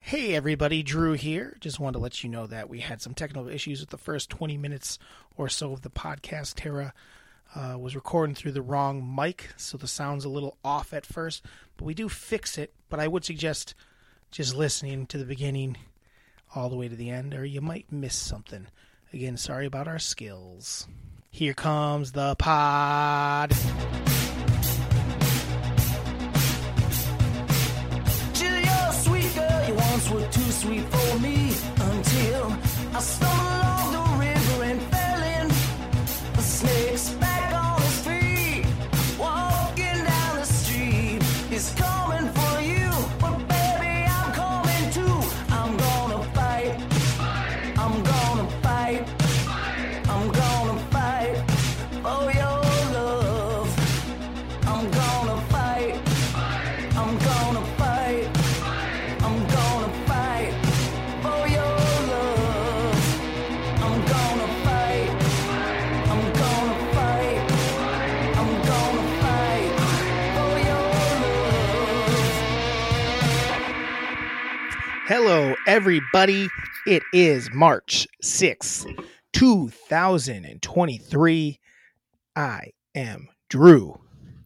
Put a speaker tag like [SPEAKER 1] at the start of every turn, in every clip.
[SPEAKER 1] Hey everybody, Drew here. Just wanted to let you know that we had some technical issues with the first 20 minutes or so of the podcast. Tara uh, was recording through the wrong mic, so the sound's a little off at first, but we do fix it. But I would suggest just listening to the beginning all the way to the end, or you might miss something. Again, sorry about our skills. Here comes the pod.
[SPEAKER 2] Jill, you're a sweet girl. You once were too sweet for me until I stumbled along the river and fell in. The snake's back on his feet, walking down the street. He's coming for you, but baby, I'm coming too. I'm gonna fight. I'm gonna fight. I'm gonna fight for your love. I'm gonna fight. I'm gonna fight. I'm gonna fight for your love. I'm gonna fight. I'm gonna fight. I'm gonna fight for your love.
[SPEAKER 1] Hello, everybody. It is March 6th, 2023. I am Drew,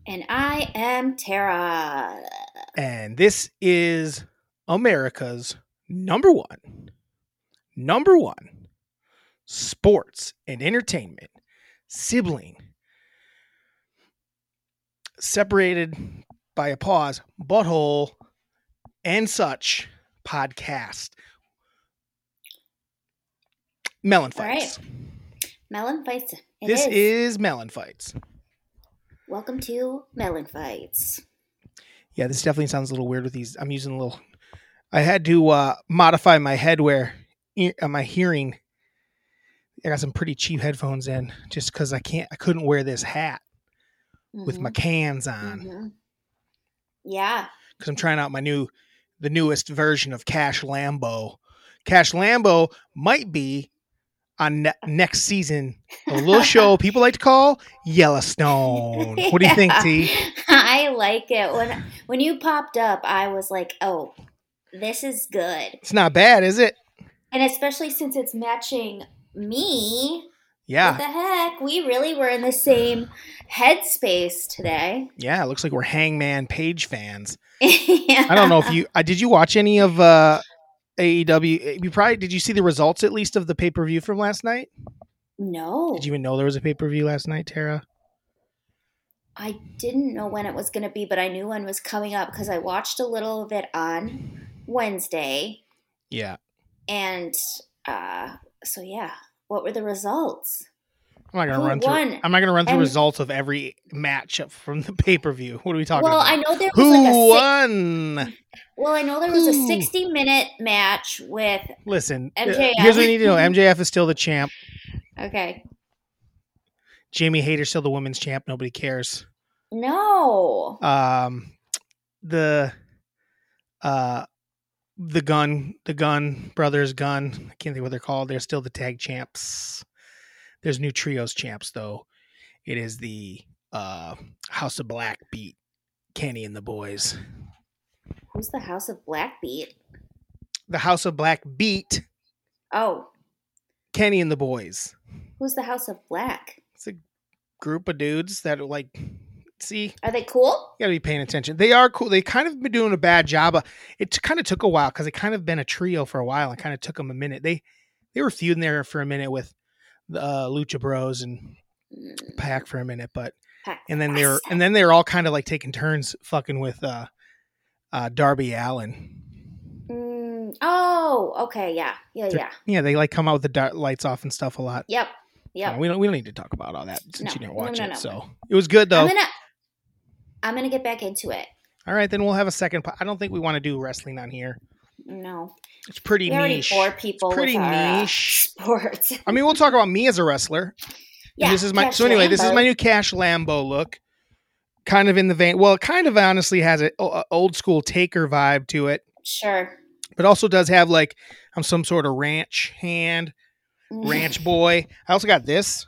[SPEAKER 3] And I am Tara.
[SPEAKER 1] and this is America's number one, number one sports and entertainment sibling separated by a pause, butthole, and such podcast. Melon
[SPEAKER 3] All right.
[SPEAKER 1] fights.
[SPEAKER 3] Melon Fights. It
[SPEAKER 1] This is melon fights.
[SPEAKER 3] Welcome to Melon Fights.
[SPEAKER 1] Yeah, this definitely sounds a little weird with these. I'm using a little. I had to uh, modify my headwear, ear, uh, my hearing. I got some pretty cheap headphones in just because I can't. I couldn't wear this hat with my cans on because
[SPEAKER 3] Mhm. Yeah.
[SPEAKER 1] I'm trying out my new, the newest version of Cash Lambo. Cash Lambo might be on ne- next season. A little show people like to call Yellowstone. What do you think,
[SPEAKER 3] Yeah.
[SPEAKER 1] T?
[SPEAKER 3] I like it. When when you popped up, I was like, oh, this is good.
[SPEAKER 1] It's not bad, is it?
[SPEAKER 3] And especially since it's matching me.
[SPEAKER 1] Yeah,
[SPEAKER 3] What the heck? We really were in the same headspace today.
[SPEAKER 1] yeah. It looks like we're Hangman Page fans. I
[SPEAKER 3] I
[SPEAKER 1] don't know if you I did you watch any of uh AEW you probably did you see the results at least of the pay-per-view from last night?
[SPEAKER 3] No.
[SPEAKER 1] Did you even know there was a pay-per-view last night, Tara?
[SPEAKER 3] I didn't know when it was going to be, but I knew one was coming up because I watched a little of it on Wednesday.
[SPEAKER 1] Yeah.
[SPEAKER 3] And uh, so, yeah, what were the results?
[SPEAKER 1] I'm not gonna
[SPEAKER 3] Who
[SPEAKER 1] run through
[SPEAKER 3] won?
[SPEAKER 1] I'm not gonna run through
[SPEAKER 3] And-
[SPEAKER 1] results of every match up from the pay-per-view. What are we talking
[SPEAKER 3] Well,
[SPEAKER 1] about?
[SPEAKER 3] I know there was
[SPEAKER 1] Who
[SPEAKER 3] like a six,
[SPEAKER 1] won?
[SPEAKER 3] well, I know there was a
[SPEAKER 1] Who?
[SPEAKER 3] sixty minute match with
[SPEAKER 1] Listen, uh,
[SPEAKER 3] MJF.
[SPEAKER 1] here's what you need to know. MJF is still the champ.
[SPEAKER 3] okay,
[SPEAKER 1] Jamie Hayter's still the women's champ. Nobody cares.
[SPEAKER 3] no,
[SPEAKER 1] um the uh the gun the gun brothers gun i can't think what they're called they're still the tag champs there's new trios champs though it is the uh house of black beat kenny and the boys
[SPEAKER 3] who's the House of Black beat?
[SPEAKER 1] the house of black beat
[SPEAKER 3] Oh,
[SPEAKER 1] kenny and the boys
[SPEAKER 3] who's the House of Black?
[SPEAKER 1] it's a group of dudes that are like see
[SPEAKER 3] Are they cool?
[SPEAKER 1] You gotta be paying attention. They are cool. They kind of been doing a bad job. of- It kind of took a while because it kind of been a trio for a while. and kind of took them a minute. They they were feuding there for a minute with the uh, Lucha Bros and
[SPEAKER 3] Mm,
[SPEAKER 1] Pack for a minute, but
[SPEAKER 3] Pac-
[SPEAKER 1] and then they were and then they were all kind of like taking turns fucking with uh, uh, Darby Allen.
[SPEAKER 3] Mm, oh, okay, yeah, yeah,
[SPEAKER 1] They're-
[SPEAKER 3] yeah,
[SPEAKER 1] Yeah, they like come out with the dar- lights off and stuff a lot.
[SPEAKER 3] yep, yep.
[SPEAKER 1] Uh, we don't we don't need to talk about all that since
[SPEAKER 3] No,
[SPEAKER 1] you didn't
[SPEAKER 3] no,
[SPEAKER 1] watch
[SPEAKER 3] no,
[SPEAKER 1] it.
[SPEAKER 3] no.
[SPEAKER 1] So it was good though.
[SPEAKER 3] I'm gonna I'm gonna get back into it.
[SPEAKER 1] all right, then we'll have a second. po- I don't think we want to do wrestling on here.
[SPEAKER 3] No,
[SPEAKER 1] It's pretty
[SPEAKER 3] we already
[SPEAKER 1] niche.
[SPEAKER 3] bore people
[SPEAKER 1] It's pretty
[SPEAKER 3] with our, uh,
[SPEAKER 1] niche.
[SPEAKER 3] sports.
[SPEAKER 1] I mean, we'll talk about me as a wrestler. And
[SPEAKER 3] yeah,
[SPEAKER 1] this is my
[SPEAKER 3] Cash
[SPEAKER 1] so anyway. This is
[SPEAKER 3] Lambo.
[SPEAKER 1] my new Cash Lambo look, kind of in the vein. Well, it kind of honestly has an old school Taker vibe to it,
[SPEAKER 3] sure
[SPEAKER 1] but also does have like I'm some sort of ranch hand,
[SPEAKER 3] Mm-hmm.
[SPEAKER 1] ranch boy. I also got this.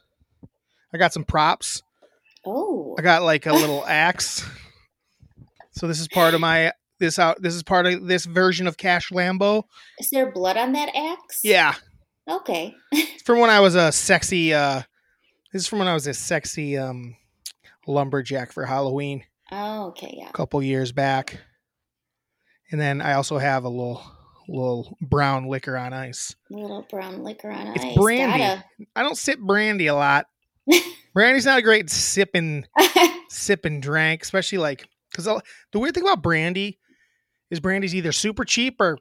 [SPEAKER 1] I got some props.
[SPEAKER 3] oh,
[SPEAKER 1] I got like a little axe. So this is part of my this out. This is part of this version of Cash Lambo.
[SPEAKER 3] Is there blood on that axe?
[SPEAKER 1] Yeah,
[SPEAKER 3] Okay.
[SPEAKER 1] it's from when I was a sexy. uh This is from when I was a sexy um lumberjack for Halloween
[SPEAKER 3] Oh, okay. Yeah.
[SPEAKER 1] a couple years back. And then I also have a little little brown liquor on ice.
[SPEAKER 3] Little brown liquor on
[SPEAKER 1] It's
[SPEAKER 3] ice.
[SPEAKER 1] brandy.
[SPEAKER 3] Gotta-
[SPEAKER 1] I don't sip brandy a lot. Brandy's not a great sipping sipping drank, especially like because the weird thing about brandy is brandy's either super cheap or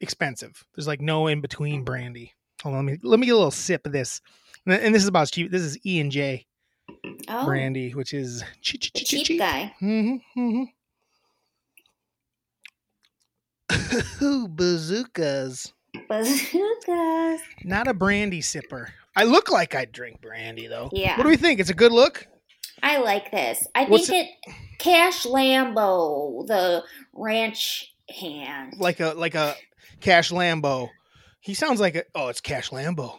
[SPEAKER 1] expensive. There's like no in between brandy. Hold on, let me let me get a little sip of this. And th- and this is about as cheap. This is E and J
[SPEAKER 3] oh,
[SPEAKER 1] brandy, which is cheap, cheap,
[SPEAKER 3] the
[SPEAKER 1] cheap, cheap,
[SPEAKER 3] cheap guy.
[SPEAKER 1] Mm-hmm, mm-hmm. Bazookas.
[SPEAKER 3] Bazookas.
[SPEAKER 1] Not a brandy sipper. I look like I'd drink brandy though.
[SPEAKER 3] Yeah.
[SPEAKER 1] What do we think? It's a good look.
[SPEAKER 3] I like this. I
[SPEAKER 1] What's
[SPEAKER 3] think it, Cash Lambo, the ranch hand.
[SPEAKER 1] like a like a Cash Lambo. He sounds like a oh, it's Cash Lambo.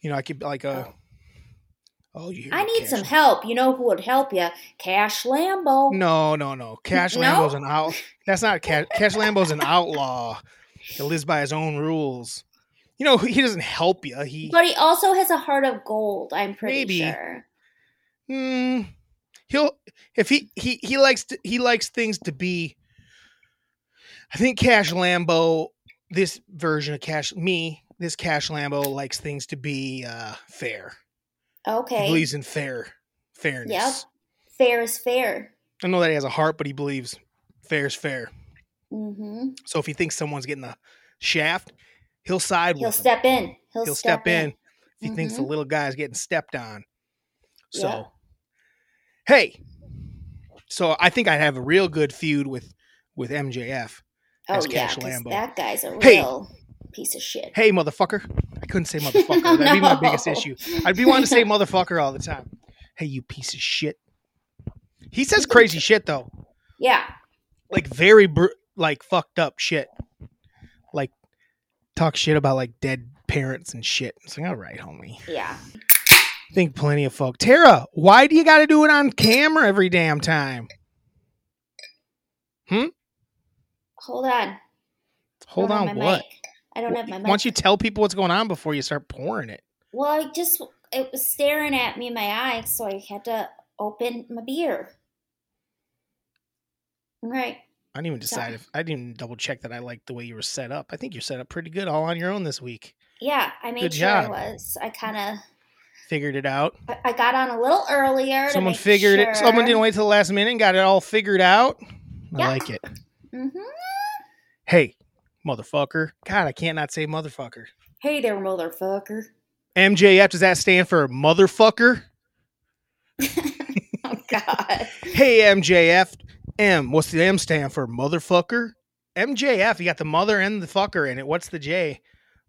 [SPEAKER 1] You know, I could like a oh, you. hear
[SPEAKER 3] I
[SPEAKER 1] me,
[SPEAKER 3] need
[SPEAKER 1] Cash
[SPEAKER 3] some
[SPEAKER 1] Lam-
[SPEAKER 3] help. You know who would help you? Cash Lambo.
[SPEAKER 1] No, no, no. Cash
[SPEAKER 3] No?
[SPEAKER 1] Lambo's an out. That's not Cash. Cash Lambo's an outlaw. He lives by his own rules. You know, he doesn't help you. He
[SPEAKER 3] But he also has a heart of gold, I'm pretty
[SPEAKER 1] Maybe.
[SPEAKER 3] sure.
[SPEAKER 1] mm, he'll if he he he likes to, he likes things to be. I think Cash Lambo, this version of Cash me, this Cash Lambo likes things to be uh fair. He
[SPEAKER 3] Okay.
[SPEAKER 1] believes in fair fairness.
[SPEAKER 3] Fair is fair.
[SPEAKER 1] I know that he has a heart, but he believes fair is fair.
[SPEAKER 3] Mm-hmm.
[SPEAKER 1] So if he thinks someone's getting a shaft, he'll side
[SPEAKER 3] He'll
[SPEAKER 1] with him.
[SPEAKER 3] step in. He'll,
[SPEAKER 1] He'll step in if he thinks the
[SPEAKER 3] Mhm.
[SPEAKER 1] little guy's getting stepped on. So
[SPEAKER 3] Yeah.
[SPEAKER 1] hey. So I think I'd have a real good feud with with MJF.
[SPEAKER 3] Oh
[SPEAKER 1] as
[SPEAKER 3] yeah,
[SPEAKER 1] Cash
[SPEAKER 3] 'cause
[SPEAKER 1] Lambo.
[SPEAKER 3] that guy's a
[SPEAKER 1] Hey.
[SPEAKER 3] real piece of shit.
[SPEAKER 1] Hey motherfucker. I couldn't say motherfucker. That'd be my biggest
[SPEAKER 3] No.
[SPEAKER 1] issue. I'd be wanting to say motherfucker all the time. Hey you piece of shit. He says crazy shit though.
[SPEAKER 3] Yeah.
[SPEAKER 1] like very br- like fucked up shit. Like talk shit about like dead parents and shit. It's like, all right, homie.
[SPEAKER 3] Yeah.
[SPEAKER 1] Think plenty of folk. Tara, why do you got to do it on camera every damn time?
[SPEAKER 3] Hold on.
[SPEAKER 1] Hold
[SPEAKER 3] Don't
[SPEAKER 1] on,
[SPEAKER 3] have my
[SPEAKER 1] what?
[SPEAKER 3] mic. I don't have my mic.
[SPEAKER 1] Why don't you tell people what's going on before you start pouring it?
[SPEAKER 3] Well, I just it was staring at me in my eyes, so I had to open my beer. Right.
[SPEAKER 1] I didn't even decide
[SPEAKER 3] Sorry.
[SPEAKER 1] if I didn't even double check that I liked the way you were set up. I think you're set up pretty good all on your own this week.
[SPEAKER 3] Yeah, I made
[SPEAKER 1] Good
[SPEAKER 3] sure
[SPEAKER 1] job.
[SPEAKER 3] I was. I kind of
[SPEAKER 1] Figured it out.
[SPEAKER 3] I- I got on a little earlier.
[SPEAKER 1] Someone figured it. Someone didn't wait till the last minute and got it all figured out. I
[SPEAKER 3] Yeah.
[SPEAKER 1] like it.
[SPEAKER 3] Mm-hmm.
[SPEAKER 1] Hey, motherfucker. God, I can't not say motherfucker.
[SPEAKER 3] Hey there, motherfucker.
[SPEAKER 1] MJF, does that stand for motherfucker?
[SPEAKER 3] Oh God.
[SPEAKER 1] Hey, MJF. M, what's the M stand for? Motherfucker? MJF, you got the mother and the fucker in it. What's the J?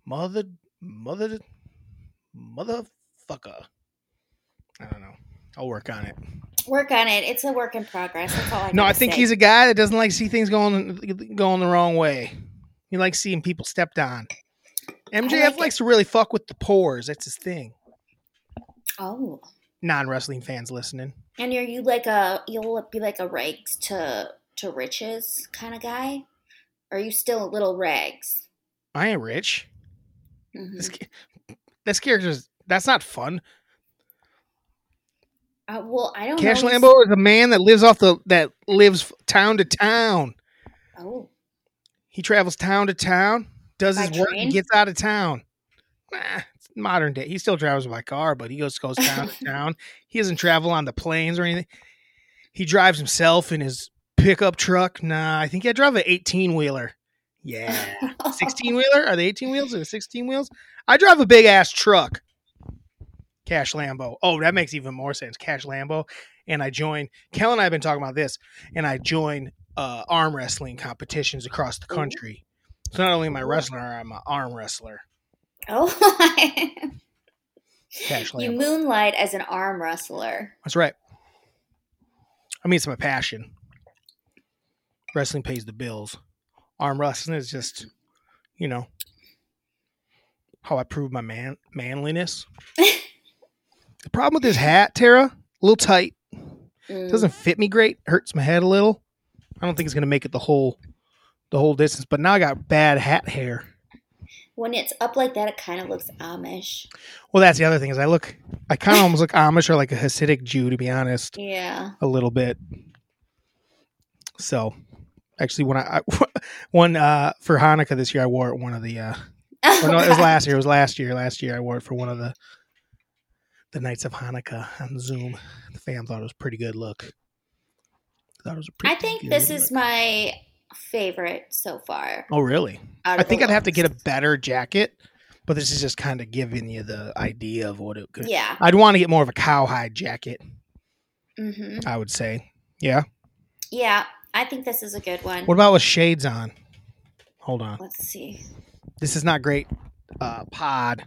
[SPEAKER 1] Mother, mother, motherfucker. I don't know. I'll work on it.
[SPEAKER 3] work on it. It's a work in progress. That's all I.
[SPEAKER 1] no, I think he's a guy that doesn't like see things going going the wrong way. He likes seeing people stepped on. MJF
[SPEAKER 3] it.
[SPEAKER 1] likes to really fuck with the pores. That's his thing.
[SPEAKER 3] oh.
[SPEAKER 1] Non wrestling fans listening.
[SPEAKER 3] And are you like a you'll be like a rags to to riches kind of guy? Or are you still a little rags?
[SPEAKER 1] I ain't rich.
[SPEAKER 3] Mhm.
[SPEAKER 1] This, ca- this character's that's not fun.
[SPEAKER 3] Uh, well, I don't
[SPEAKER 1] Cash
[SPEAKER 3] know.
[SPEAKER 1] Lambo is a man that lives off the that lives f- town to town.
[SPEAKER 3] Oh,
[SPEAKER 1] He travels town to town, does
[SPEAKER 3] By
[SPEAKER 1] his work,
[SPEAKER 3] train?
[SPEAKER 1] and gets out of town. Nah, it's modern day. He still travels by car, but he goes goes town to town. He doesn't travel on the planes or anything. He drives himself in his pickup truck. Nah, I think I drive an eighteen wheeler. Yeah, sixteen wheeler. Are they eighteen wheels or the sixteen wheels? I drive a big ass truck. Cash Lambo. Oh, that makes even more sense. Cash Lambo. And I join. Kel and I have been talking about this, and I join uh, arm wrestling competitions across the
[SPEAKER 3] Ooh.
[SPEAKER 1] country. So not only am I a wrestler, I'm an arm wrestler.
[SPEAKER 3] oh!
[SPEAKER 1] Cash
[SPEAKER 3] you
[SPEAKER 1] Lambo.
[SPEAKER 3] moonlight as an arm wrestler.
[SPEAKER 1] That's right. I mean, it's my passion. Wrestling pays the bills. Arm wrestling is just, you know, how I prove my man manliness. the problem with this hat, Tara, a little tight.
[SPEAKER 3] Mm.
[SPEAKER 1] Doesn't fit me great. Hurts my head a little. I don't think it's gonna make it the whole the whole distance. But now I got bad hat hair.
[SPEAKER 3] When it's up like that, it kind of looks Amish.
[SPEAKER 1] Well, that's the other thing is I look I kind of almost look Amish or like a Hasidic Jew to be honest,
[SPEAKER 3] Yeah.
[SPEAKER 1] a little bit. So, actually, when I, I one uh for Hanukkah this year, I wore it one of the uh or no, it was last year. It was last year. Last year, I wore it for one of the the nights of Hanukkah on Zoom. The fam thought it was a pretty good look. Thought it was. A pretty
[SPEAKER 3] I think this
[SPEAKER 1] good
[SPEAKER 3] is
[SPEAKER 1] look.
[SPEAKER 3] my favorite so far.
[SPEAKER 1] Oh really?
[SPEAKER 3] out
[SPEAKER 1] I
[SPEAKER 3] of the
[SPEAKER 1] think I'd have to
[SPEAKER 3] looks.
[SPEAKER 1] get a better jacket, but this is just kind of giving you the idea of what it could.
[SPEAKER 3] Yeah.
[SPEAKER 1] I'd want to get more of a cowhide jacket.
[SPEAKER 3] hmm
[SPEAKER 1] I would say. Yeah.
[SPEAKER 3] Yeah. I think this is a good one.
[SPEAKER 1] What about with shades on? Hold on.
[SPEAKER 3] Let's see.
[SPEAKER 1] This is not great. Uh, pod.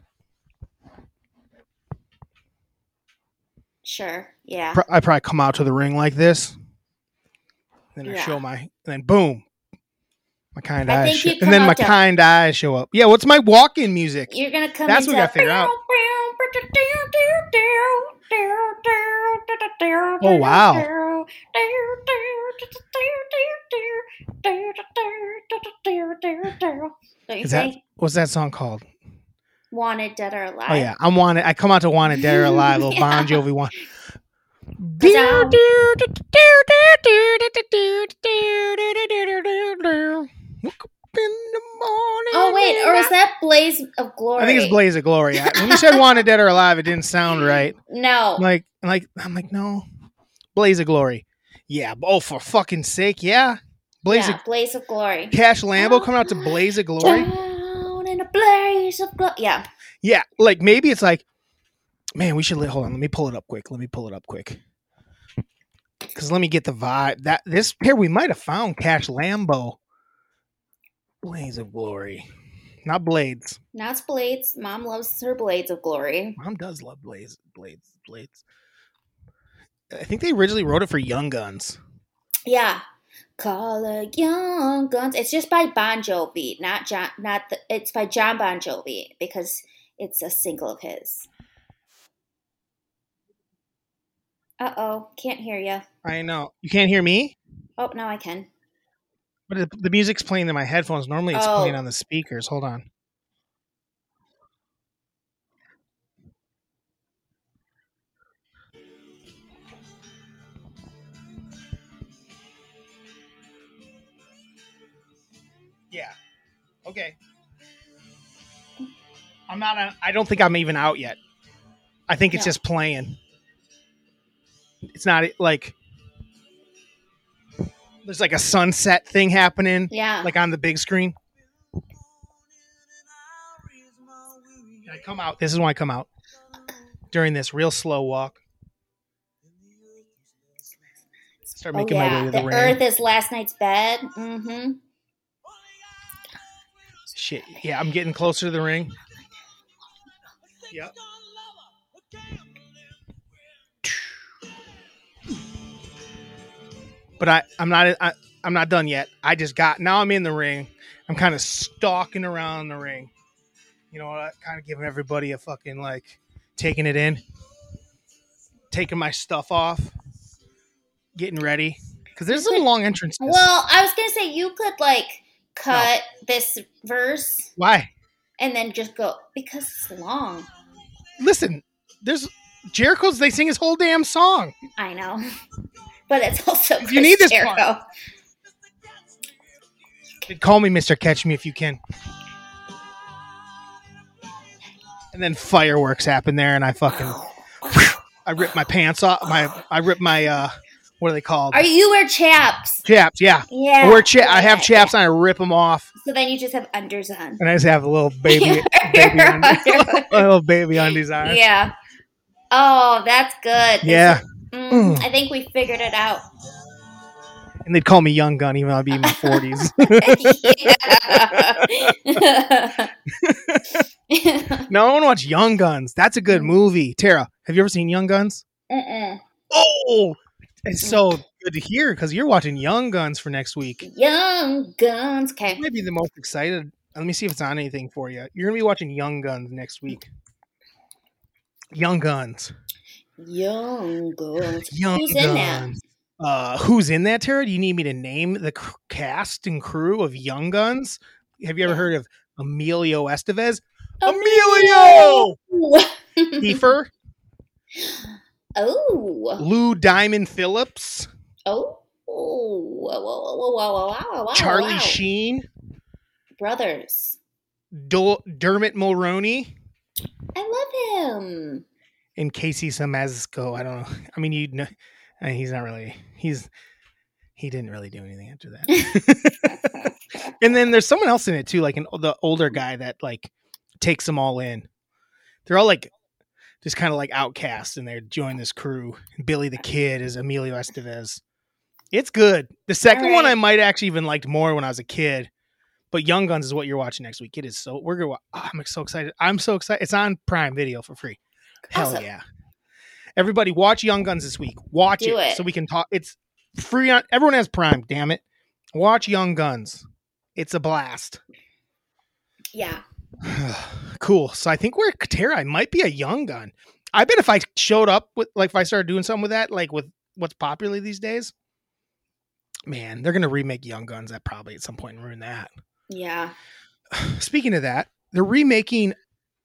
[SPEAKER 3] Sure. Yeah.
[SPEAKER 1] Pro- I probably come out to the ring like this, then I
[SPEAKER 3] Yeah.
[SPEAKER 1] show my, and then boom, my kind
[SPEAKER 3] I
[SPEAKER 1] eyes,
[SPEAKER 3] think
[SPEAKER 1] sho-
[SPEAKER 3] you'd come
[SPEAKER 1] and then
[SPEAKER 3] out
[SPEAKER 1] my
[SPEAKER 3] to-
[SPEAKER 1] kind eyes show up. Yeah, what's my walk-in music?
[SPEAKER 3] You're going to come
[SPEAKER 1] That's what we
[SPEAKER 3] into
[SPEAKER 1] gotta figure out.
[SPEAKER 4] Oh wow.
[SPEAKER 3] Don't you
[SPEAKER 1] Is that
[SPEAKER 3] think?
[SPEAKER 1] what's that song called?
[SPEAKER 3] Wanted Dead or Alive.
[SPEAKER 1] Oh yeah, I'm wanted. I come out to wanted, Dead or Alive, little Bon
[SPEAKER 3] Yeah.
[SPEAKER 1] Jovi one.
[SPEAKER 3] Down.
[SPEAKER 1] Woke up in the morning
[SPEAKER 3] Oh wait, or is that Blaze of Glory?
[SPEAKER 1] I think it's Blaze of Glory. I- When you said wanted, dead or alive, it didn't sound right.
[SPEAKER 3] No.
[SPEAKER 1] I'm like I'm like I'm like no, Blaze of Glory. Yeah. Oh, for fucking sake, yeah. Blaze
[SPEAKER 3] yeah,
[SPEAKER 1] of
[SPEAKER 3] Blaze of Glory.
[SPEAKER 1] Cash Lambo coming out to Blaze of Glory.
[SPEAKER 3] Down in a blaze of glory. Yeah.
[SPEAKER 1] Yeah, like maybe it's like, man, we should let hold on. Let me pull it up quick. Let me pull it up quick. Cause let me get the vibe that this here we might have found Cash Lambo. Blaze of Glory, not Blades.
[SPEAKER 3] Now it's Blades. Mom loves her Blades of Glory.
[SPEAKER 1] Mom does love Blaze Blades Blades. I think they originally wrote it for Young Guns.
[SPEAKER 3] Yeah. Call a young guns. It's just by Bon Jovi, not John. Not the, it's by John Bon Jovi because it's a single of his. Uh oh, can't hear you.
[SPEAKER 1] I know you can't hear me,
[SPEAKER 3] Oh, now I can.
[SPEAKER 1] but it- the music's playing in my headphones. Normally, it's playing
[SPEAKER 3] Oh.
[SPEAKER 1] on the speakers. Hold on. Yeah. Okay. I'm not. On, I don't think I'm even out yet. I think it's
[SPEAKER 3] No.
[SPEAKER 1] just playing. It's not like there's like a sunset thing happening,
[SPEAKER 3] Yeah.
[SPEAKER 1] like on the big screen. And I come out. This is when I come out during this real slow walk. Start making my way to the,
[SPEAKER 3] Oh, the
[SPEAKER 1] ring.
[SPEAKER 3] earth is last night's bed. Mm-hmm.
[SPEAKER 1] Shit. Yeah, I'm getting closer to the ring. Yep. But I, I'm not, I, I'm not done yet. I just got now. I'm in the ring. I'm kind of stalking around the ring. You know, what? kind of giving everybody a fucking like taking it in, taking my stuff off, getting ready because there's some long entrances.
[SPEAKER 3] Well, I was gonna say you could like cut this verse
[SPEAKER 1] Why?
[SPEAKER 3] and then just go because it's long.
[SPEAKER 1] Listen, there's Jericho's. They sing his whole damn song.
[SPEAKER 3] I know, but it's also
[SPEAKER 1] You need
[SPEAKER 3] Chris
[SPEAKER 1] this part.
[SPEAKER 3] Jericho.
[SPEAKER 1] Call me Mr. Catch Me if you can. And then fireworks happen there, and I fucking, I rip my pants off. My, I rip my, uh, what are they called?
[SPEAKER 3] Are you wear chaps?
[SPEAKER 1] chaps. Yeah,
[SPEAKER 3] Yeah,
[SPEAKER 1] I wear cha- I have
[SPEAKER 3] yeah,
[SPEAKER 1] chaps, and I rip them off,
[SPEAKER 3] yeah. So then you just have unders on.
[SPEAKER 1] and I just have a little baby, baby,
[SPEAKER 3] Your
[SPEAKER 1] undies,
[SPEAKER 3] underwear.
[SPEAKER 1] a little baby undies on. Yeah,
[SPEAKER 3] yeah. Oh, that's good.
[SPEAKER 1] yeah.
[SPEAKER 3] Mm,
[SPEAKER 1] Mm.
[SPEAKER 3] I think we figured it out.
[SPEAKER 1] And they'd call me Young Gun, even though I'd be in my forties.
[SPEAKER 3] Yeah.
[SPEAKER 1] no, I want to watch Young Guns. That's a good movie. Tara, have you ever seen Young Guns?
[SPEAKER 3] Mm-mm.
[SPEAKER 1] Oh,
[SPEAKER 3] Mm.
[SPEAKER 1] it's so good to hear because you're watching Young Guns for next week.
[SPEAKER 3] Young guns. Okay.
[SPEAKER 1] You might be the most excited. uh, Let me see if it's on anything for you. You're gonna be watching Young Guns next week. Young Guns.
[SPEAKER 3] Young Guns.
[SPEAKER 1] Young
[SPEAKER 3] Who's
[SPEAKER 1] Guns.
[SPEAKER 3] in that?
[SPEAKER 1] Uh, who's in that, Tara? Do you need me to name the c- cast and crew of Young Guns? Have you ever
[SPEAKER 3] Yeah. Oh,
[SPEAKER 1] heard of Emilio Estevez? Emilio!
[SPEAKER 3] Emilio!
[SPEAKER 1] Kiefer,
[SPEAKER 3] oh.
[SPEAKER 1] Lou Diamond Phillips,
[SPEAKER 3] Oh. Whoa, whoa, whoa, whoa, whoa, wow, wow, wow,
[SPEAKER 1] Charlie
[SPEAKER 3] Oh, wow.
[SPEAKER 1] Sheen,
[SPEAKER 3] Brothers.
[SPEAKER 1] Dol- Dermot Mulroney,
[SPEAKER 3] I love him.
[SPEAKER 1] and Casey Samazco. I don't know. I mean, you know, I mean, he's not really. He's he didn't really do anything after that. and then there's someone else in it too, like an the older guy that like takes them all in. They're all like just kind of like outcasts, and they join this crew. Billy the Kid is Emilio Estevez. It's good. The second one
[SPEAKER 3] right.
[SPEAKER 1] I might actually even liked more when I was a kid. But Young Guns is what you're watching next week. It is so we're gonna. wa- ah, I'm so excited. I'm so excited. It's on Prime Video for free. Hell
[SPEAKER 3] Awesome.
[SPEAKER 1] yeah! Everybody, watch Young Guns this week. Watch
[SPEAKER 3] Do
[SPEAKER 1] it,
[SPEAKER 3] it.
[SPEAKER 1] so we can talk. It's free on. Everyone has Prime. Damn it! Watch Young Guns. It's a blast.
[SPEAKER 3] Yeah.
[SPEAKER 1] cool. So I think we're Katera. I might be a Young Gun. I bet if I showed up with like if I started doing something with that, like with what's popular these days, man, they're gonna remake Young Guns. That probably at some point and ruin that.
[SPEAKER 3] Yeah.
[SPEAKER 1] Speaking of that, they're remaking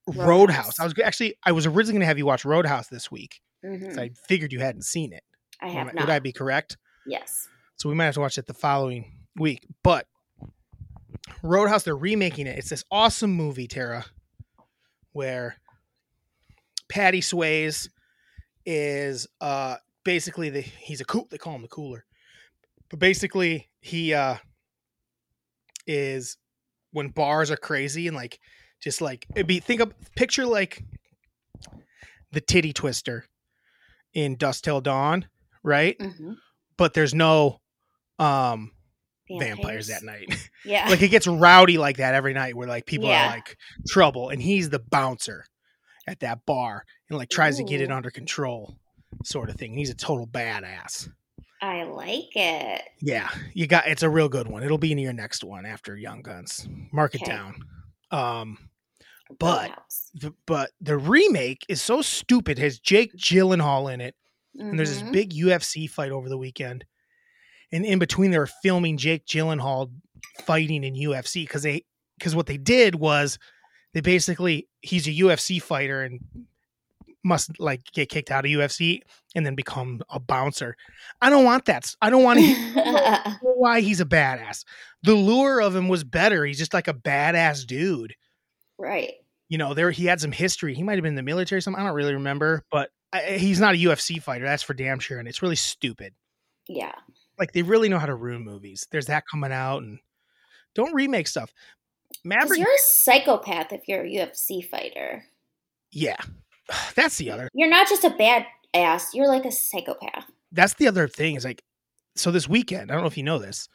[SPEAKER 1] Roadhouse.
[SPEAKER 3] Roadhouse.
[SPEAKER 1] I was actually I was originally going to have you watch Roadhouse this week.
[SPEAKER 3] Mhm.
[SPEAKER 1] 'cause I figured you hadn't seen it.
[SPEAKER 3] I have
[SPEAKER 1] Am
[SPEAKER 3] not.
[SPEAKER 1] Would I be correct?
[SPEAKER 3] yes.
[SPEAKER 1] So we might have to watch it the following week. But Roadhouse, they're remaking it. It's this awesome movie, Tara, where Patty Sways is uh basically the he's a cool they call him the cooler. But basically he uh is when bars are crazy and like just like it'd be think of picture like the titty twister in Dust Till Dawn, right?
[SPEAKER 3] hmm
[SPEAKER 1] but there's no um vampires that night.
[SPEAKER 3] Yeah.
[SPEAKER 1] like it gets rowdy like that every night where like people
[SPEAKER 3] Yeah.
[SPEAKER 1] are like trouble and he's the bouncer at that bar and like tries to get it
[SPEAKER 3] Ooh.
[SPEAKER 1] under control sort of thing. He's a total badass.
[SPEAKER 3] I like it.
[SPEAKER 1] Yeah, you got it's a real good one. It'll be in your next one after Young Guns. Mark it
[SPEAKER 3] Okay. Oh,
[SPEAKER 1] down. Um But-
[SPEAKER 3] Roadhouse.
[SPEAKER 1] th- but the remake is so stupid. It has Jake Gyllenhaal in it. and there's this
[SPEAKER 3] Mhm.
[SPEAKER 1] big UFC fight over the weekend. And in between, they were filming Jake Gyllenhaal fighting in UFC because they because what they did was they basically he's a UFC fighter and must like get kicked out of UFC and then become a bouncer. I don't want that. I don't want to hear why he's a badass. The lure of him was better. He's just like a badass dude
[SPEAKER 3] right.
[SPEAKER 1] you know, there he had some history. He might have been in the military or something. I don't really remember, but I, he's not a UFC fighter. That's for damn sure. And it's really stupid.
[SPEAKER 3] Yeah.
[SPEAKER 1] Like they really know how to ruin movies. There's that coming out, and don't remake stuff.
[SPEAKER 3] 'Cause
[SPEAKER 1] Maverick,
[SPEAKER 3] you're a psychopath if you're a UFC fighter.
[SPEAKER 1] yeah, that's the other.
[SPEAKER 3] You're not just a bad ass. You're like a psychopath.
[SPEAKER 1] That's the other thing is like, so this weekend, I don't know if you know this,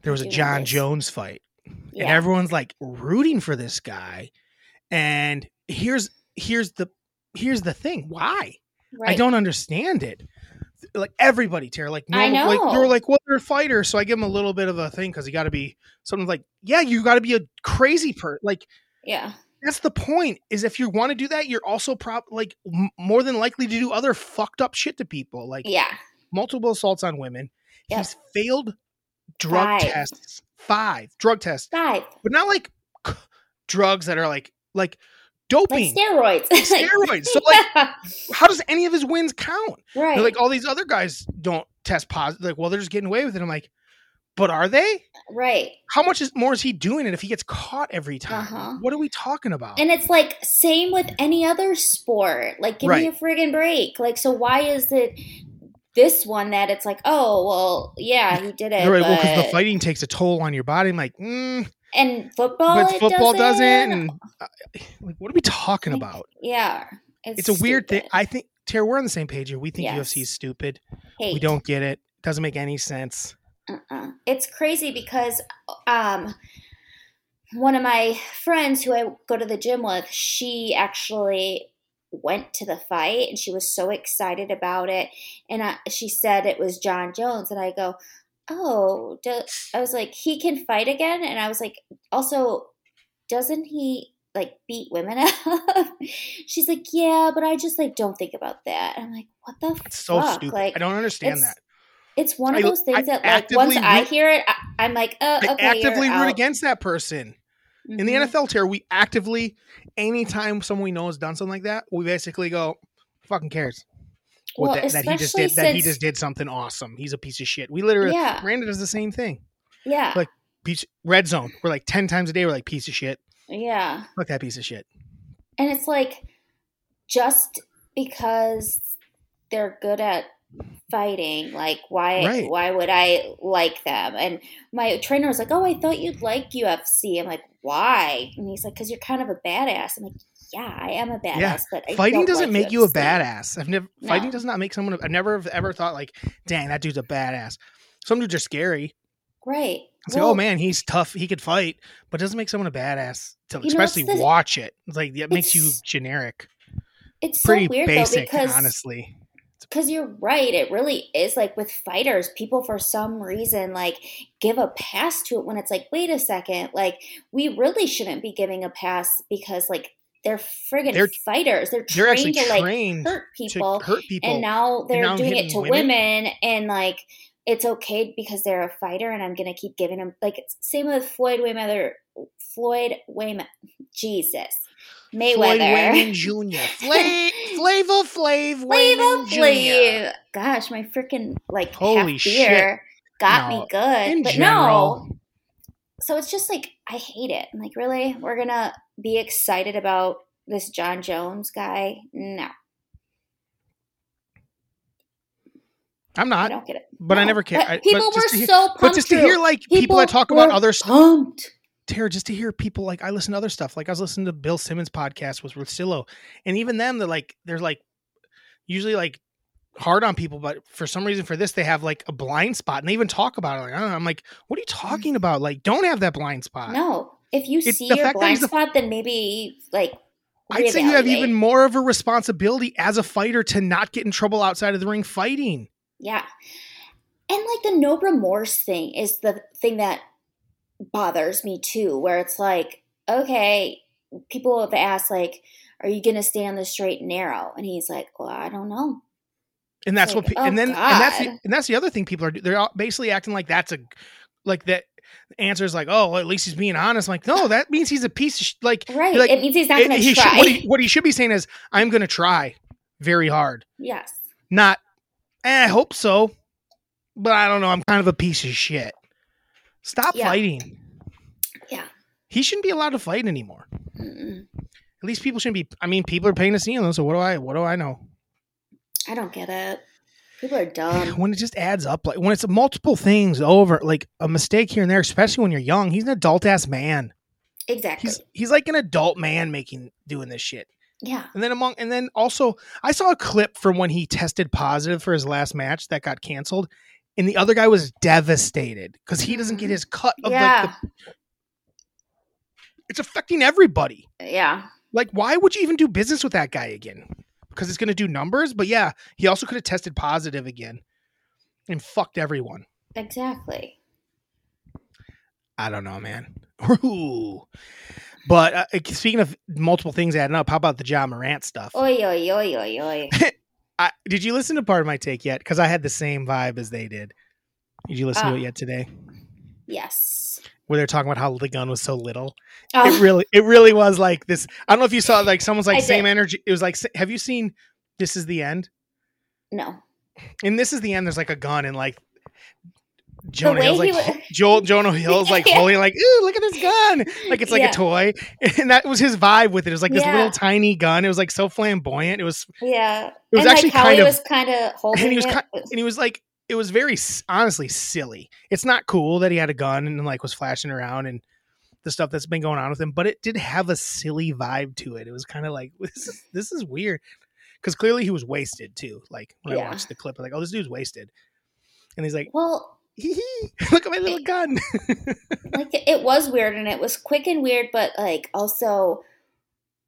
[SPEAKER 1] there was a
[SPEAKER 3] do know
[SPEAKER 1] John
[SPEAKER 3] this.
[SPEAKER 1] Jones fight. and
[SPEAKER 3] Yeah.
[SPEAKER 1] everyone's like rooting for this guy and here's here's the here's the thing why
[SPEAKER 3] right.
[SPEAKER 1] i don't understand it like everybody tear like
[SPEAKER 3] I
[SPEAKER 1] normal- like they're
[SPEAKER 3] know.
[SPEAKER 1] like well they're a fighter so i give him a little bit of a thing because you got to be something like yeah you got to be a crazy person like
[SPEAKER 3] Yeah.
[SPEAKER 1] that's the point is if you want to do that you're also prob like m- more than likely to do other fucked up shit to people like
[SPEAKER 3] Yeah.
[SPEAKER 1] multiple assaults on women
[SPEAKER 3] Yep.
[SPEAKER 1] he's failed drug
[SPEAKER 3] Five.
[SPEAKER 1] tests five drug tests
[SPEAKER 3] Five.
[SPEAKER 1] but not like c- drugs that are like like
[SPEAKER 3] Like
[SPEAKER 1] doping
[SPEAKER 3] steroids.
[SPEAKER 1] steroids. So like,
[SPEAKER 3] Yeah.
[SPEAKER 1] how does any of his wins count?
[SPEAKER 3] right.
[SPEAKER 1] They're like all these other guys don't test positive. Like, well, they're just getting away with it. I'm like, but are they?
[SPEAKER 3] right.
[SPEAKER 1] How much is more is he doing it if he gets caught every time?
[SPEAKER 3] Uh-huh.
[SPEAKER 1] What are we talking about?
[SPEAKER 3] And it's like same with any other sport. Like, give
[SPEAKER 1] Right.
[SPEAKER 3] me a friggin' break. Like, so why is it this one that it's like, oh well, yeah, he did it,
[SPEAKER 1] They're like, well, because the
[SPEAKER 3] but-
[SPEAKER 1] fighting takes a toll on your body. I'm like, mm,
[SPEAKER 3] and football,
[SPEAKER 1] but
[SPEAKER 3] it
[SPEAKER 1] football doesn't.
[SPEAKER 3] doesn't.
[SPEAKER 1] And uh, like, what are we talking
[SPEAKER 3] Like,
[SPEAKER 1] about?
[SPEAKER 3] yeah,
[SPEAKER 1] It's, a weird thing.
[SPEAKER 3] stupid.
[SPEAKER 1] I think, Tara, we're on the same page here. We think
[SPEAKER 3] Yes.
[SPEAKER 1] UFC is stupid. We
[SPEAKER 3] Hate.
[SPEAKER 1] don't get it. Doesn't make any sense.
[SPEAKER 3] Uh-uh. It's crazy because um, one of my friends who I go to the gym with, she actually went to the fight and she was so excited about it. And I, she said it was John Jones. And I go, Oh, do, I was like, he can fight again. And I was like, also, doesn't he like beat women up? She's like, Yeah, but I just like don't think about that. And I'm like, What the
[SPEAKER 1] It's so
[SPEAKER 3] fuck?
[SPEAKER 1] stupid.
[SPEAKER 3] Like,
[SPEAKER 1] I don't understand
[SPEAKER 3] it's-
[SPEAKER 1] that.
[SPEAKER 3] It's one of
[SPEAKER 1] I-
[SPEAKER 3] those things
[SPEAKER 1] I
[SPEAKER 3] that like
[SPEAKER 1] actively
[SPEAKER 3] once I
[SPEAKER 1] root-
[SPEAKER 3] hear it, I, I'm like, oh,
[SPEAKER 1] I
[SPEAKER 3] okay.
[SPEAKER 1] actively
[SPEAKER 3] you're
[SPEAKER 1] root
[SPEAKER 3] out.
[SPEAKER 1] against that person.
[SPEAKER 3] Mhm.
[SPEAKER 1] In the NFL tier, we actively, anytime someone we know has done something like that, we basically go, fucking cares. What
[SPEAKER 3] Well,
[SPEAKER 1] that, that he just
[SPEAKER 3] especially
[SPEAKER 1] did that he
[SPEAKER 3] since-
[SPEAKER 1] just did something awesome. He's a piece of shit. We literally
[SPEAKER 3] Yeah.
[SPEAKER 1] Miranda does the same thing.
[SPEAKER 3] Yeah.
[SPEAKER 1] like- Piece red zone. We're like ten times a day, we're like piece of shit.
[SPEAKER 3] yeah.
[SPEAKER 1] Fuck that piece of shit.
[SPEAKER 3] And it's like just because they're good at fighting, like why
[SPEAKER 1] Right.
[SPEAKER 3] why would I like them? And my trainer was like, "Oh, I thought you'd like UFC." I'm like, "Why?" And he's like, "Cuz you're kind of a badass." I'm like, "Yeah, I am a badass, but I
[SPEAKER 1] fighting
[SPEAKER 3] don't
[SPEAKER 1] doesn't
[SPEAKER 3] like
[SPEAKER 1] make you a
[SPEAKER 3] UFC."
[SPEAKER 1] badass. I've never
[SPEAKER 3] No.
[SPEAKER 1] fighting does not make someone. I've never have ever thought like, dang, that dude's a badass. Some dudes are scary.
[SPEAKER 3] Right.
[SPEAKER 1] It's like, oh man, he's tough. He could fight, but it doesn't make someone a badass. To
[SPEAKER 3] You know, it's
[SPEAKER 1] especially
[SPEAKER 3] the-
[SPEAKER 1] watch it. It's like it makes you
[SPEAKER 3] It's
[SPEAKER 1] generic,
[SPEAKER 3] It's so
[SPEAKER 1] pretty
[SPEAKER 3] weird though
[SPEAKER 1] basic,
[SPEAKER 3] because
[SPEAKER 1] honestly.
[SPEAKER 3] Because you're right. It really is like with fighters, people for some reason like give a pass to it when it's like, wait a second, like we really shouldn't be giving a pass because like they're friggin'
[SPEAKER 1] They're-
[SPEAKER 3] fighters. They're
[SPEAKER 1] They're
[SPEAKER 3] trained
[SPEAKER 1] actually
[SPEAKER 3] to like
[SPEAKER 1] trained
[SPEAKER 3] hurt
[SPEAKER 1] to
[SPEAKER 3] people,
[SPEAKER 1] hurt people.
[SPEAKER 3] and now they're
[SPEAKER 1] now I'm
[SPEAKER 3] doing it
[SPEAKER 1] hitting
[SPEAKER 3] to women.
[SPEAKER 1] women.
[SPEAKER 3] and like it's okay because they're a fighter, and I'm gonna keep giving them like it's same with Floyd Mayweather. Floyd Mayweather, Jesus Mayweather.
[SPEAKER 1] Floyd Wayman Jr. Fla- Flavor Flav Wayman
[SPEAKER 3] Flavor
[SPEAKER 1] Jr.
[SPEAKER 3] Flav. Gosh, my freaking like
[SPEAKER 1] Holy
[SPEAKER 3] half beer got
[SPEAKER 1] No,
[SPEAKER 3] me good.
[SPEAKER 1] In
[SPEAKER 3] but
[SPEAKER 1] general,
[SPEAKER 3] no. So it's just like I hate it. I'm like, really? We're gonna be excited about this John Jones guy? No,
[SPEAKER 1] I'm
[SPEAKER 3] I
[SPEAKER 1] not,
[SPEAKER 3] don't get it.
[SPEAKER 1] but I
[SPEAKER 3] No.
[SPEAKER 1] never care.
[SPEAKER 3] But
[SPEAKER 1] I-
[SPEAKER 3] people
[SPEAKER 1] but
[SPEAKER 3] were
[SPEAKER 1] just to hear-
[SPEAKER 3] so pumped.
[SPEAKER 1] but just to
[SPEAKER 3] through.
[SPEAKER 1] hear like people, that talk about
[SPEAKER 3] were
[SPEAKER 1] other stuff.
[SPEAKER 3] pumped.
[SPEAKER 1] Tara, just to hear people like I listen to other stuff. Like I was listening to Bill Simmons podcast with Rustillo, and even them, they're like they're like usually like hard on people, but for some reason for this they have like a blind spot, and they even talk about it. Like I don't know. I'm like, what are you
[SPEAKER 3] Mm-hmm.
[SPEAKER 1] talking about? Like don't have that blind spot.
[SPEAKER 3] No, if you
[SPEAKER 1] It's
[SPEAKER 3] see
[SPEAKER 1] Uh, the
[SPEAKER 3] your
[SPEAKER 1] fact that he's
[SPEAKER 3] blind
[SPEAKER 1] the-
[SPEAKER 3] spot, then maybe like
[SPEAKER 1] I'd say you have
[SPEAKER 3] reevaluate.
[SPEAKER 1] even more of a responsibility as a fighter to not get in trouble outside of the ring fighting.
[SPEAKER 3] Yeah. And like the no remorse thing is the thing that bothers me too, where it's like, okay, people have asked, like, are you going to stay on the straight and narrow? And he's like, well, I don't know.
[SPEAKER 1] and that's
[SPEAKER 3] like,
[SPEAKER 1] what pe-
[SPEAKER 3] oh,
[SPEAKER 1] and then and that's the,
[SPEAKER 3] God.
[SPEAKER 1] and that's the other thing people are do- they're all basically acting like that's a like that answer is like oh well, at least he's being honest I'm like no that means he's a piece of sh-. like
[SPEAKER 3] Right.
[SPEAKER 1] You're like,
[SPEAKER 3] it means he's not
[SPEAKER 1] it-
[SPEAKER 3] going to
[SPEAKER 1] he should-
[SPEAKER 3] try.
[SPEAKER 1] what, he, what he should be saying is I'm gonna try very hard
[SPEAKER 3] yes.
[SPEAKER 1] not eh, I hope so but I don't know I'm kind of a piece of shit stop
[SPEAKER 3] Yeah.
[SPEAKER 1] fighting
[SPEAKER 3] Yeah.
[SPEAKER 1] he shouldn't be allowed to fight anymore
[SPEAKER 3] Mm-mm.
[SPEAKER 1] at least people shouldn't be I mean people are paying to see him so what do I what do I know
[SPEAKER 3] I don't get it. People are dumb.
[SPEAKER 1] when it just adds up like when it's multiple things over like a mistake here and there especially when you're young he's an adult ass man
[SPEAKER 3] Exactly.
[SPEAKER 1] he's he's like an adult man making doing this shit
[SPEAKER 3] yeah.
[SPEAKER 1] and then among and then also i saw a clip from when he tested positive for his last match that got canceled and the other guy was devastated because he doesn't get his cut of
[SPEAKER 3] Yeah.
[SPEAKER 1] like the, it's affecting everybody
[SPEAKER 3] yeah.
[SPEAKER 1] like why would you even do business with that guy again because it's going to do numbers but yeah he also could have tested positive again and fucked everyone
[SPEAKER 3] Exactly.
[SPEAKER 1] I don't know, man. Ooh. But uh, speaking of multiple things adding up, how about the John Morant stuff?
[SPEAKER 3] Oi, oi, oi, oi, oi.
[SPEAKER 1] I, did you listen to part of my take yet? Because I had the same vibe as they did. Did you listen
[SPEAKER 3] Ah.
[SPEAKER 1] to it yet today?
[SPEAKER 3] yes.
[SPEAKER 1] Where they're talking about how the gun was so little.
[SPEAKER 3] Oh,
[SPEAKER 1] It really, it really was like this. I don't know if you saw. Like someone's
[SPEAKER 3] I
[SPEAKER 1] like
[SPEAKER 3] did.
[SPEAKER 1] same energy. It was like, s- have you seen? This is the end.
[SPEAKER 3] no.
[SPEAKER 1] And this is the end. There's like a gun and like. Jonah
[SPEAKER 3] way
[SPEAKER 1] Hill's
[SPEAKER 3] he
[SPEAKER 1] like
[SPEAKER 3] wa-
[SPEAKER 1] ho- Joel Jonah Hill's like
[SPEAKER 3] Yeah.
[SPEAKER 1] holding like ooh look at this gun like it's like
[SPEAKER 3] Yeah.
[SPEAKER 1] a toy and that was his vibe with it it was like this
[SPEAKER 3] Yeah.
[SPEAKER 1] little tiny gun it was like so flamboyant it was
[SPEAKER 3] Yeah.
[SPEAKER 1] it was
[SPEAKER 3] and
[SPEAKER 1] actually
[SPEAKER 3] like how
[SPEAKER 1] kind
[SPEAKER 3] he
[SPEAKER 1] of
[SPEAKER 3] was kind of holding
[SPEAKER 1] was
[SPEAKER 3] it
[SPEAKER 1] ki-
[SPEAKER 3] was-
[SPEAKER 1] and he was like it was very s- honestly silly it's not cool that he had a gun and like was flashing around and the stuff that's been going on with him but it did have a silly vibe to it it was kind of like this is this is weird because clearly he was wasted too like when
[SPEAKER 3] Yeah.
[SPEAKER 1] i watched the clip I'm like oh this dude's wasted and he's like
[SPEAKER 3] Well,
[SPEAKER 1] hee hee look at my little gun
[SPEAKER 3] like it was weird and it was quick and weird, but like also,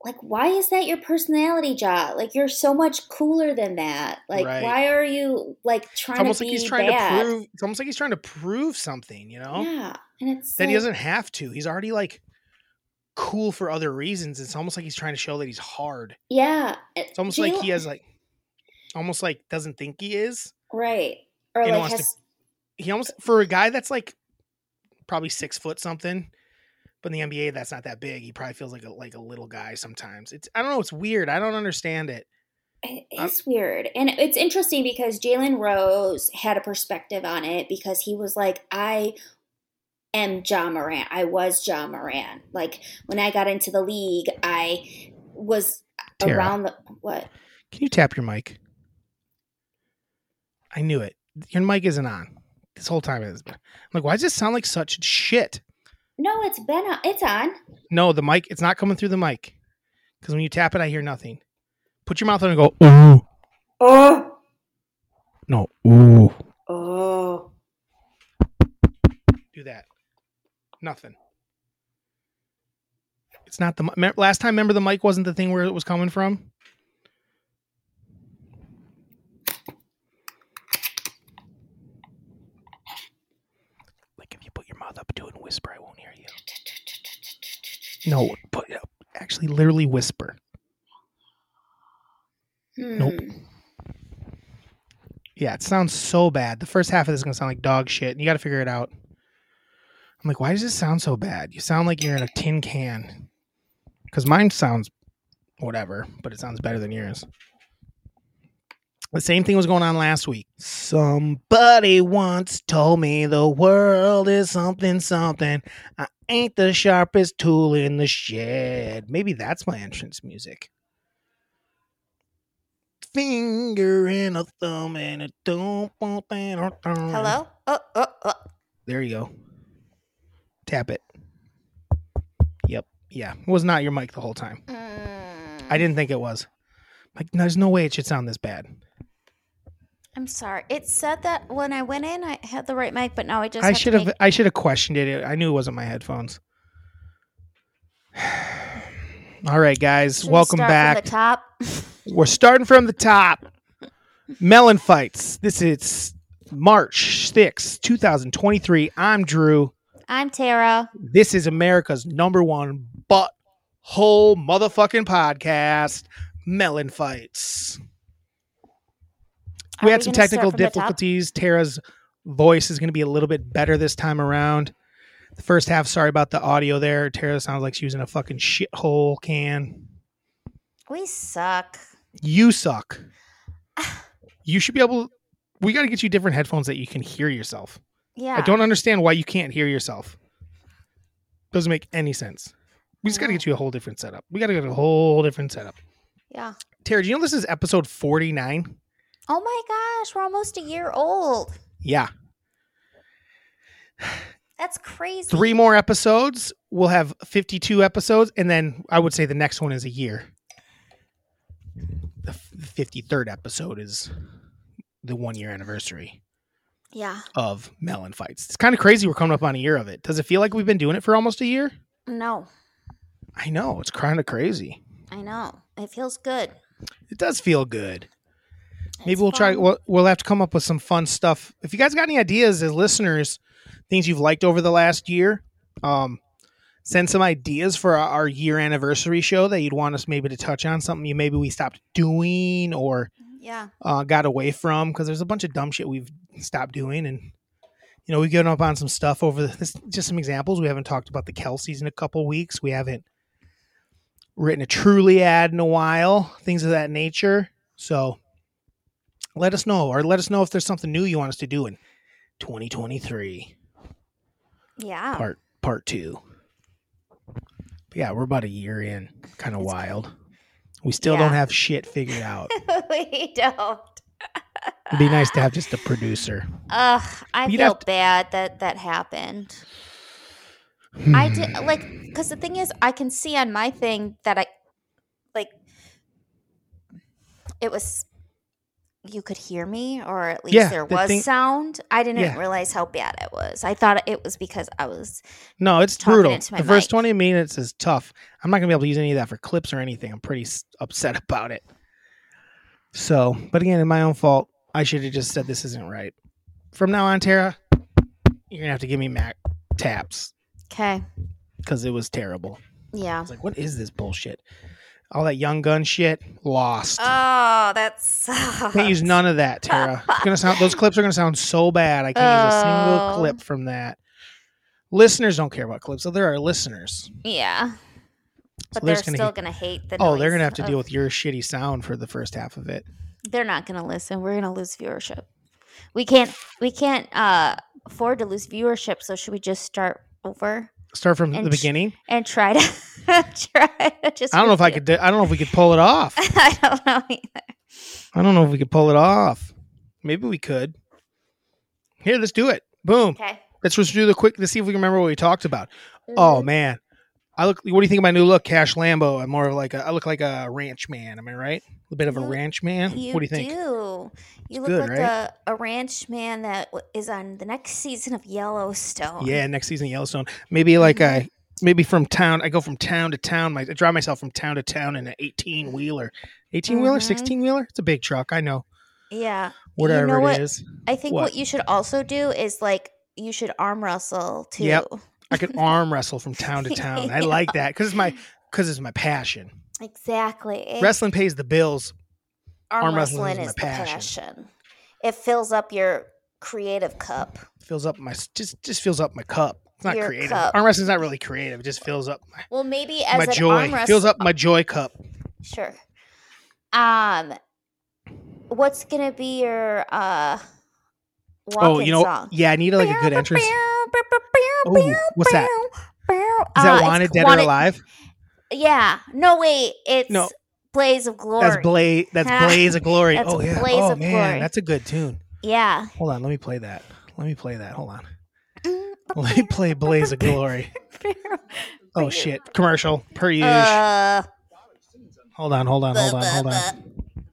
[SPEAKER 3] like why is that your personality, Ja? Like you're so much cooler than that. Like
[SPEAKER 1] Right.
[SPEAKER 3] why are you like
[SPEAKER 1] it's
[SPEAKER 3] trying
[SPEAKER 1] almost
[SPEAKER 3] to
[SPEAKER 1] like
[SPEAKER 3] be
[SPEAKER 1] he's trying
[SPEAKER 3] bad?
[SPEAKER 1] to prove it's almost like he's trying to prove something you know
[SPEAKER 3] Yeah, and it's
[SPEAKER 1] that he
[SPEAKER 3] like-
[SPEAKER 1] doesn't have to he's already like cool for other reasons it's almost like he's trying to show that he's hard
[SPEAKER 3] Yeah,
[SPEAKER 1] It's almost like he has like almost like doesn't think he is.
[SPEAKER 3] right. or
[SPEAKER 1] And
[SPEAKER 3] like
[SPEAKER 1] wants to-
[SPEAKER 3] has
[SPEAKER 1] He almost for a guy that's like probably six foot something, but in the NBA that's not that big. He probably feels like a like a little guy sometimes. It's I don't know. It's weird. I don't understand it.
[SPEAKER 3] It
[SPEAKER 1] Um,
[SPEAKER 3] is weird. And it's interesting because Jalen Rose had a perspective on it because he was like, I am John Moran. I was John Moran. Like when I got into the league, I was
[SPEAKER 1] Tara.
[SPEAKER 3] around the what?
[SPEAKER 1] Can you tap your mic? I knew it. Your mic isn't on. This whole time it is. I'm like, why does this sound like such shit?
[SPEAKER 3] No, it's been on, it's on.
[SPEAKER 1] No, the mic. It's not coming through the mic. Because when you tap it, I hear nothing. Put your mouth on and go. Ooh.
[SPEAKER 3] Oh,
[SPEAKER 1] No. Ooh.
[SPEAKER 3] oh.
[SPEAKER 1] Do that. Nothing. It's not the mi- me- last time. Remember, the mic wasn't the thing where it was coming from. Like if you put your mouth up to it and whisper, I won't hear you. No, put it up. Actually, literally whisper.
[SPEAKER 3] Hmm.
[SPEAKER 1] Nope. Yeah, it sounds so bad. The first half of this is gonna sound like dog shit, and you gotta figure it out. I'm like, why does this sound so bad? You sound like you're in a tin can. Because mine sounds whatever, but it sounds better than yours. The same thing was going on last week. Somebody once told me the world is something something. I ain't the sharpest tool in the shed. Maybe that's my entrance music finger and a thumb and a thumb. Hello?
[SPEAKER 3] Hello? Oh, oh, oh.
[SPEAKER 1] There you go. Tap it. Yep. Yeah. It was not your mic the whole time.
[SPEAKER 4] Mm,
[SPEAKER 1] I didn't think it was. Like, there's no way it should sound this bad.
[SPEAKER 4] I'm sorry. It said that when I went in, I had the right mic, but now I just.
[SPEAKER 1] I
[SPEAKER 4] have to
[SPEAKER 1] should have
[SPEAKER 4] make-
[SPEAKER 1] I should have questioned it. I knew it wasn't my headphones. All right, guys.
[SPEAKER 4] Should we
[SPEAKER 1] Welcome
[SPEAKER 4] start
[SPEAKER 1] back.
[SPEAKER 4] From the top.
[SPEAKER 1] We're starting from the top. Melon fights. This is March 6th, 2023. I'm Drew.
[SPEAKER 4] I'm Tara.
[SPEAKER 1] This is America's number one butt hole motherfucking podcast, Melon Fights.
[SPEAKER 4] Are
[SPEAKER 1] we had
[SPEAKER 4] we
[SPEAKER 1] some
[SPEAKER 4] gonna start
[SPEAKER 1] technical
[SPEAKER 4] from the top?
[SPEAKER 1] difficulties. Tara's voice is going to be a little bit better this time around. The first half, sorry about the audio there. Tara sounds like she was in a fucking shithole can.
[SPEAKER 4] We suck.
[SPEAKER 1] You suck. you should be able. We got to get you different headphones that you can hear yourself.
[SPEAKER 4] Yeah.
[SPEAKER 1] I don't understand why you can't hear yourself. Doesn't make any sense. We just got to
[SPEAKER 4] No.
[SPEAKER 1] get you a whole different setup. We got to get a whole different setup.
[SPEAKER 4] Yeah.
[SPEAKER 1] Tara, do you know this is episode 49?
[SPEAKER 4] Oh my gosh, we're almost a year old.
[SPEAKER 1] Yeah.
[SPEAKER 4] That's crazy.
[SPEAKER 1] Three more episodes. We'll have 52 episodes. And then I would say the next one is a year. The f- the 53rd episode is the one year anniversary
[SPEAKER 4] Yeah.
[SPEAKER 1] of Melon Fights. It's kind of crazy we're coming up on a year of it. Does it feel like we've been doing it for almost a year?
[SPEAKER 4] No,
[SPEAKER 1] I know. It's kind of crazy.
[SPEAKER 4] I know. It feels good.
[SPEAKER 1] It does feel good. Maybe
[SPEAKER 4] It's
[SPEAKER 1] we'll try.
[SPEAKER 4] fun.
[SPEAKER 1] We'll, we'll have to come up with some fun stuff. If you guys got any ideas as listeners, things you've liked over the last year, um, send some ideas for our, our year anniversary show that you'd want us maybe to touch on. Something you maybe we stopped doing or
[SPEAKER 4] yeah.
[SPEAKER 1] uh, got away from because there's a bunch of dumb shit we've stopped doing and. You know, we've given up on some stuff over the, this. Just some examples. We haven't talked about the Kelseys in a couple weeks. We haven't written a truly ad in a while, things of that nature. So let us know, or let us know if there's something new you want us to do in 2023
[SPEAKER 4] Yeah.
[SPEAKER 1] part part two. But yeah, we're about a year in, kind of
[SPEAKER 4] It's-
[SPEAKER 1] wild. We still
[SPEAKER 4] Yeah.
[SPEAKER 1] don't have shit figured out.
[SPEAKER 4] we don't.
[SPEAKER 1] It'd be nice to have just a producer.
[SPEAKER 4] Ugh, I
[SPEAKER 1] You'd
[SPEAKER 4] feel
[SPEAKER 1] have to-
[SPEAKER 4] bad that that happened. I
[SPEAKER 1] Hmm.
[SPEAKER 4] did like because the thing is, I can see on my thing that I like it was you could hear me or at least
[SPEAKER 1] Yeah,
[SPEAKER 4] there
[SPEAKER 1] the
[SPEAKER 4] was
[SPEAKER 1] thing-
[SPEAKER 4] sound. I didn't
[SPEAKER 1] Yeah.
[SPEAKER 4] realize how bad it was. I thought it was because I was
[SPEAKER 1] No, it's
[SPEAKER 4] talking
[SPEAKER 1] brutal.
[SPEAKER 4] into my
[SPEAKER 1] The first
[SPEAKER 4] mic.
[SPEAKER 1] 20 minutes is tough. I'm not going to be able to use any of that for clips or anything. I'm pretty s- upset about it. So, but again, it's my own fault. I should have just said this isn't right. From now on, Tara, you're going to have to give me Mac taps
[SPEAKER 4] okay.
[SPEAKER 1] because it was terrible. I
[SPEAKER 4] Yeah.
[SPEAKER 1] was like, what is this bullshit? all that young gun shit, lost.
[SPEAKER 4] Oh, that's.
[SPEAKER 1] can't use none of that, Tara. It's gonna sound those clips are gonna sound so bad. I can't use a single
[SPEAKER 4] Oh.
[SPEAKER 1] clip from that. Listeners don't care about clips. So there are listeners.
[SPEAKER 4] Yeah. But
[SPEAKER 1] So
[SPEAKER 4] they're
[SPEAKER 1] there's gonna
[SPEAKER 4] still
[SPEAKER 1] hate-
[SPEAKER 4] gonna hate the.
[SPEAKER 1] Oh, they're
[SPEAKER 4] noise
[SPEAKER 1] gonna have to
[SPEAKER 4] of-
[SPEAKER 1] deal with your shitty sound for the first half of it.
[SPEAKER 4] They're not gonna listen. We're gonna lose viewership. We can't. We can't uh, afford to lose viewership. So should we just start over
[SPEAKER 1] Start from
[SPEAKER 4] And
[SPEAKER 1] the
[SPEAKER 4] sh-
[SPEAKER 1] beginning.
[SPEAKER 4] and try to try to just?
[SPEAKER 1] I don't know if I
[SPEAKER 4] redo-
[SPEAKER 1] could. Do, I don't know if we could pull it off.
[SPEAKER 4] I don't know. Either.
[SPEAKER 1] I don't know if we could pull it off. Maybe we could. Here, let's do it. Boom.
[SPEAKER 4] Okay.
[SPEAKER 1] Let's just do the quick. Let's see if we can remember what we talked about.
[SPEAKER 4] Mm-hmm.
[SPEAKER 1] Oh man, I look. What do you think of my new look, Cash Lambo? I'm more of like a. I look like a ranch man. Am I right? A bit of a
[SPEAKER 4] Mm-hmm. You-
[SPEAKER 1] ranch man. what do you think?
[SPEAKER 4] do. You look
[SPEAKER 1] good,
[SPEAKER 4] like
[SPEAKER 1] right?
[SPEAKER 4] a, a ranch man that w- is on the next season of Yellowstone.
[SPEAKER 1] Yeah, next season Yellowstone. Maybe like I.
[SPEAKER 4] Mm-hmm.
[SPEAKER 1] Maybe from town. I go from town to town. My, I drive myself from town to town in an 18 wheeler. 18 wheeler,
[SPEAKER 4] Mhm.
[SPEAKER 1] 16 wheeler. It's a big truck. I know.
[SPEAKER 4] Yeah.
[SPEAKER 1] Whatever
[SPEAKER 4] know what?
[SPEAKER 1] it is,
[SPEAKER 4] I think
[SPEAKER 1] What?
[SPEAKER 4] what? you should also do is like you should arm wrestle too.
[SPEAKER 1] Yep. I could arm wrestle from town to town. I like that because it's my because it's my passion.
[SPEAKER 4] Exactly.
[SPEAKER 1] Wrestling pays the bills.
[SPEAKER 4] arm,
[SPEAKER 1] arm wrestling
[SPEAKER 4] wrestling,
[SPEAKER 1] is my
[SPEAKER 4] is the
[SPEAKER 1] passion.
[SPEAKER 4] passion. It fills up your creative cup.
[SPEAKER 1] Fills up my just just fills up my cup. It's not
[SPEAKER 4] Your
[SPEAKER 1] creative.
[SPEAKER 4] cup.
[SPEAKER 1] Arm wrestling's not really creative. It just fills up my
[SPEAKER 4] Well, maybe as
[SPEAKER 1] my
[SPEAKER 4] an
[SPEAKER 1] joy
[SPEAKER 4] arm wrestler,
[SPEAKER 1] fills up my joy cup.
[SPEAKER 4] Sure. Um, what's gonna be your uh? Walk-in
[SPEAKER 1] Oh, you know,
[SPEAKER 4] song?
[SPEAKER 1] yeah, I need like a good entrance.
[SPEAKER 4] Oh,
[SPEAKER 1] what's that? Is
[SPEAKER 4] Ah,
[SPEAKER 1] that Wanted Dead or Alive?
[SPEAKER 4] Yeah. No, wait. It's
[SPEAKER 1] No.
[SPEAKER 4] Blaze of Glory.
[SPEAKER 1] That's Blaze. That's Blaze of Glory.
[SPEAKER 4] That's
[SPEAKER 1] oh yeah.
[SPEAKER 4] Blaze
[SPEAKER 1] oh
[SPEAKER 4] of
[SPEAKER 1] man,
[SPEAKER 4] Glory.
[SPEAKER 1] that's a good tune.
[SPEAKER 4] yeah.
[SPEAKER 1] Hold on, let me play that. Let me play that. Hold on. Let me play Blaze of Glory. Oh shit! Commercial per use.
[SPEAKER 4] Uh,
[SPEAKER 1] hold on, hold on, hold on,
[SPEAKER 4] buh,
[SPEAKER 1] hold
[SPEAKER 4] buh,
[SPEAKER 1] on.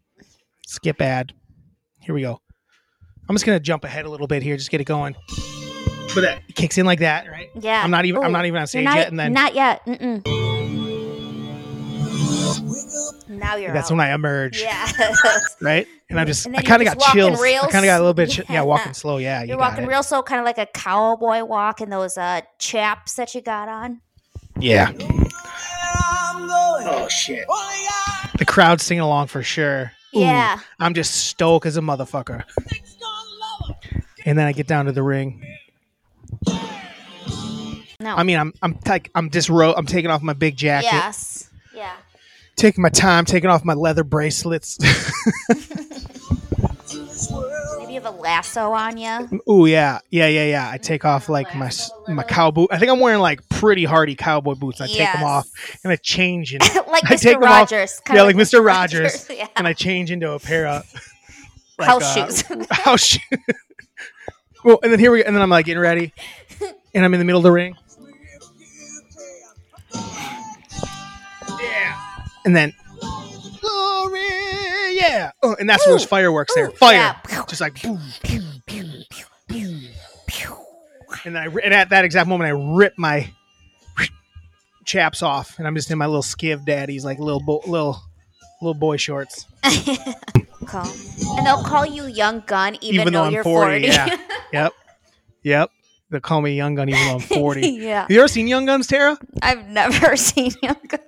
[SPEAKER 1] Skip ad. Here we go. I'm just gonna jump ahead a little bit here. Just get it going. But that kicks in like that, right?
[SPEAKER 4] buh. Yeah.
[SPEAKER 1] I'm not even. I'm
[SPEAKER 4] Ooh,
[SPEAKER 1] not even on
[SPEAKER 4] you're
[SPEAKER 1] stage
[SPEAKER 4] not, e,
[SPEAKER 1] yet, and then
[SPEAKER 4] not yet. Mm-mm. Now you're
[SPEAKER 1] that's
[SPEAKER 4] out.
[SPEAKER 1] when I emerge.
[SPEAKER 4] Yeah.
[SPEAKER 1] right? And I'm just,
[SPEAKER 4] And
[SPEAKER 1] I
[SPEAKER 4] then you
[SPEAKER 1] kind of
[SPEAKER 4] just
[SPEAKER 1] got
[SPEAKER 4] walk in
[SPEAKER 1] chills. I
[SPEAKER 4] real
[SPEAKER 1] kind of got a little bit, chi- yeah,
[SPEAKER 4] Yeah.
[SPEAKER 1] walking slow. Yeah, you
[SPEAKER 4] you're
[SPEAKER 1] got
[SPEAKER 4] walking
[SPEAKER 1] it.
[SPEAKER 4] real slow, kind of like a cowboy walk, and those uh chaps that you got on.
[SPEAKER 1] Yeah,
[SPEAKER 2] I'm going.
[SPEAKER 1] Oh, shit.
[SPEAKER 2] Only I
[SPEAKER 1] the crowd's singing along for sure. Ooh,
[SPEAKER 4] Yeah.
[SPEAKER 1] I'm just stoked as a motherfucker.
[SPEAKER 2] think's gonna love 'em.
[SPEAKER 1] And then I get down to the ring.
[SPEAKER 4] No.
[SPEAKER 1] I mean, I'm, I'm, like, I'm disro- I'm taking off my big jacket,
[SPEAKER 4] yes. Yeah.
[SPEAKER 1] taking my time, taking off my leather bracelets.
[SPEAKER 2] This world
[SPEAKER 4] Maybe you have a lasso on you.
[SPEAKER 1] Ooh, yeah, yeah, yeah, yeah. I take off like my s- my cow boot. I think I'm wearing like pretty hardy cowboy boots. I take them off and I change and
[SPEAKER 4] like
[SPEAKER 1] I take
[SPEAKER 4] Mr.
[SPEAKER 1] 'em off-
[SPEAKER 4] Rogers.
[SPEAKER 1] yeah,
[SPEAKER 4] kinda
[SPEAKER 1] like Mr. Rogers.
[SPEAKER 4] Yeah.
[SPEAKER 1] and I change into a pair of like,
[SPEAKER 4] House
[SPEAKER 1] uh,
[SPEAKER 4] shoes.
[SPEAKER 1] house shoes. well, and then here we go. And then I'm like getting ready, and I'm in the middle of the ring. Yeah, and then glory, yeah, oh, and that's those
[SPEAKER 4] Ooh,
[SPEAKER 1] fireworks there,
[SPEAKER 4] ooh,
[SPEAKER 1] fire,
[SPEAKER 4] yeah.
[SPEAKER 1] just like boom,
[SPEAKER 4] Pew.
[SPEAKER 1] and I and at that exact moment I rip my chaps off, and I'm just in my little skiv daddies, like little bo- little little boy shorts,
[SPEAKER 4] Call. And they'll call you young gun even,
[SPEAKER 1] even, though, I'm
[SPEAKER 4] you're
[SPEAKER 1] 40.
[SPEAKER 4] 40.
[SPEAKER 1] Yeah, yep, yep. They call me Young Gun even though I'm 40.
[SPEAKER 4] Yeah.
[SPEAKER 1] Have you ever seen Young Guns, Tara?
[SPEAKER 4] I've never seen young gun.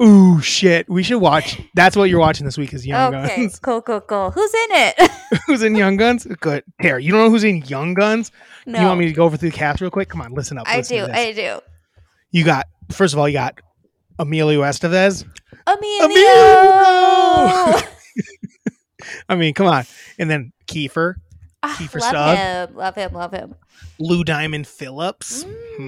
[SPEAKER 1] Ooh, shit. We should watch. That's what you're watching this week is Young
[SPEAKER 4] okay.
[SPEAKER 1] Guns.
[SPEAKER 4] Cool, cool, cool. Who's in it?
[SPEAKER 1] who's in Young Guns? Good. Tara, you don't know who's in Young Guns?
[SPEAKER 4] no.
[SPEAKER 1] You want me to go over through the cast real quick? Come on, listen up.
[SPEAKER 4] I
[SPEAKER 1] listen to
[SPEAKER 4] do.
[SPEAKER 1] this.
[SPEAKER 4] I do.
[SPEAKER 1] you got, first of all, you got Emilio Estevez.
[SPEAKER 4] Emilio.
[SPEAKER 1] Emilio! I mean, come on. And then Kiefer,
[SPEAKER 4] Ah,
[SPEAKER 1] Kiefer
[SPEAKER 4] love
[SPEAKER 1] Sugg.
[SPEAKER 4] him. Love him. Love him.
[SPEAKER 1] Lou Diamond Phillips, Hmm?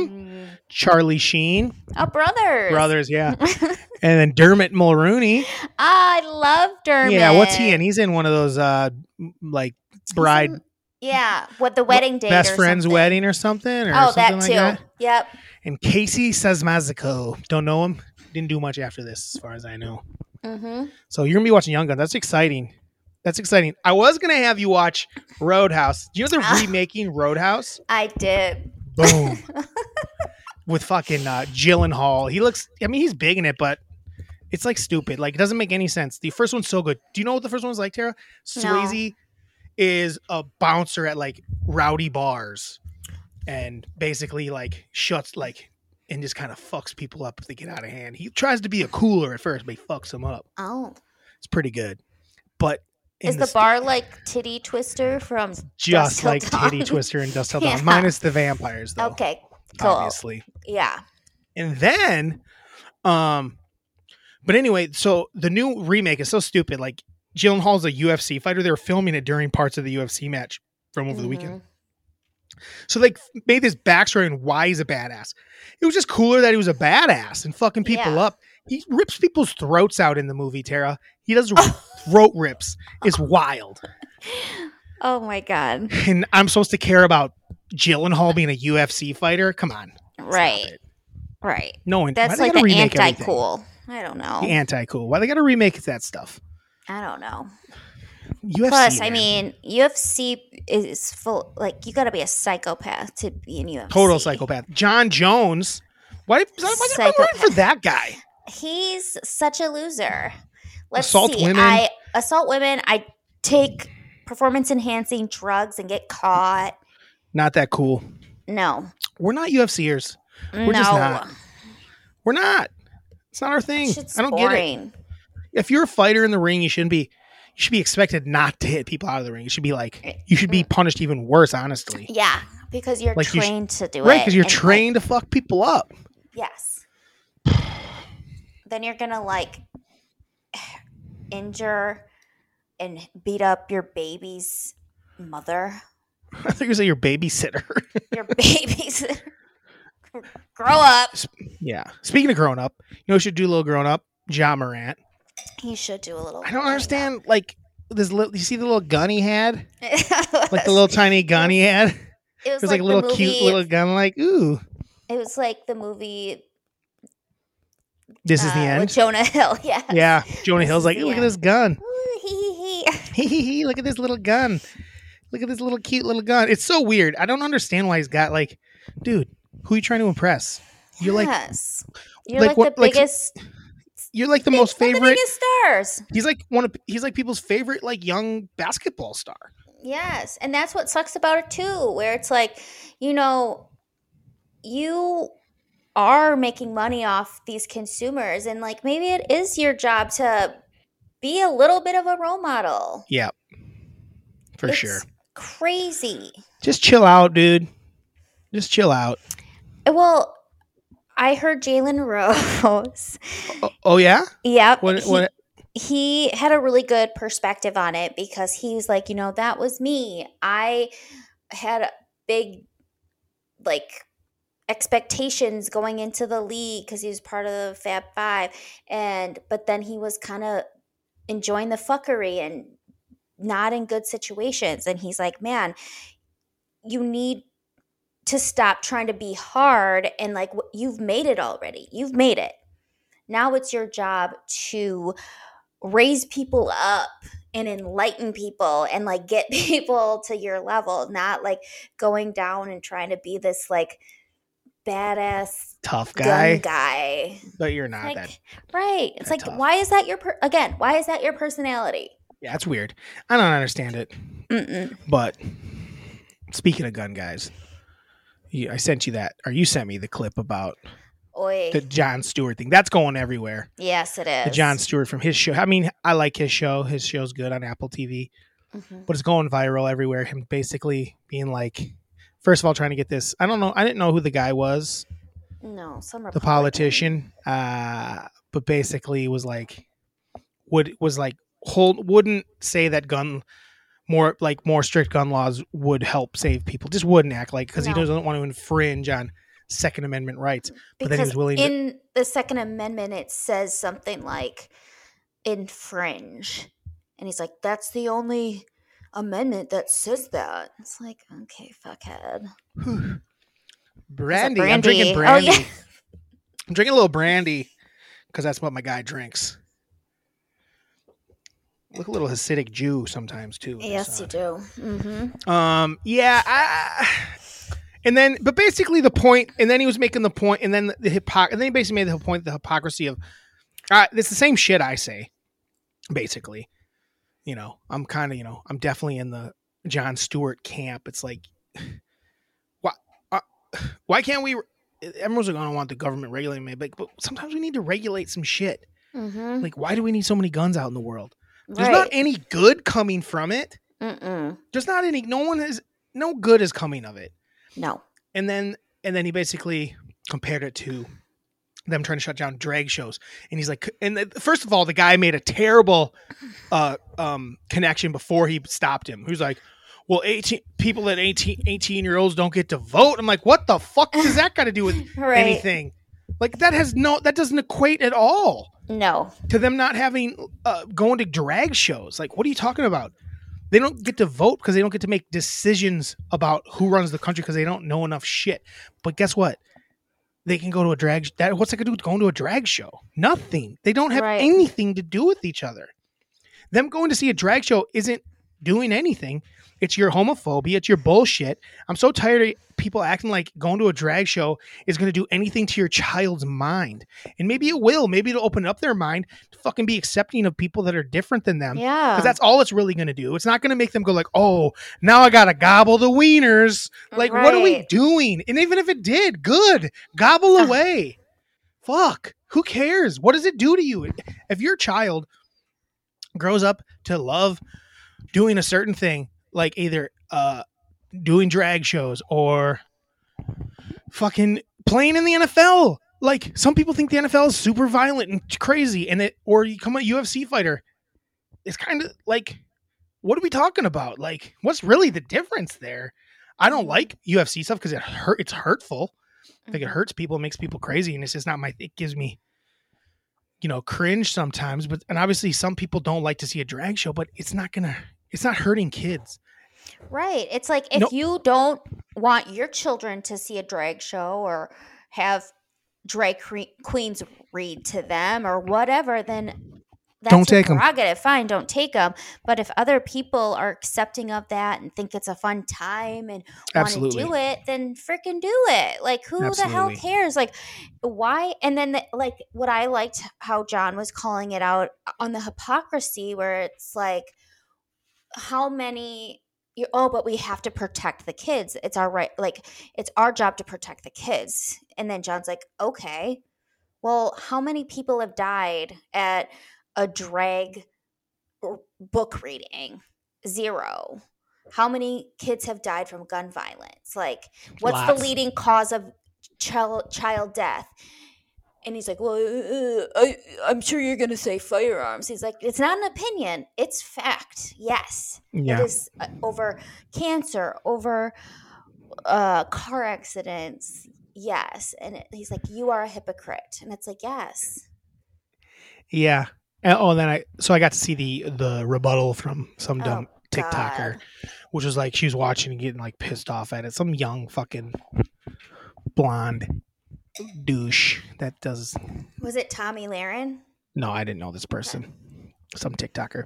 [SPEAKER 4] Mm.
[SPEAKER 1] Charlie Sheen,
[SPEAKER 4] Mm-hmm. Oh, brothers.
[SPEAKER 1] brothers, yeah. and then Dermot Mulrooney.
[SPEAKER 4] Ah, I love Dermot.
[SPEAKER 1] Yeah, what's he in? He's in one of those, uh m- like, bride
[SPEAKER 4] Yeah, what the wedding date?
[SPEAKER 1] best
[SPEAKER 4] or
[SPEAKER 1] friend's
[SPEAKER 4] something.
[SPEAKER 1] wedding or something or
[SPEAKER 4] Oh, that
[SPEAKER 1] something
[SPEAKER 4] too.
[SPEAKER 1] like that.
[SPEAKER 4] Yep.
[SPEAKER 1] And Casey Sazmazico. Don't know him. Didn't do much after this, as far as I know.
[SPEAKER 4] Mm-hmm.
[SPEAKER 1] So you're gonna be watching Young Guns. That's exciting. That's exciting. I was gonna have you watch Roadhouse. You know they're
[SPEAKER 4] Ah.
[SPEAKER 1] remaking Roadhouse.
[SPEAKER 4] I did.
[SPEAKER 1] Boom. With fucking uh, Gyllenhaal. He looks. I mean, he's big in it, but it's like stupid. Like it doesn't make any sense. The first one's so good. Do you know what the first one's like, Tara?
[SPEAKER 4] No.
[SPEAKER 1] Swayze is a bouncer at like rowdy bars, and basically like shuts like and just kind of fucks people up if they get out of hand. He tries to be a cooler at first, but he fucks them up.
[SPEAKER 4] Oh,
[SPEAKER 1] It's pretty good. But in
[SPEAKER 4] is the
[SPEAKER 1] sta-
[SPEAKER 4] bar like Titty Twister from? Dust
[SPEAKER 1] just
[SPEAKER 4] Till
[SPEAKER 1] like Titty
[SPEAKER 4] Dawn?
[SPEAKER 1] Twister and Dust Till
[SPEAKER 4] Yeah.
[SPEAKER 1] Dawn, minus the vampires though,
[SPEAKER 4] Okay, cool.
[SPEAKER 1] obviously.
[SPEAKER 4] Yeah.
[SPEAKER 1] And then, um, but anyway, so the new remake is so stupid. Like Gyllenhaal's a UFC fighter. They were filming it during parts of the UFC match from over
[SPEAKER 4] Mm-hmm.
[SPEAKER 1] the weekend. So they made this backstory on why he's a badass. It was just cooler that he was a badass and fucking people
[SPEAKER 4] Yeah.
[SPEAKER 1] up. He rips people's throats out in the movie, Tara. He does throat rips. It's wild.
[SPEAKER 4] Oh my god.
[SPEAKER 1] And I'm supposed to care about Gyllenhaal being a UFC fighter? Come on. stop
[SPEAKER 4] Right.
[SPEAKER 1] it.
[SPEAKER 4] Right.
[SPEAKER 1] No one. why
[SPEAKER 4] That's
[SPEAKER 1] they
[SPEAKER 4] like
[SPEAKER 1] gotta
[SPEAKER 4] an
[SPEAKER 1] remake
[SPEAKER 4] anti
[SPEAKER 1] everything?
[SPEAKER 4] cool. I don't know.
[SPEAKER 1] The anti-cool. Why they got to remake that stuff?
[SPEAKER 4] I don't know.
[SPEAKER 1] UFC.
[SPEAKER 4] Plus, I
[SPEAKER 1] man.
[SPEAKER 4] mean, UFC is full. Like, you got to be a psychopath to be in UFC.
[SPEAKER 1] total psychopath. John Jones. Why? Why was I rooting for
[SPEAKER 4] Psychopath.
[SPEAKER 1] that guy?
[SPEAKER 4] He's such a loser. Let's
[SPEAKER 1] Assault
[SPEAKER 4] see.
[SPEAKER 1] women.
[SPEAKER 4] I assault women. I take performance enhancing drugs and get caught.
[SPEAKER 1] Not that cool.
[SPEAKER 4] No,
[SPEAKER 1] We're not UFCers. We're
[SPEAKER 4] no,
[SPEAKER 1] just not. We're not. It's not our thing.
[SPEAKER 4] shit's
[SPEAKER 1] I don't get it.
[SPEAKER 4] boring.
[SPEAKER 1] If you're a fighter in the ring, you shouldn't be. You should be expected not to hit people out of the ring. You should be like. You should be
[SPEAKER 4] Mm.
[SPEAKER 1] punished even worse, honestly.
[SPEAKER 4] Yeah, because you're
[SPEAKER 1] Like, you sh-
[SPEAKER 4] trained to do it.
[SPEAKER 1] Right? Because you're
[SPEAKER 4] and, like,
[SPEAKER 1] trained to fuck people up.
[SPEAKER 4] yes. Then you're gonna like injure and beat up your baby's mother.
[SPEAKER 1] I thought you were saying your babysitter.
[SPEAKER 4] Your baby's grow up.
[SPEAKER 1] yeah. Speaking of grown up, you know, who should do a little grown up. John Morant.
[SPEAKER 4] He should do a little.
[SPEAKER 1] I don't
[SPEAKER 4] growing up.
[SPEAKER 1] understand. Like this, little, you see the little gun he had, like the little tiny gun he had. It
[SPEAKER 4] It was,
[SPEAKER 1] was like,
[SPEAKER 4] like,
[SPEAKER 1] a little
[SPEAKER 4] the movie,
[SPEAKER 1] cute little gun. Like, ooh,
[SPEAKER 4] It was like the movie.
[SPEAKER 1] this is the
[SPEAKER 4] uh,
[SPEAKER 1] end.
[SPEAKER 4] With Jonah Hill. Yeah.
[SPEAKER 1] yeah, Jonah
[SPEAKER 4] this
[SPEAKER 1] Hill's
[SPEAKER 4] is
[SPEAKER 1] like,
[SPEAKER 4] the
[SPEAKER 1] look at
[SPEAKER 4] end."
[SPEAKER 1] this gun.
[SPEAKER 4] Ooh, hee, hee, hee.
[SPEAKER 1] Hee hee hee! Look at this little gun. Look at this little cute little gun. It's so weird. I don't understand why he's got like, dude, who are you trying to impress? You're like,
[SPEAKER 4] yes. You're
[SPEAKER 1] like
[SPEAKER 4] like,
[SPEAKER 1] what-
[SPEAKER 4] the
[SPEAKER 1] like-
[SPEAKER 4] biggest.
[SPEAKER 1] you're like the
[SPEAKER 4] they're
[SPEAKER 1] most
[SPEAKER 4] the
[SPEAKER 1] favorite.
[SPEAKER 4] biggest stars.
[SPEAKER 1] He's like one of he's like people's favorite like young basketball star.
[SPEAKER 4] Yes, and that's what sucks about it too, where it's like, you know, you are making money off these consumers, and like maybe it is your job to be a little bit of a role model.
[SPEAKER 1] Yeah, for
[SPEAKER 4] It's
[SPEAKER 1] sure.
[SPEAKER 4] Crazy.
[SPEAKER 1] Just chill out, dude. Just chill out.
[SPEAKER 4] Well, I heard Jalen Rose.
[SPEAKER 1] Oh, oh yeah.
[SPEAKER 4] yep.
[SPEAKER 1] What?
[SPEAKER 4] he,
[SPEAKER 1] What?
[SPEAKER 4] he had a really good perspective on it because he was like, you know, that was me. I had a big, like, expectations going into the league because he was part of the Fab Five. And, but then he was kind of enjoying the fuckery and not in good situations. And he's like, man, you need to stop trying to be hard and like wh- you've made it already. You've made it. Now it's your job to raise people up and enlighten people and like get people to your level, not like going down and trying to be this like badass
[SPEAKER 1] Tough guy.
[SPEAKER 4] guy. gun guy.
[SPEAKER 1] But you're not
[SPEAKER 4] Like,
[SPEAKER 1] that.
[SPEAKER 4] right. It's
[SPEAKER 1] that
[SPEAKER 4] like,
[SPEAKER 1] tough.
[SPEAKER 4] why is that your, per- again, why is that your personality?
[SPEAKER 1] Yeah, it's weird. I don't understand it.
[SPEAKER 4] Mm-mm.
[SPEAKER 1] But speaking of gun guys, you, I sent you that, or you sent me the clip about
[SPEAKER 4] Oy.
[SPEAKER 1] the John Stewart thing. That's going everywhere.
[SPEAKER 4] yes, it is.
[SPEAKER 1] The John Stewart from his show. I mean, I like his show. His show's good on Apple TV,
[SPEAKER 4] Mhm.
[SPEAKER 1] but it's going viral everywhere. Him basically being like, first of all, trying to get this. I don't know. I didn't know who the guy was.
[SPEAKER 4] No, some
[SPEAKER 1] the
[SPEAKER 4] Republican.
[SPEAKER 1] politician uh but basically was like would was like hold wouldn't say that gun more like more strict gun laws would help save people just wouldn't act like because he
[SPEAKER 4] No.
[SPEAKER 1] doesn't want to infringe on second amendment rights but then he
[SPEAKER 4] Because
[SPEAKER 1] was willing to-
[SPEAKER 4] in the Second Amendment, it says something like infringe. And he's like, that's the only amendment that says that. It's like, okay, fuckhead.
[SPEAKER 1] brandy. i'm drinking brandy
[SPEAKER 4] brandy. Oh, yeah.
[SPEAKER 1] i'm drinking a little brandy because that's what my guy drinks look a little hasidic jew sometimes too with this
[SPEAKER 4] Yes, you
[SPEAKER 1] on.
[SPEAKER 4] do. hmm
[SPEAKER 1] Um, yeah, I, and then, but basically the point, and then he was making the point, and then the hypocrisy, and then he basically made the point, the hypocrisy of, uh, it's the same shit I say, basically. You know, I'm kind of, you know, I'm definitely in the John Stewart camp. It's like, why, uh, why can't we everyone's going to want the government regulating me, but, but sometimes we need to regulate some shit.
[SPEAKER 4] Mm-hmm.
[SPEAKER 1] Like, why do we need so many guns out in the world? There's not any good coming from it.
[SPEAKER 4] Mm-mm.
[SPEAKER 1] There's not any. No one is. No good is coming of it.
[SPEAKER 4] No.
[SPEAKER 1] And then and then he basically compared it to them trying to shut down drag shows. And he's like, and th- first of all, the guy made a terrible uh, um, connection before he stopped him. Who's like, well, 18 people at 18, 18 year olds don't get to vote. I'm like, what the fuck does that got to do with
[SPEAKER 4] Right.
[SPEAKER 1] anything? Like that has no, that doesn't equate at all
[SPEAKER 4] No.
[SPEAKER 1] to them not having uh, going to drag shows. Like, what are you talking about? They don't get to vote because they don't get to make decisions about who runs the country because they don't know enough shit. But guess what? They can go to a drag. That what's that gonna do with going to a drag show? Nothing. They don't have
[SPEAKER 4] Right.
[SPEAKER 1] anything to do with each other. Them going to see a drag show isn't doing anything. It's your homophobia. It's your bullshit. I'm so tired of people acting like going to a drag show is going to do anything to your child's mind. And maybe it will. Maybe it'll open up their mind to fucking be accepting of people that are different than them.
[SPEAKER 4] Yeah.
[SPEAKER 1] Because that's all it's really going to do. It's not going to make them go like, "Oh, now I got to gobble the wieners." Like, what are we
[SPEAKER 4] Right.
[SPEAKER 1] doing? And even if it did, good, gobble
[SPEAKER 4] Ugh.
[SPEAKER 1] away. Fuck. Who cares? What does it do to you? If your child grows up to love doing a certain thing, like either uh, doing drag shows or fucking playing in the NFL. Like some people think the NFL is super violent and crazy, and it or you come a UFC fighter. It's kind of like, what are we talking about? Like, what's really the difference there? I
[SPEAKER 4] Mm-hmm.
[SPEAKER 1] don't like UFC stuff because it hurt. It's hurtful. Like
[SPEAKER 4] Mm-hmm.
[SPEAKER 1] it hurts people, it makes people crazy, and it's just not my. It gives me, you know, cringe sometimes. But and obviously, some people don't like to see a drag show, but it's not gonna. It's not hurting kids.
[SPEAKER 4] Right. It's like if
[SPEAKER 1] No-
[SPEAKER 4] you don't want your children to see a drag show or have drag cre- queens read to them or whatever, then that's
[SPEAKER 1] Don't
[SPEAKER 4] your
[SPEAKER 1] take 'em.
[SPEAKER 4] prerogative. Fine, don't take them. But if other people are accepting of that and think it's a fun time and want to
[SPEAKER 1] Absolutely.
[SPEAKER 4] do it, then freaking do it. Like, who the hell
[SPEAKER 1] Absolutely.
[SPEAKER 4] cares? Like, why? And then, the, like, what I liked how John was calling it out on the hypocrisy, where it's like, how many. You, oh, but we have to protect the kids. It's our right, like it's our job to protect the kids. And then John's like, okay, well, how many people have died at a drag r- book reading? Zero. How many kids have died from gun violence? Like, what's
[SPEAKER 1] Lots.
[SPEAKER 4] the leading cause of child child death? And he's like, well, uh, uh, I, I'm sure you're going to say firearms. He's like, it's not an opinion, it's fact. Yes, it is uh, over cancer, over uh, car accidents. Yes, and it, he's like, "You are a hypocrite," and it's like, "Yes,
[SPEAKER 1] Yeah. And, oh, and then I so I got to see the the rebuttal from some dumb
[SPEAKER 4] Oh,
[SPEAKER 1] TikToker,
[SPEAKER 4] God.
[SPEAKER 1] which was like she was watching and getting like pissed off at it. Some young fucking blonde douche that does.
[SPEAKER 4] Was it Tommy Laren?
[SPEAKER 1] No, I didn't know this person. Some TikToker,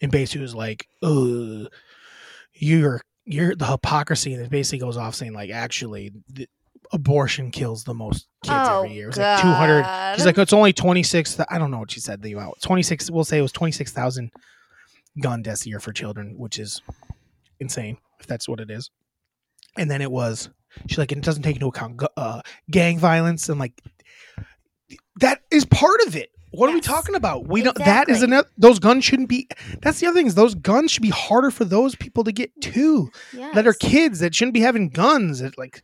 [SPEAKER 1] and basically was like, "Ugh, you're you're the hypocrisy," and it basically goes off saying like, "Actually, the, abortion kills the most kids
[SPEAKER 4] Oh,
[SPEAKER 1] every year. It was like two hundred
[SPEAKER 4] God.
[SPEAKER 1] She's like, it's only 26. th- I don't know what she said. The amount 26, we'll say it was 26,000 gun deaths a year for children, which is insane if that's what it is. And then it was, she's like, and it doesn't take into account gu- uh, gang violence. And like, that is part of it. What are we
[SPEAKER 4] Yes.
[SPEAKER 1] talking about? We don't, that is
[SPEAKER 4] Exactly.
[SPEAKER 1] another, those guns shouldn't be, that's the other thing is those guns should be harder for those people to get too,
[SPEAKER 4] yes.
[SPEAKER 1] that are kids that shouldn't be having guns. It, like,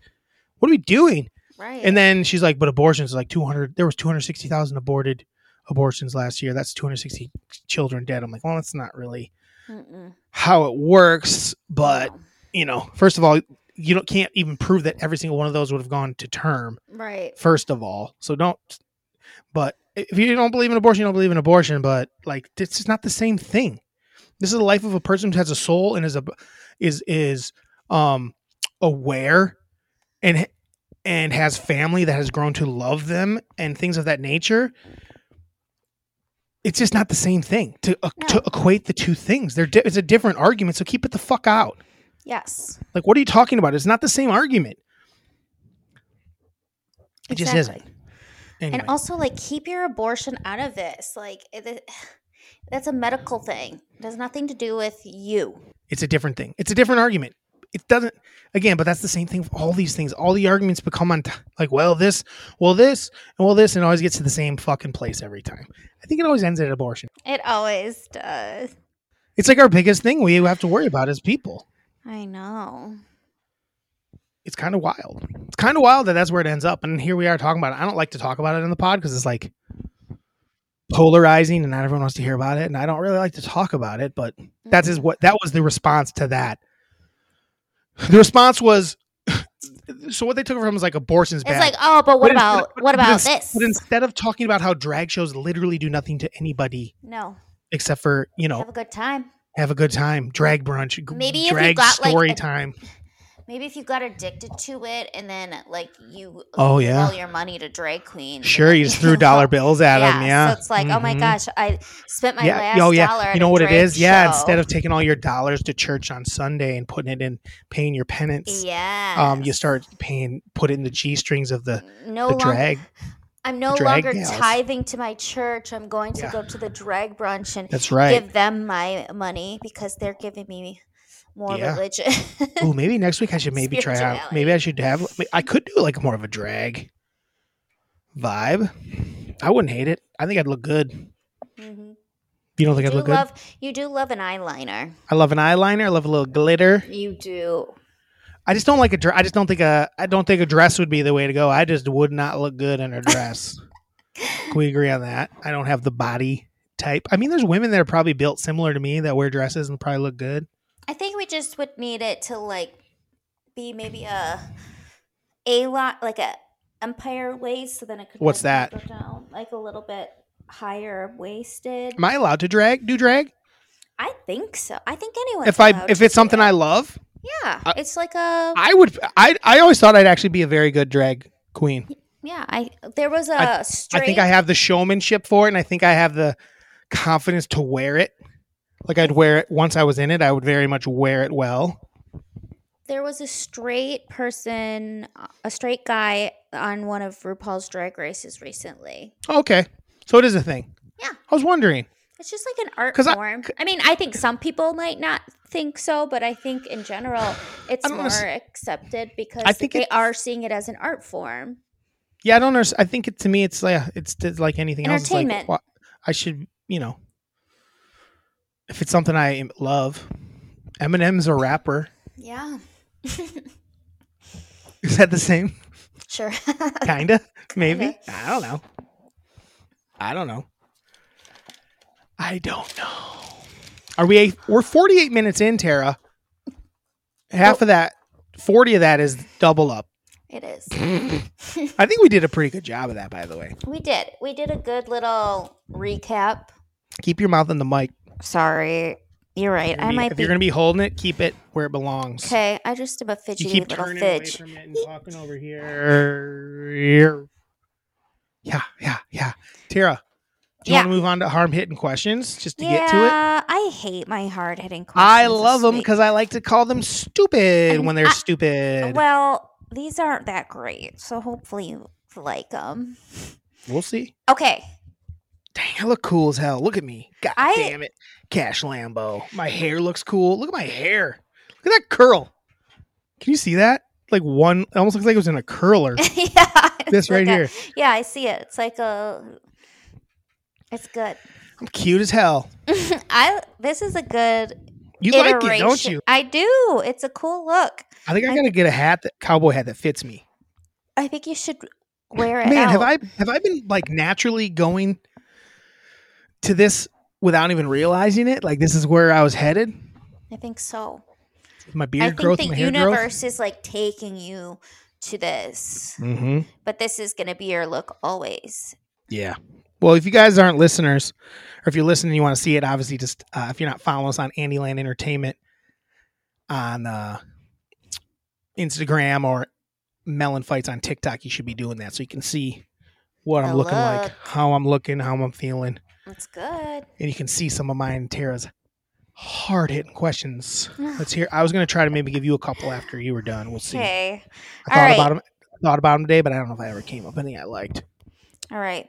[SPEAKER 1] what are we doing?
[SPEAKER 4] right?"
[SPEAKER 1] And then she's like, but abortions like 200, there was 260,000 aborted abortions last year. That's 260 children dead. I'm like, well, that's not really
[SPEAKER 4] Mm-mm.
[SPEAKER 1] how it works. But,
[SPEAKER 4] No.
[SPEAKER 1] you know, first of all, you don't, can't even prove that every single one of those would have gone to term,
[SPEAKER 4] right,
[SPEAKER 1] first of all. So don't, but if you don't believe in abortion, you don't believe in abortion. But like, it's just not the same thing. This is the life of a person who has a soul and is a, is, is, um, aware and and has family that has grown to love them and things of that nature it's just not the same thing to, uh, to
[SPEAKER 4] No.
[SPEAKER 1] equate the two things they're di- it's a different argument so keep it the fuck out
[SPEAKER 4] yes,
[SPEAKER 1] like what are you talking about it's not the same argument it just isn't
[SPEAKER 4] Exactly.
[SPEAKER 1] anyway,
[SPEAKER 4] And also, like, keep your abortion out of this. Like, it, that's a medical thing. It has nothing to do with you.
[SPEAKER 1] it's a different thing it's a different argument it doesn't again but that's the same thing for all these things all the arguments become on t- like well this well this and well this and it always gets to the same fucking place every time i think it always ends at abortion
[SPEAKER 4] It always does.
[SPEAKER 1] it's like our biggest thing we have to worry about as people
[SPEAKER 4] I know.
[SPEAKER 1] it's kind of wild it's kind of wild that that's where it ends up and here we are talking about it i don't like to talk about it in the pod because it's like polarizing and not everyone wants to hear about it and i don't really like to talk about it but that
[SPEAKER 4] Mm.
[SPEAKER 1] is what that was the response to that the response was so what they took from was like abortion's
[SPEAKER 4] It's
[SPEAKER 1] bad
[SPEAKER 4] like, oh, but what
[SPEAKER 1] But instead-
[SPEAKER 4] about
[SPEAKER 1] but
[SPEAKER 4] what about
[SPEAKER 1] ins-
[SPEAKER 4] this?
[SPEAKER 1] But instead of talking about how drag shows literally do nothing to anybody
[SPEAKER 4] no,
[SPEAKER 1] except for you know
[SPEAKER 4] have a good time.
[SPEAKER 1] have a good time, drag brunch, g-
[SPEAKER 4] Maybe if you
[SPEAKER 1] drag
[SPEAKER 4] got, like,
[SPEAKER 1] story
[SPEAKER 4] a-
[SPEAKER 1] time.
[SPEAKER 4] Maybe if you got addicted to it, and then like you
[SPEAKER 1] Oh,
[SPEAKER 4] gave
[SPEAKER 1] yeah.
[SPEAKER 4] all your money to drag queens.
[SPEAKER 1] Sure, you just threw dollar bills at
[SPEAKER 4] yeah,
[SPEAKER 1] them. Yeah,
[SPEAKER 4] so it's like, oh my
[SPEAKER 1] Mhm.
[SPEAKER 4] gosh, I spent my
[SPEAKER 1] Yeah,
[SPEAKER 4] last
[SPEAKER 1] oh yeah.
[SPEAKER 4] dollar.
[SPEAKER 1] You know what it is? Yeah, instead
[SPEAKER 4] of.
[SPEAKER 1] of taking all your dollars to church on Sunday and putting it in paying your penance,
[SPEAKER 4] Yeah.
[SPEAKER 1] um, you start paying put it in the g strings of the
[SPEAKER 4] no
[SPEAKER 1] the
[SPEAKER 4] longer.
[SPEAKER 1] drag.
[SPEAKER 4] I'm no
[SPEAKER 1] the drag
[SPEAKER 4] longer
[SPEAKER 1] gals.
[SPEAKER 4] tithing to my church. I'm going to
[SPEAKER 1] Yeah.
[SPEAKER 4] go to the drag brunch and
[SPEAKER 1] That's right.
[SPEAKER 4] give them my money because they're giving me more
[SPEAKER 1] Yeah.
[SPEAKER 4] religion.
[SPEAKER 1] Ooh, maybe next week I should maybe try out. Maybe I should have. I could do like more of a drag vibe. I wouldn't hate it. I think I'd look good.
[SPEAKER 4] Mhm.
[SPEAKER 1] You don't think
[SPEAKER 4] You
[SPEAKER 1] I'd
[SPEAKER 4] do
[SPEAKER 1] look good?
[SPEAKER 4] love you do love an eyeliner.
[SPEAKER 1] I love an eyeliner. I love a little glitter.
[SPEAKER 4] You do.
[SPEAKER 1] I just don't like a dress. I just don't think a. I don't think a dress would be the way to go. I just would not look good in a dress. Can we agree on that? I don't have the body type. I mean, there's women that are probably built similar to me that wear dresses and probably look good.
[SPEAKER 4] I think we just would need it to like be maybe a a lot like a empire waist, so then it could
[SPEAKER 1] What's
[SPEAKER 4] like,
[SPEAKER 1] that?
[SPEAKER 4] go down like a little bit higher waisted.
[SPEAKER 1] Am I allowed to drag? Do drag?
[SPEAKER 4] I think so. I think anyone.
[SPEAKER 1] If I if it's something I love,
[SPEAKER 4] yeah,
[SPEAKER 1] I-
[SPEAKER 4] it's like a
[SPEAKER 1] I would. I I always thought I'd actually be a very good drag queen.
[SPEAKER 4] yeah. I there was a
[SPEAKER 1] I-
[SPEAKER 4] straight.
[SPEAKER 1] I think I have the showmanship for it, and I think I have the confidence to wear it. Like I'd wear it once I was in it. I would very much wear it well.
[SPEAKER 4] there was a straight person, a straight guy on one of RuPaul's Drag Races recently.
[SPEAKER 1] Okay, so it is a thing.
[SPEAKER 4] Yeah.
[SPEAKER 1] I was wondering.
[SPEAKER 4] It's just like an art
[SPEAKER 1] 'Cause I-
[SPEAKER 4] form. I, mean, I think some people might not think so, but I think in general, it's
[SPEAKER 1] I don't
[SPEAKER 4] more
[SPEAKER 1] understand-
[SPEAKER 4] accepted because
[SPEAKER 1] I think
[SPEAKER 4] they
[SPEAKER 1] it's-
[SPEAKER 4] are seeing it as an art form.
[SPEAKER 1] Yeah, I don't understand. I think it to me, it's like it's just like anything else. It's like,
[SPEAKER 4] Entertainment.
[SPEAKER 1] wha- I should, you know, if it's something I am- love, Eminem's a rapper.
[SPEAKER 4] Yeah,
[SPEAKER 1] Is that the same?
[SPEAKER 4] sure.
[SPEAKER 1] Kinda, maybe.
[SPEAKER 4] Kinda.
[SPEAKER 1] I don't know. I don't know. I don't know. Are we? We're forty-eight minutes in, Tara. Half of that, forty of that is double up.
[SPEAKER 4] it is.
[SPEAKER 1] I think we did a pretty good job of that, by the way.
[SPEAKER 4] We did. We did a good little recap.
[SPEAKER 1] Keep your mouth on the mic.
[SPEAKER 4] Sorry, you're right. I
[SPEAKER 1] Be-
[SPEAKER 4] might
[SPEAKER 1] if
[SPEAKER 4] be
[SPEAKER 1] you're gonna be holding it, keep it where it belongs.
[SPEAKER 4] Okay, I just am a fidgety
[SPEAKER 1] You keep
[SPEAKER 4] little
[SPEAKER 1] turning away
[SPEAKER 4] fidge.
[SPEAKER 1] from it and talking over here. Yeah, yeah, yeah. Tara, do you
[SPEAKER 4] Yeah.
[SPEAKER 1] want to move on to harm hitting questions just to
[SPEAKER 4] yeah,
[SPEAKER 1] get to it?
[SPEAKER 4] I hate my hard hitting questions.
[SPEAKER 1] I
[SPEAKER 4] this
[SPEAKER 1] love them
[SPEAKER 4] week.
[SPEAKER 1] because I like to call them stupid
[SPEAKER 4] And
[SPEAKER 1] when they're
[SPEAKER 4] I-
[SPEAKER 1] stupid. Well,
[SPEAKER 4] well, these aren't that great, so hopefully you like them.
[SPEAKER 1] we'll see.
[SPEAKER 4] Okay,
[SPEAKER 1] Dang, I look cool as hell. Look at me. God
[SPEAKER 4] I-
[SPEAKER 1] damn it. Cash Lambo. My hair looks cool. Look at my hair. Look at that curl. Can you see that? Like one, it almost looks like it was in a curler.
[SPEAKER 4] yeah, it's
[SPEAKER 1] this right
[SPEAKER 4] like a-
[SPEAKER 1] here.
[SPEAKER 4] yeah, I see it. It's like a, it's good.
[SPEAKER 1] I'm cute as hell.
[SPEAKER 4] I this is a good
[SPEAKER 1] You
[SPEAKER 4] iteration.
[SPEAKER 1] like it, don't you?
[SPEAKER 4] I do. It's a cool look.
[SPEAKER 1] I think I
[SPEAKER 4] I-
[SPEAKER 1] gotta get a hat, that cowboy hat that fits me.
[SPEAKER 4] I think you should wear it.
[SPEAKER 1] Man, have
[SPEAKER 4] out.
[SPEAKER 1] I have I been like naturally going to this without even realizing it? Like this is where I was headed.
[SPEAKER 4] I think so.
[SPEAKER 1] My
[SPEAKER 4] I
[SPEAKER 1] beard
[SPEAKER 4] think
[SPEAKER 1] growth, my
[SPEAKER 4] the
[SPEAKER 1] hair
[SPEAKER 4] universe is like taking you to this.
[SPEAKER 1] growth. Mm-hmm.
[SPEAKER 4] but this is going to be your look always.
[SPEAKER 1] Yeah. Well, if you guys aren't listeners, or if you're listening, and you want to see it. Obviously, just uh, if you're not following us on Andyland Entertainment on uh, Instagram or Melon Fights on TikTok, you should be doing that so you can see what I'm
[SPEAKER 4] The
[SPEAKER 1] looking like,
[SPEAKER 4] look.
[SPEAKER 1] how I'm looking, how I'm feeling,
[SPEAKER 4] That's good.
[SPEAKER 1] and you can see some of mine and Tara's hard hitting questions. Let's hear. I was gonna try to maybe give you a couple after you were done. We'll see.
[SPEAKER 4] Okay.
[SPEAKER 1] I
[SPEAKER 4] all
[SPEAKER 1] thought
[SPEAKER 4] right.
[SPEAKER 1] about 'em- Thought about 'em today, but I don't know if I ever came up with anything I liked.
[SPEAKER 4] All right.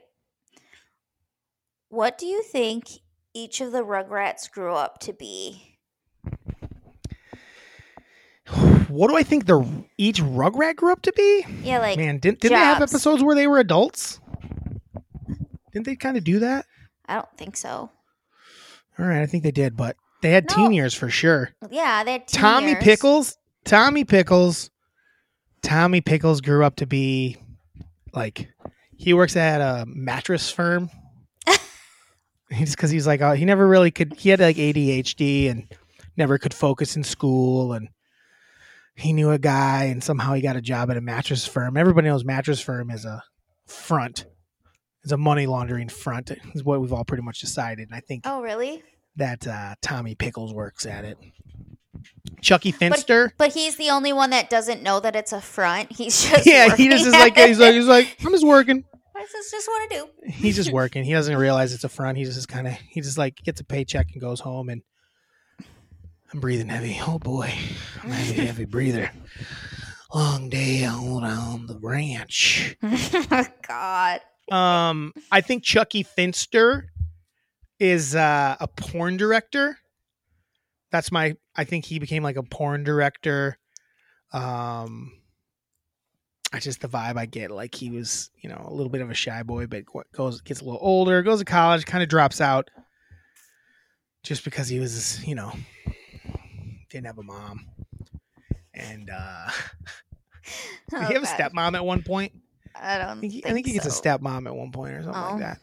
[SPEAKER 4] What do you think each of the Rugrats grew up to be?
[SPEAKER 1] what do I think the each Rugrat grew up to be?
[SPEAKER 4] Yeah, like
[SPEAKER 1] Man, didn't, didn't they have
[SPEAKER 4] jobs.
[SPEAKER 1] episodes where they were adults? Didn't they kind of do that?
[SPEAKER 4] I don't think so.
[SPEAKER 1] All right, I think they did, but they had
[SPEAKER 4] No.
[SPEAKER 1] teen years for sure.
[SPEAKER 4] Yeah, they had teen
[SPEAKER 1] Tommy
[SPEAKER 4] years.
[SPEAKER 1] Pickles, Tommy Pickles, Tommy Pickles grew up to be like he works at a mattress firm. He's because he's like oh, he never really could. He had like ADHD and never could focus in school, and he knew a guy, and somehow he got a job at a mattress firm. Everybody knows mattress firm is a front. It's a money laundering front, is what we've all pretty much decided. And I think
[SPEAKER 4] Oh, really?
[SPEAKER 1] that uh, Tommy Pickles works at it. Chucky Finster.
[SPEAKER 4] But he's the only one that doesn't know that it's a front. He's just
[SPEAKER 1] yeah, he
[SPEAKER 4] working
[SPEAKER 1] just is
[SPEAKER 4] at
[SPEAKER 1] like
[SPEAKER 4] it.
[SPEAKER 1] he's like he's like I'm just working.
[SPEAKER 4] I just, just want to do.
[SPEAKER 1] He's just working. He doesn't realize it's a front. He just kind of he just like gets a paycheck and goes home and I'm breathing heavy. Oh boy, I'm a heavy, heavy breather. Long day out on the ranch.
[SPEAKER 4] God.
[SPEAKER 1] Um, I think Chucky Finster is uh, a porn director. That's my. I think he became like a porn director. Um, I just the vibe I get like he was, you know, a little bit of a shy boy, but go- goes gets a little older, goes to college, kind of drops out, just because he was, you know, didn't have a mom, and uh,
[SPEAKER 4] Oh,
[SPEAKER 1] did he have a
[SPEAKER 4] God.
[SPEAKER 1] stepmom at one point.
[SPEAKER 4] I don't
[SPEAKER 1] I think, he-
[SPEAKER 4] think
[SPEAKER 1] I think he gets
[SPEAKER 4] so.
[SPEAKER 1] a stepmom at one point or something
[SPEAKER 4] Oh.
[SPEAKER 1] like that.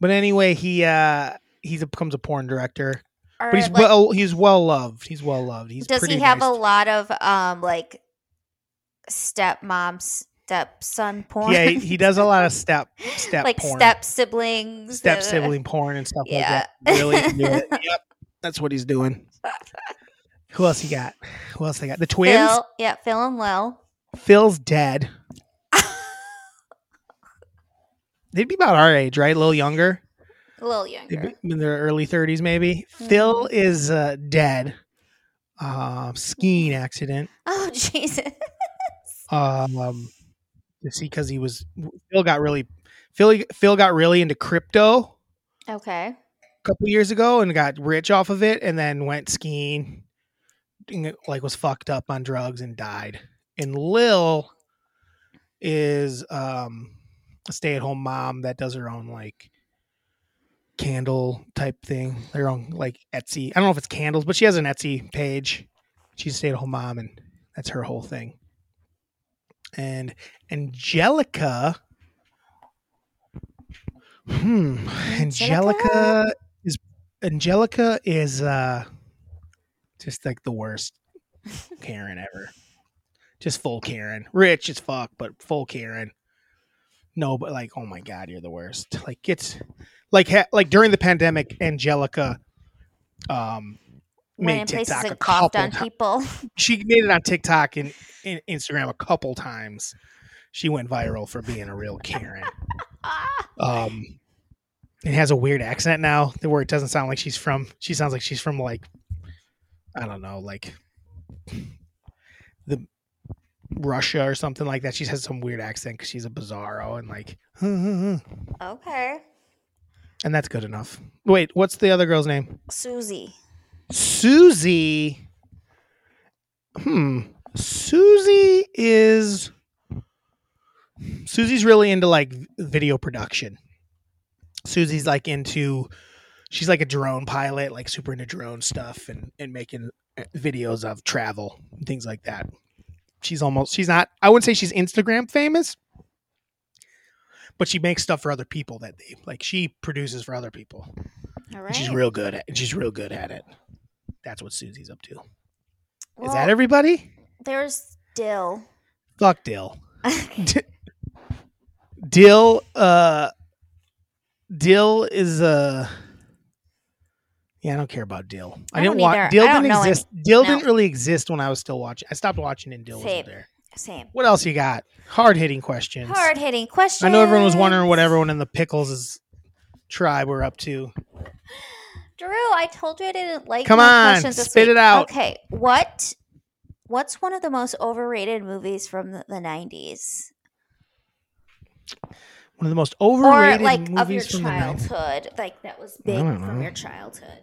[SPEAKER 1] But anyway, he uh he becomes a porn director.
[SPEAKER 4] Or,
[SPEAKER 1] But he's
[SPEAKER 4] like,
[SPEAKER 1] well he's well loved. He's well loved. He's
[SPEAKER 4] does
[SPEAKER 1] pretty
[SPEAKER 4] he have
[SPEAKER 1] nice.
[SPEAKER 4] a lot of um like stepmom, stepson porn?
[SPEAKER 1] Yeah, he, he does a lot of step step
[SPEAKER 4] like
[SPEAKER 1] porn.
[SPEAKER 4] step siblings,
[SPEAKER 1] step
[SPEAKER 4] uh,
[SPEAKER 1] sibling porn and stuff
[SPEAKER 4] Yeah.
[SPEAKER 1] like that. Really into it. Yep. That's what he's doing. Who else he got? Who else they got? The twins?
[SPEAKER 4] Phil, yeah, Phil and Lil.
[SPEAKER 1] Phil's dead. They'd be about our age, right? A little younger.
[SPEAKER 4] A little
[SPEAKER 1] They'd
[SPEAKER 4] younger.
[SPEAKER 1] be in their early 30s maybe
[SPEAKER 4] Mm-hmm.
[SPEAKER 1] phil is uh, dead um skiing accident
[SPEAKER 4] Oh Jesus!
[SPEAKER 1] um you see because he was phil got really phil phil got really into crypto
[SPEAKER 4] Okay.
[SPEAKER 1] a couple years ago and got rich off of it and then went skiing and, like was fucked up on drugs and died and lil is um a stay-at-home mom that does her own like candle type thing her own like etsy i don't know if it's candles but she has an etsy page she's a stay-at-home mom and that's her whole thing and angelica hmm angelica
[SPEAKER 4] Angelica?
[SPEAKER 1] is angelica is uh just like the worst karen ever just full karen rich as fuck but full karen no, but like, oh my god, you're the worst. Like it's like ha- like during the pandemic, Angelica um
[SPEAKER 4] Went in
[SPEAKER 1] made
[SPEAKER 4] places
[SPEAKER 1] TikTok a
[SPEAKER 4] and coughed
[SPEAKER 1] couple
[SPEAKER 4] on
[SPEAKER 1] ti-
[SPEAKER 4] people.
[SPEAKER 1] She made it on TikTok and, and Instagram a couple times. She went viral for being a real Karen.
[SPEAKER 4] Ah,
[SPEAKER 1] Um, it has a weird accent now, the where it doesn't sound like she's from. She sounds like she's from like, I don't know, like the Russia or something like that. She has some weird accent because she's a bizarro and like, and
[SPEAKER 4] okay.
[SPEAKER 1] that's good enough. Wait, what's the other girl's name?
[SPEAKER 4] Susie.
[SPEAKER 1] Susie. Hmm. Susie is. Susie's really into like v- video production. Susie's like into. She's like a drone pilot, like super into drone stuff and, and making uh, videos of travel and things like that. She's almost, she's not, I wouldn't say she's Instagram famous, but she makes stuff for other people that they like. She produces for other people.
[SPEAKER 4] All
[SPEAKER 1] And
[SPEAKER 4] right.
[SPEAKER 1] She's real good at she's real good at it. That's what Susie's up to. Is
[SPEAKER 4] Well,
[SPEAKER 1] that everybody?
[SPEAKER 4] There's Dill.
[SPEAKER 1] Fuck Dill. Dill uh Dill is uh Yeah, I don't care about Dill. I,
[SPEAKER 4] I
[SPEAKER 1] didn't
[SPEAKER 4] don't
[SPEAKER 1] watch
[SPEAKER 4] either.
[SPEAKER 1] Dill
[SPEAKER 4] I don't
[SPEAKER 1] didn't
[SPEAKER 4] know
[SPEAKER 1] exist. Dill
[SPEAKER 4] No.
[SPEAKER 1] didn't really exist when I was still watching. I stopped watching and Dill
[SPEAKER 4] Same.
[SPEAKER 1] was there.
[SPEAKER 4] Same.
[SPEAKER 1] What else you got? Hard hitting questions.
[SPEAKER 4] Hard hitting question.
[SPEAKER 1] I know everyone was wondering what e-, everyone in the pickles tribe were up to.
[SPEAKER 4] Drew, I told you I didn't like.
[SPEAKER 1] Come
[SPEAKER 4] my
[SPEAKER 1] on,
[SPEAKER 4] questions this
[SPEAKER 1] spit it
[SPEAKER 4] week.
[SPEAKER 1] out.
[SPEAKER 4] Okay, what? What's one of the most overrated movies from the nineties,
[SPEAKER 1] One of the most
[SPEAKER 4] or
[SPEAKER 1] overrated
[SPEAKER 4] like
[SPEAKER 1] movies
[SPEAKER 4] of your
[SPEAKER 1] from the 90s.
[SPEAKER 4] childhood? Like that was
[SPEAKER 1] I
[SPEAKER 4] big
[SPEAKER 1] don't know.
[SPEAKER 4] from your childhood.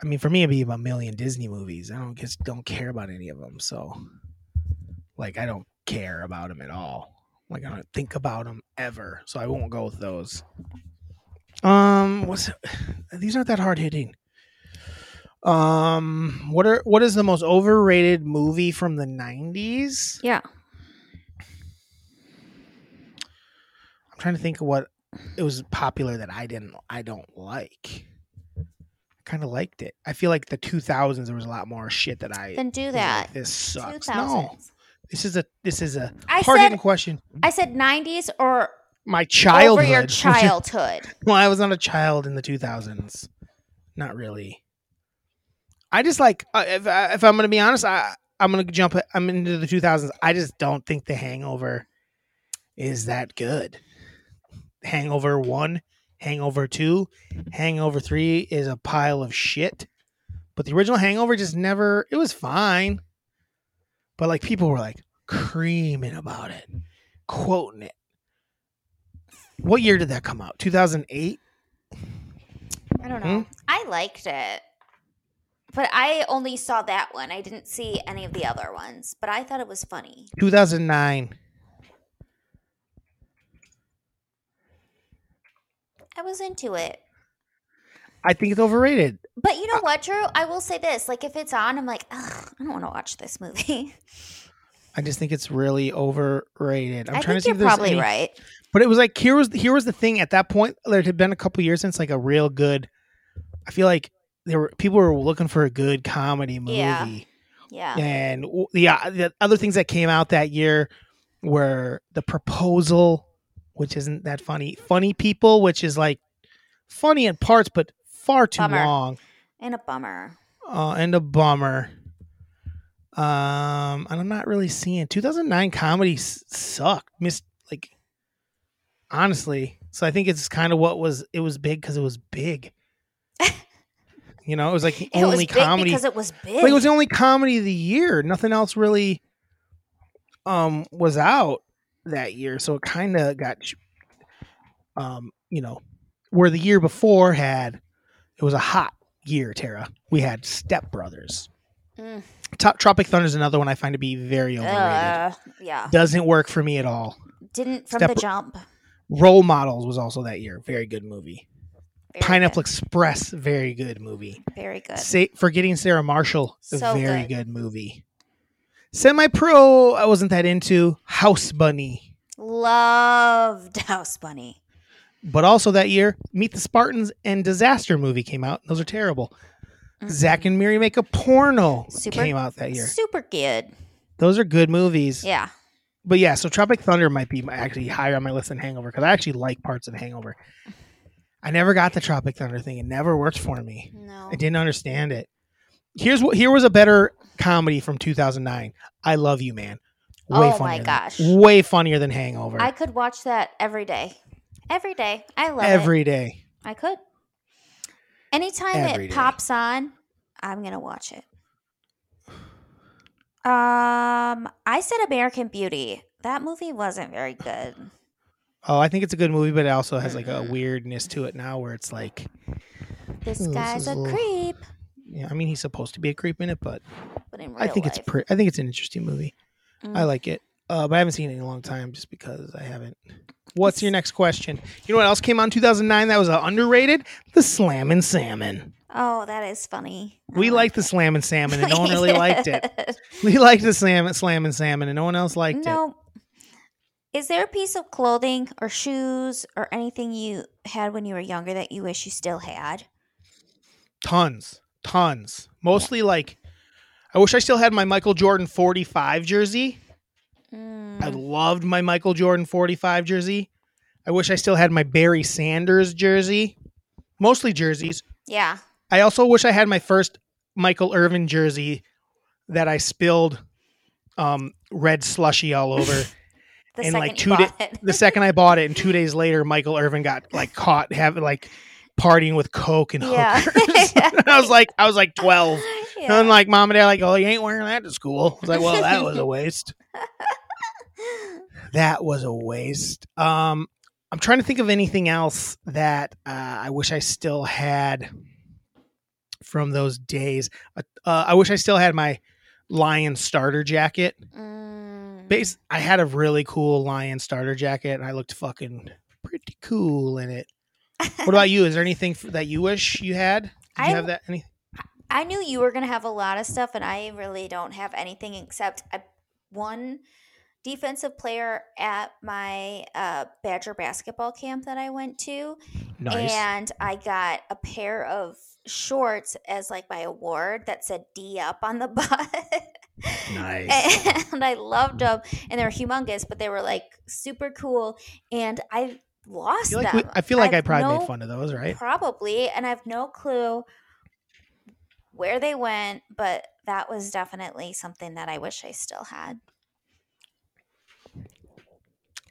[SPEAKER 1] I mean, for me, it'd be about a million Disney movies. I don't just don't care about any of them. So, like, I don't care about them at all. Like, I don't think about them ever. So I won't go with those. Um, what's these aren't that hard hitting. Um, what are what is the most overrated movie from the nineties?
[SPEAKER 4] Yeah.
[SPEAKER 1] I'm trying to think of what it was popular that I didn't I don't like. I kind of liked it. I feel like the 2000s there was a lot more shit that I
[SPEAKER 4] Then do
[SPEAKER 1] was like,
[SPEAKER 4] that.
[SPEAKER 1] this sucks. No.
[SPEAKER 4] 2000s.
[SPEAKER 1] This is a this is a
[SPEAKER 4] I
[SPEAKER 1] hard hitting
[SPEAKER 4] said
[SPEAKER 1] question.
[SPEAKER 4] I said 90s or
[SPEAKER 1] My childhood.
[SPEAKER 4] over your
[SPEAKER 1] which is-
[SPEAKER 4] childhood.
[SPEAKER 1] well, I was not a child in the 2000s. Not really. I just like uh, if I- if I'm going to be honest, I I'm going to jump I'm into the 2000s. I just don't think The Hangover is that good. Hangover 1, Hangover 2, Hangover 3 is a pile of shit. But the original Hangover just never it was fine. But like people were like creaming about it, quoting it. What year did that come out? 2008?
[SPEAKER 4] I
[SPEAKER 1] Hmm?
[SPEAKER 4] don't know. I liked it. But I only saw that one. I didn't see any of the other ones, but I thought it was funny.
[SPEAKER 1] 2009.
[SPEAKER 4] I was into it.
[SPEAKER 1] I think it's overrated.
[SPEAKER 4] But you
[SPEAKER 1] Uh
[SPEAKER 4] know what, Drew? I will say this. Like, if it's on, I'm like, Ugh, I don't want to watch this movie.
[SPEAKER 1] I just think it's really overrated. I'm
[SPEAKER 4] i
[SPEAKER 1] trying
[SPEAKER 4] think
[SPEAKER 1] to see
[SPEAKER 4] you're
[SPEAKER 1] if there's
[SPEAKER 4] probably
[SPEAKER 1] any-
[SPEAKER 4] right.
[SPEAKER 1] But it was like here was here was the thing at that point. There had been a couple years since like a real good. I feel like there were people were looking for a good comedy movie,
[SPEAKER 4] Yeah. Yeah.
[SPEAKER 1] and w- the, uh, the other things that came out that year were the proposal, which isn't that funny. Funny people, which is like funny in parts, but far too
[SPEAKER 4] Bummer.
[SPEAKER 1] long.
[SPEAKER 4] And a bummer.
[SPEAKER 1] uh, and a bummer. Um, and I'm not really seeing 2009 comedy s- sucked. Missed like honestly. So I think it's kind of what was it was big because it was big. you know, it was like the
[SPEAKER 4] it was
[SPEAKER 1] only
[SPEAKER 4] big
[SPEAKER 1] comedy.
[SPEAKER 4] because it was big.
[SPEAKER 1] like it was the only comedy of the year. Nothing else really um was out that year, so it kind of got sh- um you know where the year before had it was a hot year. Tara, we had Step Brothers.
[SPEAKER 4] Mm.
[SPEAKER 1] Top Tropic Thunder is another one I find to be very overrated.
[SPEAKER 4] Uh, yeah.
[SPEAKER 1] Doesn't work for me at all.
[SPEAKER 4] Didn't from
[SPEAKER 1] Step-
[SPEAKER 4] the jump.
[SPEAKER 1] Role Models was also that year. Very good movie.
[SPEAKER 4] Very
[SPEAKER 1] Pineapple
[SPEAKER 4] good.
[SPEAKER 1] Express, very good movie.
[SPEAKER 4] Very good.
[SPEAKER 1] Sa- Forgetting Sarah Marshall, a
[SPEAKER 4] So
[SPEAKER 1] very
[SPEAKER 4] good.
[SPEAKER 1] good, movie. Semi Pro, I wasn't that into. House Bunny,
[SPEAKER 4] Loved House Bunny.
[SPEAKER 1] but also that year, Meet the Spartans and Disaster movie came out. Those are terrible.
[SPEAKER 4] Mhm.
[SPEAKER 1] Zach and Miri Make a Porno
[SPEAKER 4] Super-
[SPEAKER 1] came out that year.
[SPEAKER 4] Super good.
[SPEAKER 1] Those are good movies.
[SPEAKER 4] Yeah.
[SPEAKER 1] But yeah, so Tropic Thunder might be my- actually higher on my list than Hangover because I actually like parts of Hangover. I never got the Tropic Thunder thing; it never worked for me.
[SPEAKER 4] No.
[SPEAKER 1] I didn't understand it. Here's what here was a better comedy from 2009. I love you, man. Way
[SPEAKER 4] Oh my
[SPEAKER 1] funnier than-
[SPEAKER 4] gosh.
[SPEAKER 1] way funnier than Hangover.
[SPEAKER 4] I could watch that every day. Every day. I love it.
[SPEAKER 1] every day.
[SPEAKER 4] I could. Anytime
[SPEAKER 1] Every
[SPEAKER 4] it
[SPEAKER 1] day.
[SPEAKER 4] pops on, I'm gonna watch it. Um, I said American Beauty. That movie wasn't very good.
[SPEAKER 1] Oh, I think it's a good movie, but it also has like a
[SPEAKER 4] Mm-mm.
[SPEAKER 1] weirdness to it now, where it's like,
[SPEAKER 4] This
[SPEAKER 1] Ooh, Oh, this
[SPEAKER 4] guy's
[SPEAKER 1] is
[SPEAKER 4] a
[SPEAKER 1] a little-
[SPEAKER 4] creep,
[SPEAKER 1] yeah, I mean, he's supposed to be a creep in it, but
[SPEAKER 4] but in real
[SPEAKER 1] I think
[SPEAKER 4] life,
[SPEAKER 1] it's pretty. I think it's an interesting movie.
[SPEAKER 4] Mm.
[SPEAKER 1] I like it, uh, but I haven't seen it in a long time just because I haven't. What's your next question? You know what else came out in 2009 that was uh, underrated? The Slam and Salmon.
[SPEAKER 4] oh, that is funny. I
[SPEAKER 1] We liked the Slam and Salmon, and no one really liked it. We liked the Slam, slam and Salmon, and no one else liked it.
[SPEAKER 4] no. Is there a piece of clothing or shoes or anything you had when you were younger that you wish you still had?
[SPEAKER 1] Tons, tons. Mostly like, I wish I still had my Michael Jordan 45 jersey. I
[SPEAKER 4] Mm,
[SPEAKER 1] loved my Michael Jordan 45 jersey. I wish I still had my Barry Sanders jersey. Mostly jerseys.
[SPEAKER 4] yeah.
[SPEAKER 1] I also wish I had my first Michael Irvin jersey that I spilled um, red slushy all over.
[SPEAKER 4] The
[SPEAKER 1] And,
[SPEAKER 4] second
[SPEAKER 1] like,
[SPEAKER 4] you
[SPEAKER 1] two
[SPEAKER 4] bought it.
[SPEAKER 1] the second I bought it, and two days later, Michael Irvin got like caught having like partying with coke and
[SPEAKER 4] Yeah.
[SPEAKER 1] hookers. I was like, I was like twelve. And I'm like, mom and dad, like, oh, you ain't wearing that to school. I was like, well, that was a waste. That was a waste. Um, I'm trying to think of anything else that uh, I wish I still had. from those days. Uh, uh, I wish I still had my lion starter jacket.
[SPEAKER 4] Mm.
[SPEAKER 1] Base, I had a really cool lion starter jacket, and I looked fucking pretty cool in it. What about you? Is there anything f- that you wish you had? Did you
[SPEAKER 4] I-
[SPEAKER 1] have that? Any?
[SPEAKER 4] I knew you were going to have a lot of stuff, and I really don't have anything except I, one defensive player at my uh, Badger basketball camp that I went to.
[SPEAKER 1] Nice.
[SPEAKER 4] And I got a pair of shorts as like my award that said D up on the butt.
[SPEAKER 1] Nice.
[SPEAKER 4] And I loved them. And they were humongous, but they were like super cool. And I
[SPEAKER 1] I
[SPEAKER 4] lost
[SPEAKER 1] feel like,
[SPEAKER 4] them.
[SPEAKER 1] we, I, feel like I
[SPEAKER 4] I've
[SPEAKER 1] probably
[SPEAKER 4] no
[SPEAKER 1] made fun of those, right?
[SPEAKER 4] Probably, and I've no clue where they went, but that was definitely something that I wish I still had.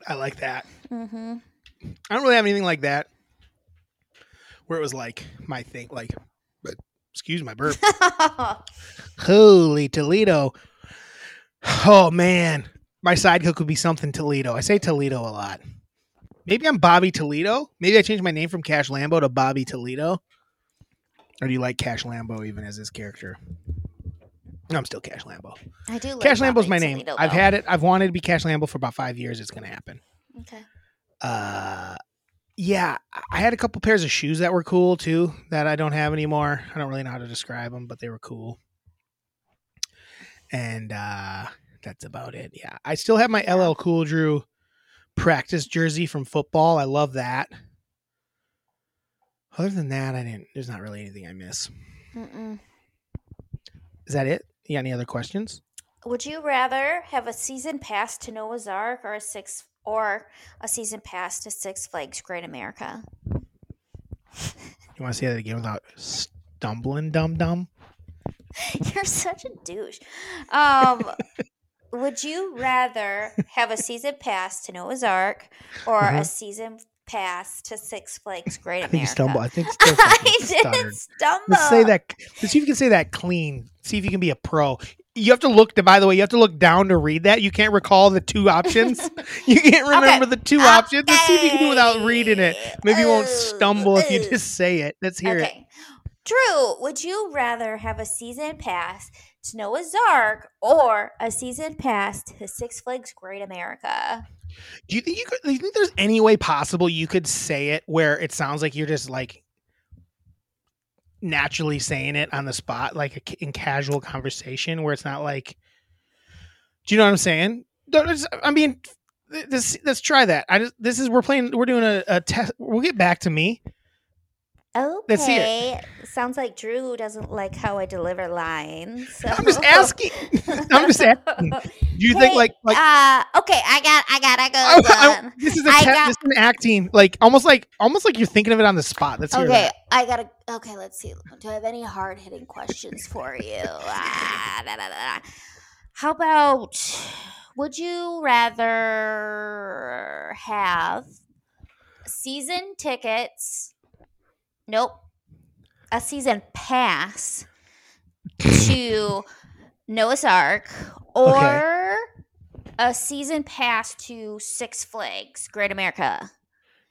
[SPEAKER 1] I like that.
[SPEAKER 4] Mm-hmm.
[SPEAKER 1] I don't really have anything like that where it was like my thing, like, but excuse my burp. Holy Toledo. Oh, man. My sidekick would be something Toledo. I say Toledo a lot. Maybe I'm Bobby Toledo. Maybe I changed my name from Cash Lambo to Bobby Toledo. Or do you like Cash Lambo even as his character? No, I'm still Cash Lambo.
[SPEAKER 4] I do. Like
[SPEAKER 1] Cash Lambo's
[SPEAKER 4] Bobby
[SPEAKER 1] my name.
[SPEAKER 4] Toledo,
[SPEAKER 1] I've
[SPEAKER 4] though.
[SPEAKER 1] had it. I've wanted to be Cash Lambo for about five years. It's going to happen
[SPEAKER 4] Okay.
[SPEAKER 1] uh yeah I- i had a couple pairs of shoes that were cool too that i don't have anymore i don't really know how to describe them but they were cool and uh that's about it yeah i still have my ll cool drew practice jersey from football i love that other than that i didn't there's not really anything i miss
[SPEAKER 4] Mm-mm.
[SPEAKER 1] is that it you got any other questions
[SPEAKER 4] Would you rather have a season pass to Noah's Ark or a six or a season pass to Six Flags Great America?
[SPEAKER 1] you want to say that again without stumbling dum dum
[SPEAKER 4] You're such a douche. Um, would you rather have a season pass to Noah's Ark or
[SPEAKER 1] Uh-huh.
[SPEAKER 4] a season pass to Six Flags Great
[SPEAKER 1] i
[SPEAKER 4] America?
[SPEAKER 1] think you stumble i think you still
[SPEAKER 4] I
[SPEAKER 1] fucking stuttered.
[SPEAKER 4] didn't stumble.
[SPEAKER 1] Let's say that. Let's see if you can say that clean. See if you can be a pro. You have to look. To, by the way, you have to look down to read that. You can't recall the two options. you can't remember the two options. Let's see if you can do it without reading it. Maybe you won't
[SPEAKER 4] Okay.
[SPEAKER 1] stumble if you
[SPEAKER 4] Ugh.
[SPEAKER 1] just say it. Let's hear it.
[SPEAKER 4] okay. Drew, would you rather have a season pass to Noah's Ark or a season pass to Six Flags Great America?
[SPEAKER 1] Do you think you could? Do you think there's any way possible you could say it where it sounds like you're just like naturally saying it on the spot, like a, ca- in casual conversation, where it's not like, do you know what I'm saying? Don't- it's- I mean, th- this let's try that. I just this is we're playing. We're doing a, a test. We'll get back to me.
[SPEAKER 4] Okay.
[SPEAKER 1] Let's hear
[SPEAKER 4] Sounds like Drew doesn't like how I deliver lines. So.
[SPEAKER 1] I'm just asking. I'm just asking. Do you think
[SPEAKER 4] Hey,
[SPEAKER 1] like like
[SPEAKER 4] uh, okay, I got, I got, I
[SPEAKER 1] I-
[SPEAKER 4] got.
[SPEAKER 1] I- this is a
[SPEAKER 4] I
[SPEAKER 1] test,
[SPEAKER 4] got-
[SPEAKER 1] this is an acting like almost like almost like you're thinking of it on the spot. Let's hear
[SPEAKER 4] okay,
[SPEAKER 1] that.
[SPEAKER 4] I gotta. Okay, let's see. Do I have any hard hitting questions for you? Ah, da, da, da, da. How about would you rather have season tickets? Nope. A season pass to Noah's Ark or a season pass to Six Flags Great America?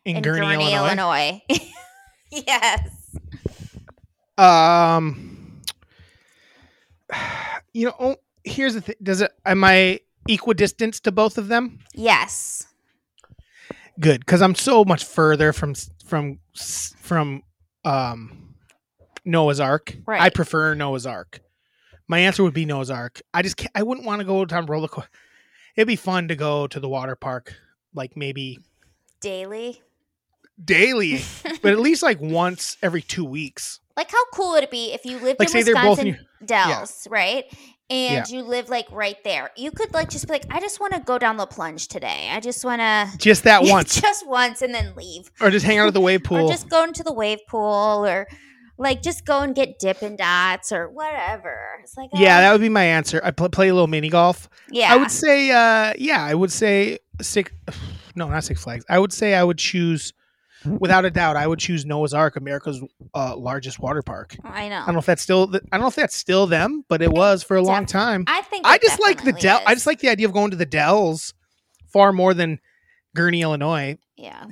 [SPEAKER 1] In, Gurney, Illinois.
[SPEAKER 4] Illinois. yes.
[SPEAKER 1] Um, you know, oh, here's the thing: does it am I equidistant to both of them?
[SPEAKER 4] Yes.
[SPEAKER 1] Good, because I'm so much further from s- from s- from um Noah's Ark. I
[SPEAKER 4] Right.
[SPEAKER 1] prefer Noah's Ark. My answer would be Noah's Ark. I just can't, I wouldn't want to go down roller coaster. It'd be fun to go to the water park, like maybe
[SPEAKER 4] Daily.
[SPEAKER 1] daily, but at least like once every two weeks.
[SPEAKER 4] Like how cool would it be if you lived
[SPEAKER 1] Like,
[SPEAKER 4] in
[SPEAKER 1] say they're both in
[SPEAKER 4] Wisconsin Dells, right?
[SPEAKER 1] Yeah.
[SPEAKER 4] And you live like right there. You could like just be like, I just want to go down the plunge today. I just want to
[SPEAKER 1] Just that once,
[SPEAKER 4] just once, and then leave,
[SPEAKER 1] or just hang out at the wave pool.
[SPEAKER 4] or just go into the wave pool, or like just go and get Dippin' Dots or whatever. It's like
[SPEAKER 1] yeah,
[SPEAKER 4] oh,
[SPEAKER 1] that would be my answer. I pl- play a little mini golf.
[SPEAKER 4] yeah.
[SPEAKER 1] I would say, uh, yeah, I would say six. No, not Six Flags. I would say I would choose, without a doubt, I would choose Noah's Ark, America's uh, largest water park.
[SPEAKER 4] I
[SPEAKER 1] I don't know
[SPEAKER 4] know.
[SPEAKER 1] if that's still. th- I don't know if that's still them, but it was for a long
[SPEAKER 4] Def-
[SPEAKER 1] time.
[SPEAKER 4] I think
[SPEAKER 1] I
[SPEAKER 4] it
[SPEAKER 1] just like the
[SPEAKER 4] definitely
[SPEAKER 1] Dell. I
[SPEAKER 4] is.
[SPEAKER 1] just like the idea of going to the Dells far more than Gurney, Illinois.
[SPEAKER 4] yeah.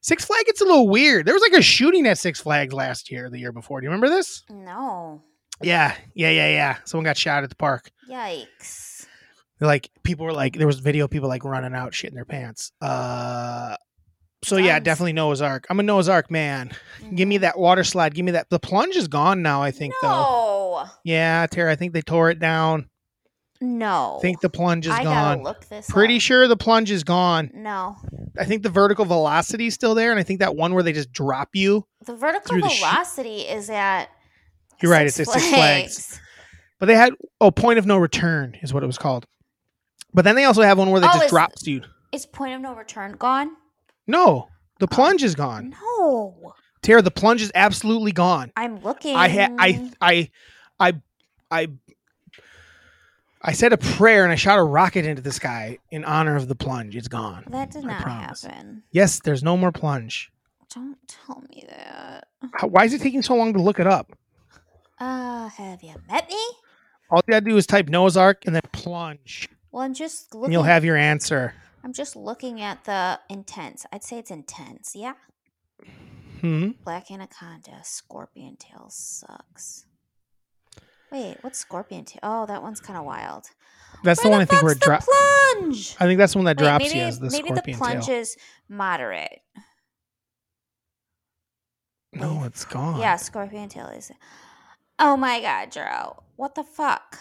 [SPEAKER 1] Six Flag gets a little weird. There was like a shooting at Six Flags last year, the year before. Do you remember this?
[SPEAKER 4] No.
[SPEAKER 1] Yeah, yeah, yeah, yeah. Someone got shot at the park.
[SPEAKER 4] Yikes.
[SPEAKER 1] Like people were like, there was video of people like running out, shit in their pants. Uh, so yeah,
[SPEAKER 4] Nice.
[SPEAKER 1] definitely Noah's Ark. I'm a Noah's Ark man. Give me
[SPEAKER 4] Mhm.
[SPEAKER 1] that water slide. Give me that. The plunge is gone now. I think though.
[SPEAKER 4] no.
[SPEAKER 1] Yeah, Tara. I think they tore it down.
[SPEAKER 4] No.
[SPEAKER 1] I think the plunge is
[SPEAKER 4] I gotta
[SPEAKER 1] gone.
[SPEAKER 4] look this.
[SPEAKER 1] Pretty
[SPEAKER 4] up.
[SPEAKER 1] sure the plunge is gone.
[SPEAKER 4] No.
[SPEAKER 1] I think the vertical velocity is still there, and I think that one where they just drop you.
[SPEAKER 4] The vertical
[SPEAKER 1] Through the sh-
[SPEAKER 4] velocity is at.
[SPEAKER 1] You're right, it's at Six But they had oh, point of no return is what it was called. But then they also have one where they
[SPEAKER 4] Oh,
[SPEAKER 1] just
[SPEAKER 4] it's-
[SPEAKER 1] drops you.
[SPEAKER 4] Is point of no return gone?
[SPEAKER 1] No, the
[SPEAKER 4] Oh.
[SPEAKER 1] plunge is gone.
[SPEAKER 4] No.
[SPEAKER 1] Tara, the plunge is absolutely gone.
[SPEAKER 4] I'm looking.
[SPEAKER 1] I had I I I I I said a prayer and I shot a rocket into the sky in honor of the plunge. It's gone.
[SPEAKER 4] That did
[SPEAKER 1] I
[SPEAKER 4] not
[SPEAKER 1] promise.
[SPEAKER 4] happen.
[SPEAKER 1] Yes, there's no more plunge.
[SPEAKER 4] Don't tell me that.
[SPEAKER 1] How, why is it taking so long to look it up?
[SPEAKER 4] Uh, have you met me?
[SPEAKER 1] All you gotta do is type Noah's Ark and then plunge,
[SPEAKER 4] Well, I'm just looking.
[SPEAKER 1] and you'll have your answer.
[SPEAKER 4] I'm just looking at the intense. I'd say it's intense. Yeah.
[SPEAKER 1] Hmm.
[SPEAKER 4] Black Anaconda, Scorpion Tail sucks. Wait, what's Scorpion Tail? Oh, that one's kind of wild.
[SPEAKER 1] That's the
[SPEAKER 4] Where
[SPEAKER 1] one I think we're
[SPEAKER 4] fuck's
[SPEAKER 1] dro-
[SPEAKER 4] the plunge.
[SPEAKER 1] I think that's the one that
[SPEAKER 4] Wait,
[SPEAKER 1] drops
[SPEAKER 4] maybe,
[SPEAKER 1] you as the
[SPEAKER 4] maybe the
[SPEAKER 1] scorpion
[SPEAKER 4] plunge
[SPEAKER 1] tail.
[SPEAKER 4] is moderate.
[SPEAKER 1] No, it's gone.
[SPEAKER 4] Yeah, Scorpion Tail is. Oh my god, Jero. What the fuck?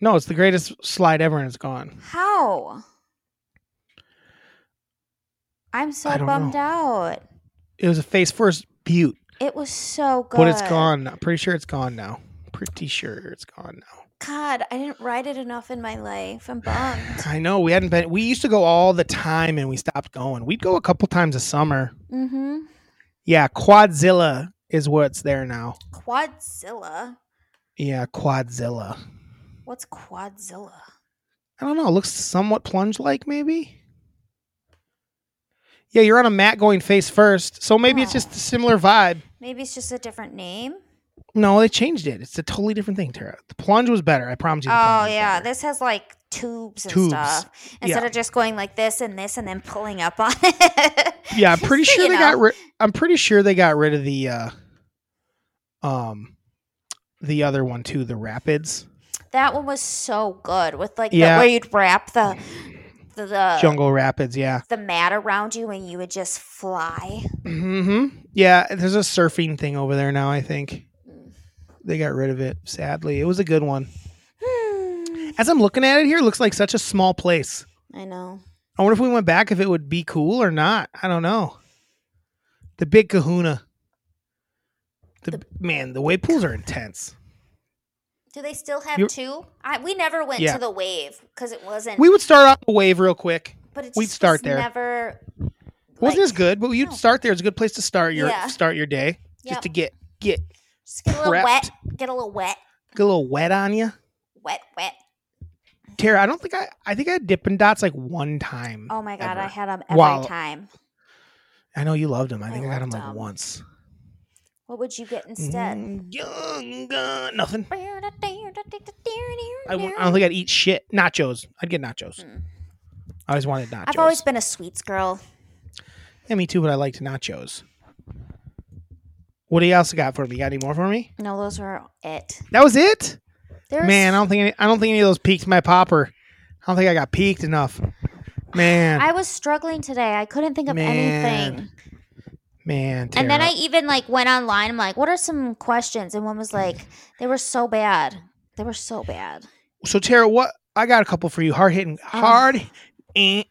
[SPEAKER 1] No, it's the greatest slide ever, and it's gone.
[SPEAKER 4] How? I'm so
[SPEAKER 1] I don't
[SPEAKER 4] bummed
[SPEAKER 1] know.
[SPEAKER 4] out.
[SPEAKER 1] It was a face first butte,
[SPEAKER 4] It was so good.
[SPEAKER 1] but it's gone. now. pretty sure it's gone now. Pretty sure it's gone now.
[SPEAKER 4] God, I didn't ride it enough in my life. I'm bummed.
[SPEAKER 1] I know we hadn't been. We used to go all the time, and we stopped going. We'd go a couple times a summer.
[SPEAKER 4] mm-hmm.
[SPEAKER 1] Yeah, Quadzilla is what's there now.
[SPEAKER 4] Quadzilla.
[SPEAKER 1] Yeah, Quadzilla.
[SPEAKER 4] What's Quadzilla?
[SPEAKER 1] I don't know. It looks somewhat plunge like, maybe. Yeah, you're on a mat going face first, so maybe it's
[SPEAKER 4] Oh.
[SPEAKER 1] just a similar vibe.
[SPEAKER 4] Maybe it's just a different name.
[SPEAKER 1] No, they changed it. It's a totally different thing, Tara. The plunge was better. I promise you. the
[SPEAKER 4] Oh
[SPEAKER 1] plunge was
[SPEAKER 4] yeah,
[SPEAKER 1] better.
[SPEAKER 4] this has like tubes and
[SPEAKER 1] Tubes.
[SPEAKER 4] stuff instead
[SPEAKER 1] Yeah.
[SPEAKER 4] of just going like this and this and then pulling up on it.
[SPEAKER 1] yeah. I'm pretty
[SPEAKER 4] So
[SPEAKER 1] sure
[SPEAKER 4] you
[SPEAKER 1] they
[SPEAKER 4] know.
[SPEAKER 1] got rid. I'm pretty sure they got rid of the, uh, um, the other one too, the rapids,
[SPEAKER 4] That one was so good with like
[SPEAKER 1] Yeah.
[SPEAKER 4] the, where you'd wrap the the the,
[SPEAKER 1] jungle rapids. Yeah.
[SPEAKER 4] the mat around you and you would just fly.
[SPEAKER 1] hmm
[SPEAKER 4] Mm-hmm.
[SPEAKER 1] Yeah. There's a surfing thing over there now. I think they got rid of it. Sadly, it was a good one.
[SPEAKER 4] Hmm.
[SPEAKER 1] As I'm looking at it here, it looks like such a small place.
[SPEAKER 4] I know.
[SPEAKER 1] I wonder if we went back if it would be cool or not. I don't know. The big kahuna. The, man, the wave pools are intense.
[SPEAKER 4] Do they still have
[SPEAKER 1] You-
[SPEAKER 4] two? I, we never went
[SPEAKER 1] Yeah.
[SPEAKER 4] to the wave because it wasn't.
[SPEAKER 1] We would start off the wave real quick.
[SPEAKER 4] but it
[SPEAKER 1] we'd
[SPEAKER 4] just was
[SPEAKER 1] start there.
[SPEAKER 4] Never
[SPEAKER 1] Wasn't
[SPEAKER 4] like,
[SPEAKER 1] as good, but you'd
[SPEAKER 4] no.
[SPEAKER 1] start there. It's a good place to start your
[SPEAKER 4] Yeah.
[SPEAKER 1] start your day.
[SPEAKER 4] Yep.
[SPEAKER 1] Just to get get
[SPEAKER 4] Just get a little wet.
[SPEAKER 1] prepped.
[SPEAKER 4] Get a little wet.
[SPEAKER 1] get a little wet on you.
[SPEAKER 4] Wet, wet.
[SPEAKER 1] Tara, I don't think I I think I had dipping dots like one time.
[SPEAKER 4] Oh my god, I
[SPEAKER 1] Ever.
[SPEAKER 4] had them every
[SPEAKER 1] Wow.
[SPEAKER 4] time.
[SPEAKER 1] I know you loved them. I
[SPEAKER 4] I
[SPEAKER 1] think I, got them
[SPEAKER 4] loved
[SPEAKER 1] like
[SPEAKER 4] 'em.
[SPEAKER 1] once.
[SPEAKER 4] What would you get instead?
[SPEAKER 1] Mm, young gun- nothing.
[SPEAKER 4] I
[SPEAKER 1] I, w- I don't think I'd eat shit. Nachos. I'd get nachos.
[SPEAKER 4] Mm.
[SPEAKER 1] I always wanted nachos.
[SPEAKER 4] I've always been a sweets girl.
[SPEAKER 1] Yeah, me too, but I liked nachos. What do you else got for me? You got any more for me?
[SPEAKER 4] No, those were it.
[SPEAKER 1] That was it?
[SPEAKER 4] There's
[SPEAKER 1] Man, I don't think any, I don't think any of those peaked my popper. I don't think I got peaked enough. Man,
[SPEAKER 4] I was struggling today. I couldn't think of
[SPEAKER 1] Man.
[SPEAKER 4] anything.
[SPEAKER 1] man.
[SPEAKER 4] And then
[SPEAKER 1] Tara.
[SPEAKER 4] I even like went online. I'm like, what are some questions? And one was like, they were so bad. They were so bad.
[SPEAKER 1] so Tara, what I got a couple for you. Hard hitting, hard, eh,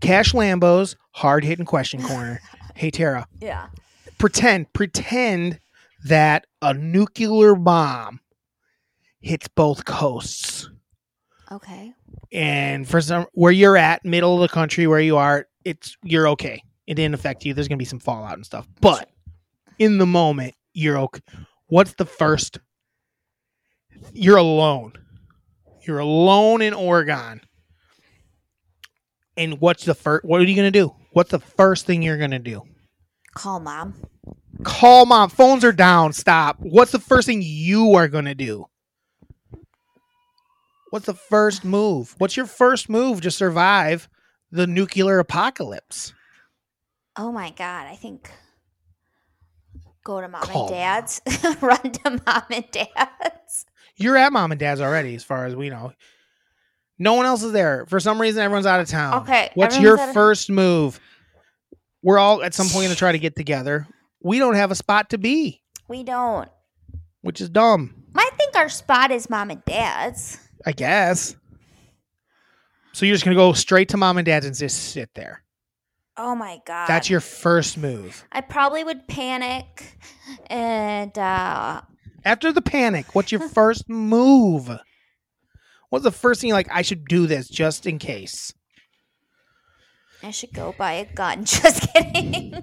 [SPEAKER 1] Cash Lambos, hard hitting question corner. hey Tara,
[SPEAKER 4] Yeah.
[SPEAKER 1] pretend pretend that a nuclear bomb hits both coasts.
[SPEAKER 4] Okay.
[SPEAKER 1] and for some where you're at, middle of the country where you are, it's you're okay. It didn't affect you. There's gonna be some fallout and stuff, but in the moment, you're okay. What's the first? You're alone. You're alone in Oregon. And what's the first? What are you gonna do? What's the first thing you're gonna do?
[SPEAKER 4] Call mom.
[SPEAKER 1] Call mom. Phones are down. Stop. What's the first thing you are gonna do? What's the first move? What's your first move to survive the nuclear apocalypse?
[SPEAKER 4] Oh my god, I think go to mom
[SPEAKER 1] Call
[SPEAKER 4] and dad's, run to mom and dad's.
[SPEAKER 1] You're at mom and dad's already, as far as we know. No one else is there. For some reason, everyone's out of town.
[SPEAKER 4] Okay,
[SPEAKER 1] What's your
[SPEAKER 4] everyone's out of-
[SPEAKER 1] first move? We're all at some point going to try to get together. We don't have a spot to be,
[SPEAKER 4] We don't.
[SPEAKER 1] which is dumb,
[SPEAKER 4] I think our spot is mom and dad's.
[SPEAKER 1] I guess. So you're just going to go straight to mom and dad's and just sit there.
[SPEAKER 4] Oh my god.
[SPEAKER 1] That's your first move.
[SPEAKER 4] I probably would panic and uh
[SPEAKER 1] After the panic, what's your first move? What's the first thing you're like, I should do this just in case?
[SPEAKER 4] I should go buy a gun. Just kidding.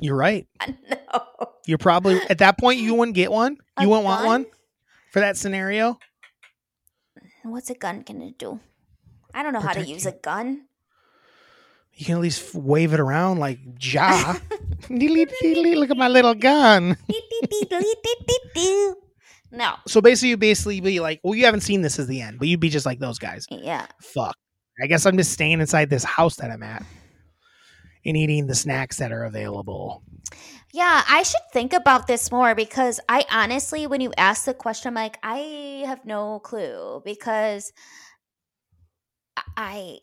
[SPEAKER 1] You're right.
[SPEAKER 4] no.
[SPEAKER 1] You're probably at that point you wouldn't get one. You
[SPEAKER 4] A
[SPEAKER 1] wouldn't want
[SPEAKER 4] gun?
[SPEAKER 1] one for that scenario.
[SPEAKER 4] What's a gun gonna do? I don't know how
[SPEAKER 1] Protect
[SPEAKER 4] to use
[SPEAKER 1] you.
[SPEAKER 4] a gun.
[SPEAKER 1] You can at least wave it around like Ja. Deedly, deedly, Look at my little gun.
[SPEAKER 4] Beep, beep, beep, beep, beep, beep, beep. No.
[SPEAKER 1] So basically, you basically be like, well, you haven't seen this as the end, but you'd be just like those guys.
[SPEAKER 4] Yeah.
[SPEAKER 1] Fuck. I guess I'm just staying inside this house that I'm at and eating the snacks that are available.
[SPEAKER 4] Yeah, I should think about this more because I honestly, when you ask the question, I'm like, I have no clue because I,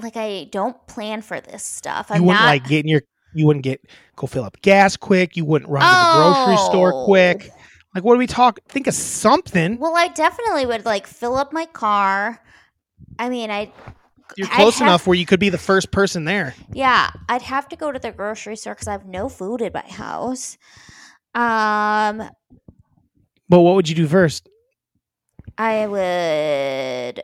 [SPEAKER 4] like, I don't plan for this stuff. I'm
[SPEAKER 1] you wouldn't
[SPEAKER 4] not
[SPEAKER 1] like getting your. You wouldn't get go fill up gas quick. You wouldn't run to the grocery
[SPEAKER 4] Oh.
[SPEAKER 1] store quick. Like, what do we talk? Think of something.
[SPEAKER 4] Well, I definitely would like fill up my car. I mean, I
[SPEAKER 1] You're
[SPEAKER 4] I'd
[SPEAKER 1] close
[SPEAKER 4] have-
[SPEAKER 1] enough where you could be the first person there.
[SPEAKER 4] yeah, I'd have to go to the grocery store because I have no food at my house. Um,
[SPEAKER 1] But what would you do first?
[SPEAKER 4] I would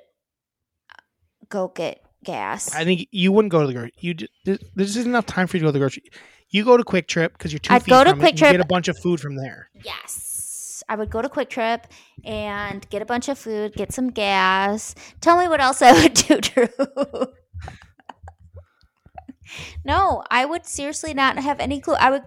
[SPEAKER 4] go get gas.
[SPEAKER 1] I think you wouldn't go to the grocery. You ju- th- there's just enough time for you to go to the grocery. You go to Quick Trip because you're two
[SPEAKER 4] I'd
[SPEAKER 1] feet
[SPEAKER 4] go to
[SPEAKER 1] from it,
[SPEAKER 4] Quick
[SPEAKER 1] and you
[SPEAKER 4] Trip.
[SPEAKER 1] Get a bunch of food from there.
[SPEAKER 4] yes, I would go to Quick Trip and get a bunch of food, get some gas. Tell me what else I would do, Drew. no, I would seriously not have any clue. I would,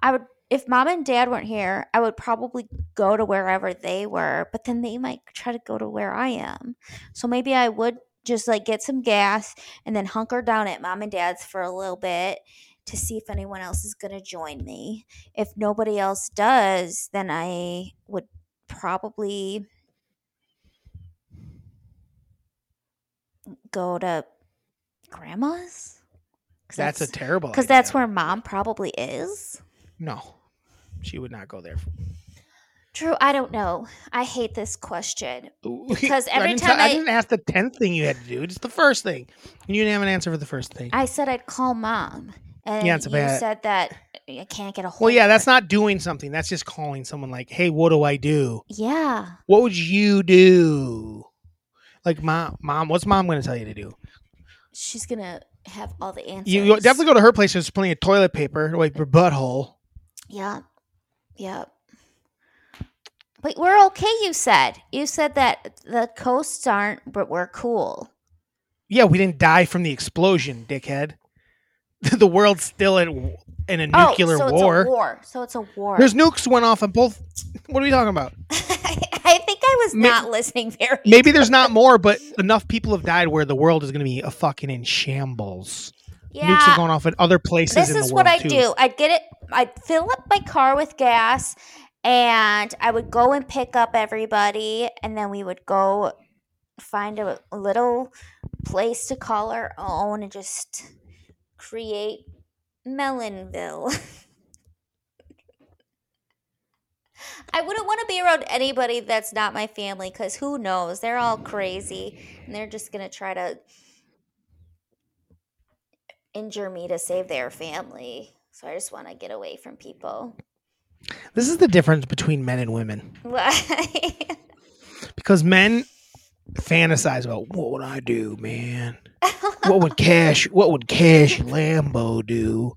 [SPEAKER 4] I would. If mom and dad weren't here, I would probably go to wherever they were, but then they might try to go to where I am. So maybe I would just like get some gas and then hunker down at mom and dad's for a little bit to see if anyone else is going to join me. If nobody else does, then I would probably go to grandma's. 'Cause
[SPEAKER 1] That's, a terrible.
[SPEAKER 4] because
[SPEAKER 1] idea.
[SPEAKER 4] that's where mom probably is.
[SPEAKER 1] no, she would not go there.
[SPEAKER 4] Drew, I don't know. I hate this question.
[SPEAKER 1] Because
[SPEAKER 4] every
[SPEAKER 1] didn't
[SPEAKER 4] time
[SPEAKER 1] tell- I
[SPEAKER 4] I-
[SPEAKER 1] didn't ask the tenth thing you had to do. Just the first thing. And you didn't have an answer for the first thing.
[SPEAKER 4] I said I'd call mom, and
[SPEAKER 1] Yeah, it's a
[SPEAKER 4] you
[SPEAKER 1] bad-
[SPEAKER 4] said that I can't get a hold.
[SPEAKER 1] well, yeah,
[SPEAKER 4] of
[SPEAKER 1] that's
[SPEAKER 4] her.
[SPEAKER 1] not doing something. That's just calling someone like, "Hey, what do I do?
[SPEAKER 4] Yeah,
[SPEAKER 1] What would you do?" Like, mom, mom, what's mom going to tell you to do?
[SPEAKER 4] she's gonna have all the answers.
[SPEAKER 1] You you definitely go to her place. There's plenty of toilet paper to wipe your butthole.
[SPEAKER 4] Yeah, yeah. But we're okay. You said you said that the coasts aren't, but we're cool.
[SPEAKER 1] Yeah, we didn't die from the explosion, dickhead. the world's still in in a nuclear
[SPEAKER 4] oh, so
[SPEAKER 1] war.
[SPEAKER 4] It's a war. So it's a war.
[SPEAKER 1] There's nukes went off on both. What are we talking about?
[SPEAKER 4] I think I was
[SPEAKER 1] May-
[SPEAKER 4] not listening very.
[SPEAKER 1] Maybe there's not more, but enough people have died where the world is going to be a fucking in shambles.
[SPEAKER 4] yeah.
[SPEAKER 1] Nukes are going off at other places.
[SPEAKER 4] this
[SPEAKER 1] in the
[SPEAKER 4] is
[SPEAKER 1] world,
[SPEAKER 4] what I
[SPEAKER 1] too.
[SPEAKER 4] do. I'd get it. I'd fill up my car with gas, and I would go and pick up everybody, and then we would go find a little place to call our own and just create Melonville. I wouldn't want to be around anybody that's not my family because who knows? They're all crazy and they're just going to try to injure me to save their family. So I just want to get away from people.
[SPEAKER 1] This is the difference between men and women
[SPEAKER 4] Why?
[SPEAKER 1] because men fantasize about what would I do, man. what would Cash? What would Cash Lambo do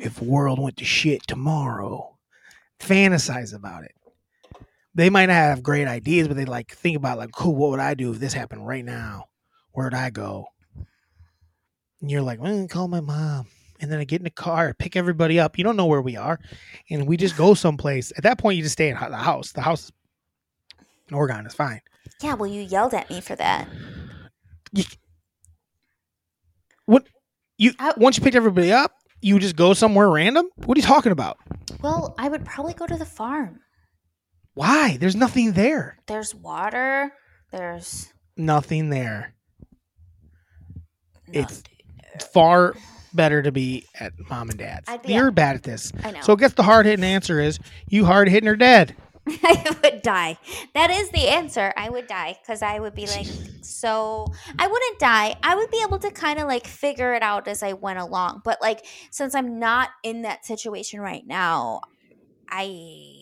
[SPEAKER 1] if the world went to shit tomorrow? Fantasize about it. They might not have great ideas, but they like think about like, cool. What would I do if this happened right now? Where'd I go? And you're like, "Mm, call my mom. And then I get in the car, pick everybody up. You don't know where we are, and we just go someplace. At that point, you just stay at the house. The house in Oregon is fine.
[SPEAKER 4] yeah, well, you yelled at me for that.
[SPEAKER 1] What you
[SPEAKER 4] I-
[SPEAKER 1] once you picked everybody up, You would just go somewhere random? What are you talking about?
[SPEAKER 4] Well, I would probably go to the farm.
[SPEAKER 1] Why? There's nothing there.
[SPEAKER 4] There's water. There's
[SPEAKER 1] Nothing there. It's-
[SPEAKER 4] nothing.
[SPEAKER 1] Far better to be at mom and dad's.
[SPEAKER 4] I'd be
[SPEAKER 1] You're
[SPEAKER 4] at-
[SPEAKER 1] bad at this.
[SPEAKER 4] I know.
[SPEAKER 1] So I guess the hard hitting answer is you hard hitting or dead.
[SPEAKER 4] I would die. That is the answer. I would die because I would be like, so I wouldn't die. I would be able to kind of like figure it out as I went along. But like, since I'm not in that situation right now, I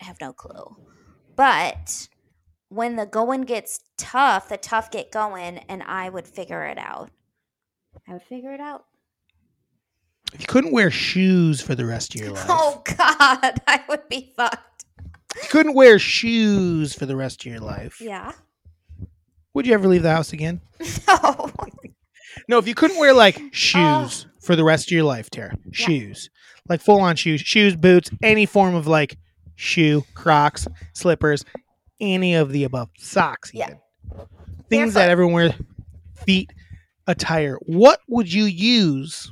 [SPEAKER 4] have no clue. But when the going gets tough, the tough get going, and I would figure it out. I would figure it out.
[SPEAKER 1] If you couldn't wear shoes for the rest of your life.
[SPEAKER 4] Oh, God. I would be fucked.
[SPEAKER 1] If you couldn't wear shoes for the rest of your life.
[SPEAKER 4] Yeah.
[SPEAKER 1] Would you ever leave the house again?
[SPEAKER 4] No.
[SPEAKER 1] No, if you couldn't wear like shoes
[SPEAKER 4] Ah.
[SPEAKER 1] for the rest of your life, Tara, shoes, like full on shoes, shoes, boots, any form of like shoe, Crocs, slippers, any of the above, socks,
[SPEAKER 4] Yeah.
[SPEAKER 1] even things
[SPEAKER 4] Barefoot.
[SPEAKER 1] that everyone wears, feet attire. What would you use